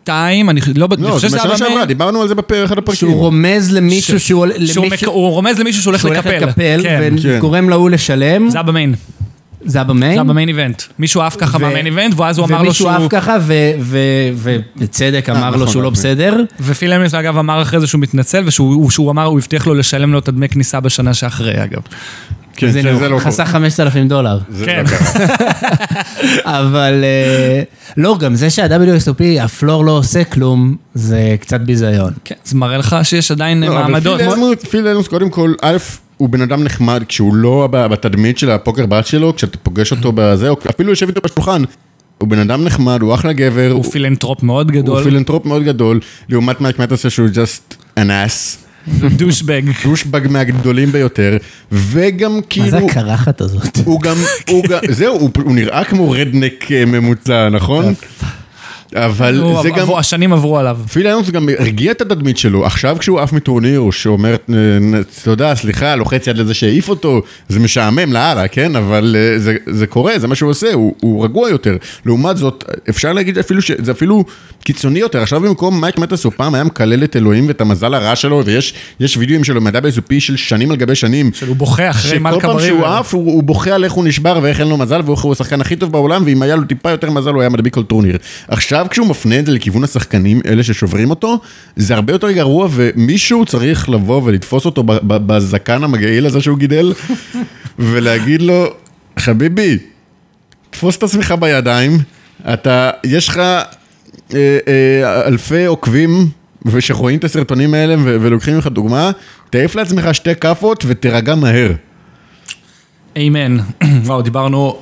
שנתיים, אני לא בטוח, אני
לא,
חושב
זה
שזה
מהשנה
היה
שעברה,
באמת...
דיברנו על זה באחד הפרקים.
שהוא רומז למישהו
שהוא
שהוא... למישהו-
מק- הוא רומז למישהו שהוא הולך
שהוא הולך
לקפל.
לקפל,
כן.
כן.
וגורם להוא לשלם,
זה היה במיין,
זה היה
זה היה
במיין,
במיין איבנט. מישהו עף ככה
ו-
מהמיין איבנט, ואז הוא אמר לו
ומישהו
שהוא... אה,
עף ככה, ו- ו- ובצדק אמר לו
נכון,
שהוא לא
נכון.
בסדר,
ופיל אמנס אגב אמר אחרי זה שהוא מתנצל, ושהוא שהוא אמר, הוא הבטיח לו לשלם לו את הדמי כניסה בשנה שאחרי אגב.
כן,
זה
זה- זה לא
נו,
קורה.
חסך 5,000
(laughs)
דולר.
זה
כן.
לא קרה.
אבל אה, לא, גם זה שה-WSOP, הפלור לא עושה כלום, זה קצת ביזיון.
כן, זה מראה לך שיש עדיין
לא, אבל
מעמדות.
פיל אלמוט- פיל אלמוס קודם כל, א', הוא בן אדם נחמד, כשהוא לא ב- בתדמית של הפוקר בת שלו, כשאתה פוגש אותו
Mm-hmm.
בזה, או אפילו יושב איתו בשולחן, הוא בן אדם נחמד, הוא אחלה גבר,
הוא
הוא
פילנטרופ מאוד
הוא
גדול,
פילנטרופ מאוד גדול, לעומת מייק מטרסה שהוא just an ass,
(laughs) דושבג.
דושבג מהגדולים ביותר, וגם
מה זה
כאילו,
הקרחת הזאת? (laughs)
הוא גם, הוא
(laughs)
גם, זהו, הוא- הוא נראה כמו רדנק אה, ממוצע, נכון? אבל
הוא-
זה גם...
עברו- השנים עברו עליו.
פיל אלונס גם הרגיע את התדמית שלו, עכשיו כשהוא עף מטורניר, הוא שאומר, "נ- נ- תודה, סליחה, לוחץ יד לזה שהעיף אותו, זה משעמם לאללה, כן? אבל אה, זה, זה קורה, זה מה שהוא עושה, הוא, הוא רגוע יותר. לעומת זאת, אפשר להגיד אפילו שזה אפילו קיצוני יותר, עכשיו במקום מייק מטס הוא פעם היה מקלל את אלוהים ואת המזל הרע שלו, ויש יש וידאוים שלו מ-WSOP של שנים על גבי שנים,
הוא בוכה אחרי
שכל
מלכה
פעם
בריבר.
שהוא עף, הוא, הוא בוכה על איך הוא נשבר ואיך אין לו מזל, ואיך הוא השחקן הכי טוב בעולם, ואם היה לו טיפה יותר מזל, הוא היה מדביק כל טורניר. עכשיו, כשהוא מפנה את זה לכיוון השחקנים, אלה ששוברים אותו, זה הרבה יותר גרוע, ומישהו צריך לבוא ולתפוס אותו ב- ב- בזקן המגעיל הזה שהוא גידל, (laughs) ולהגיד לו, חביבי, תפוס את עצמך בידיים, אתה, יש לך אה, אה, אלפי עוקבים שרואים את הסרטונים האלה ו- ולוקחים ממך דוגמה, תעיף לעצמך שתי כאפות ותירגע מהר.
איימן. (clears throat) וואו, דיברנו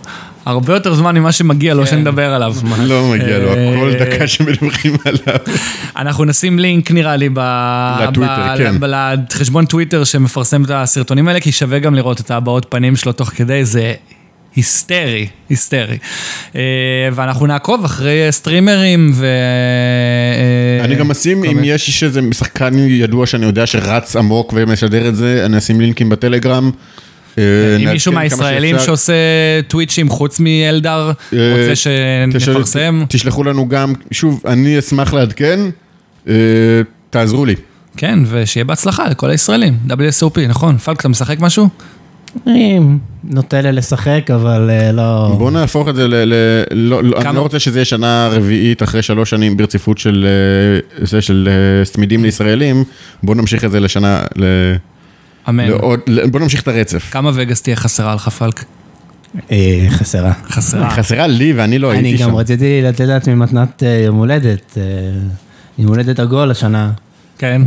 הרבה יותר זמן ממה שמגיע
כן.
לו שנדבר עליו.
לא מגיע לו,
אה,
הכל דקה שמדברים עליו.
אנחנו נשים לינק נראה לי ב...
לטוויטר,
ב-
כן.
ב- לחשבון טוויטר שמפרסם את הסרטונים האלה, כי שווה גם לראות את הבעות פנים שלו תוך כדי, זה היסטרי, היסטרי. אה, ואנחנו נעקוב אחרי סטרימרים ו... אה,
אני גם אשים, אם יש איש איזה שחקן ידוע שאני יודע שרץ עמוק ומשדר את זה, אני אשים לינקים בטלגרם. אה,
אם
נעדכן
מישהו
כמה
מהישראלים
שאפשר.
שעושה טוויצ'ים חוץ מאלדר
אה,
רוצה
תשאל-
שנפרסם,
תשלחו לנו גם, שוב, אני אשמח לעדכן, אה, תעזרו לי.
כן, ושיהיה בהצלחה לכל הישראלים, WSOP, נכון? פלק, אתה משחק משהו?
אם, נוטה לי לשחק, אבל אה, לא...
בואו נהפוך את זה ל... ל- לא- לא-
כמה?
אני לא רוצה שזה יהיה שנה רביעית אחרי שלוש שנים ברציפות של אה, זה של אה, צמידים לישראלים, בואו נמשיך את זה לשנה, ל-
אמן.
לעוד- ל- בואו נמשיך את הרצף.
כמה וגאס תהיה חסרה לך, פלק?
אה, חסרה.
חסרה. (laughs)
היא חסרה לי ואני לא
אני
הייתי שם.
גם רציתי לתת לעצמי מתנת אה, יום הולדת, אה, יום הולדת עגול השנה,
כן.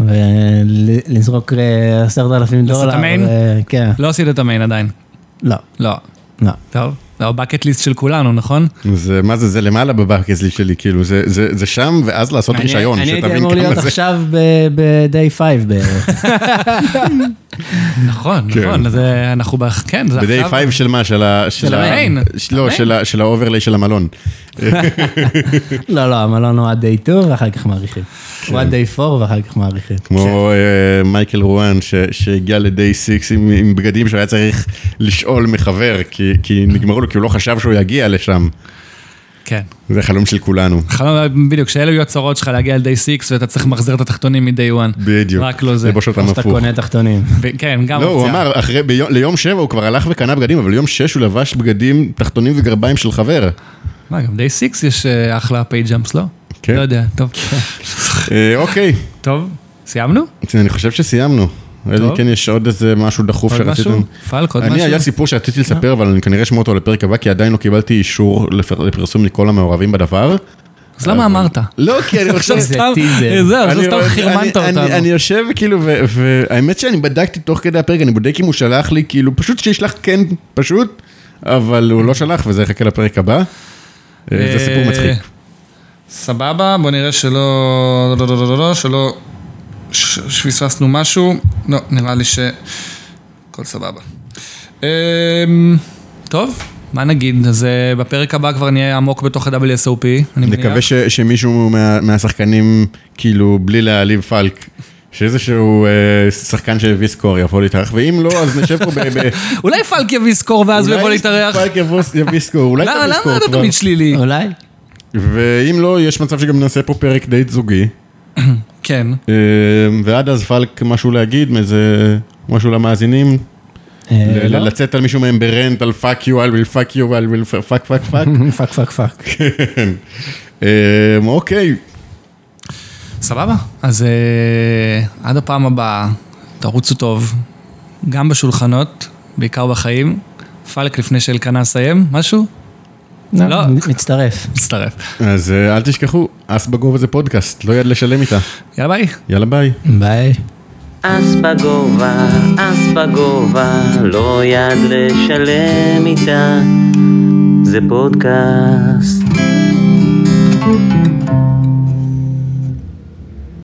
ולזרוק אה, 10,000
לעשות
דולר.
את המיין?
אה, כן,
לא עשית את המיין עדיין.
לא,
לא.
לא.
טוב. זה הבקט ליסט של כולנו, נכון?
זה, מה זה, זה למעלה בבאקזלי שלי, כאילו, זה, זה, זה שם, ואז לעשות
אני-
רישיון,
אני הייתי
שתבין
אמור להיות
כמה זה.
עכשיו ב-day 5 בערך.
(laughs)
נכון,
כן.
נכון. זה אנחנו ב... כן, זה
ב-day 5 של מה? של ה... של ה-
המיין.
ש- לא, של ה- של האוברליי של המלון.
לא, לא, המלון הוא עד day 2 ואחר כך מאריכים.
כן.
הוא עד day 4 ואחר כך מאריכים. כן.
כמו אה, מייקל רואן, ש- שהגיע ל-day 6 עם- עם בגדים שהוא היה צריך לשאול מחבר, כי- כי נגמרו לו, כי הוא לא חשב שהוא יגיע לשם.
כן.
זה חלום של כולנו.
חלום, בדיוק, שאלה יהיו הצרות שלך להגיע על די 6 ואתה צריך למחזר את התחתונים מ-day 1.
בדיוק.
רק לא זה.
לבוש אותם
אתה
הפוך. (laughs)
קונה תחתונים.
ב- כן, גם
לא, הוא
אופציה.
אמר, אחרי- ביום- ליום שבע הוא כבר הלך וקנה בגדים, אבל ליום שש הוא לבש בגדים, תחתונים וגרביים של חבר.
מה, גם די 6 יש אה, אחלה פייג'אמפס, לא?
כן.
לא יודע, טוב.
אה, אוקיי.
טוב, סיימנו?
אני חושב שסיימנו. אלא אם
טוב.
כן יש עוד איזה משהו דחוף
עוד
שרציתם.
משהו? פלק, עוד
אני,
משהו? כן.
היה סיפור שרציתי לספר, אבל אני כנראה אשמור אותו לפרק הבא, כי עדיין לא קיבלתי אישור לפר- לפרסום מכל המעורבים בדבר.
אז למה אמרת?
לא,
(laughs)
כי אני חושב...
אה, עכשיו סתם,
טיזר.
זהו, עכשיו
אני-
סתם
אני-
חרמנת
אני-
אותנו.
אני- אני יושב כאילו, ו- והאמת שאני בדקתי תוך כדי הפרק, אני בודק אם הוא שלח לי, כאילו, פשוט שישלח כן, פשוט, אבל הוא לא שלח, וזה יחכה לפרק הבא. אה, זה סיפור
אה,
מצחיק.
סבבה, בוא נראה שלא... לא, לא, לא, לא, לא, שלא... ש- שפספסנו משהו. לא, נראה לי ש... הכל סבבה. אמ, טוב, מה נגיד? אז אה, בפרק הבא כבר נהיה עמוק בתוך ה-WSOP, אני מניח.
נקווה ש- שמישהו מה- מהשחקנים, כאילו, בלי להעליב פלק. שאיזשהו אה, שחקן שהביא סקור יבוא להתארח, ואם לא, אז נשב פה ב...
(laughs)
ב-
אולי פלק יביא סקור ואז הוא יבוא
אולי
להתארח.
פלק יבוא- יביא סקור, אולי
למה
תביא
למה
סקור
אתה
כבר. אה.
תמיד שלילי?
אולי?
ואם לא, יש מצב שגם נעשה פה פרק דייט זוגי.
כן.
אה, ועד אז פלק משהו להגיד, מאיזה משהו למאזינים,
אה,
ל-
לא?
לצאת על מישהו מהם ברנט, על פאק יו, על פאק יו, על פאק פאק פאק.
(laughs)
(laughs) פאק פאק פאק.
אוקיי,
סבבה. אז אה, עד הפעם הבאה, תרוצו טוב, גם בשולחנות, בעיקר בחיים. פלק לפני שאלקנה יסיים, משהו? לא.
לא, מצטרף.
מצטרף.
אז אה, אל תשכחו, אס בגובה זה פודקאסט, לא יד לשלם איתה.
יאללה ביי.
יאללה ביי.
ביי.
אס בגובה, אס בגובה, לא יד לשלם איתה, זה פודקאסט.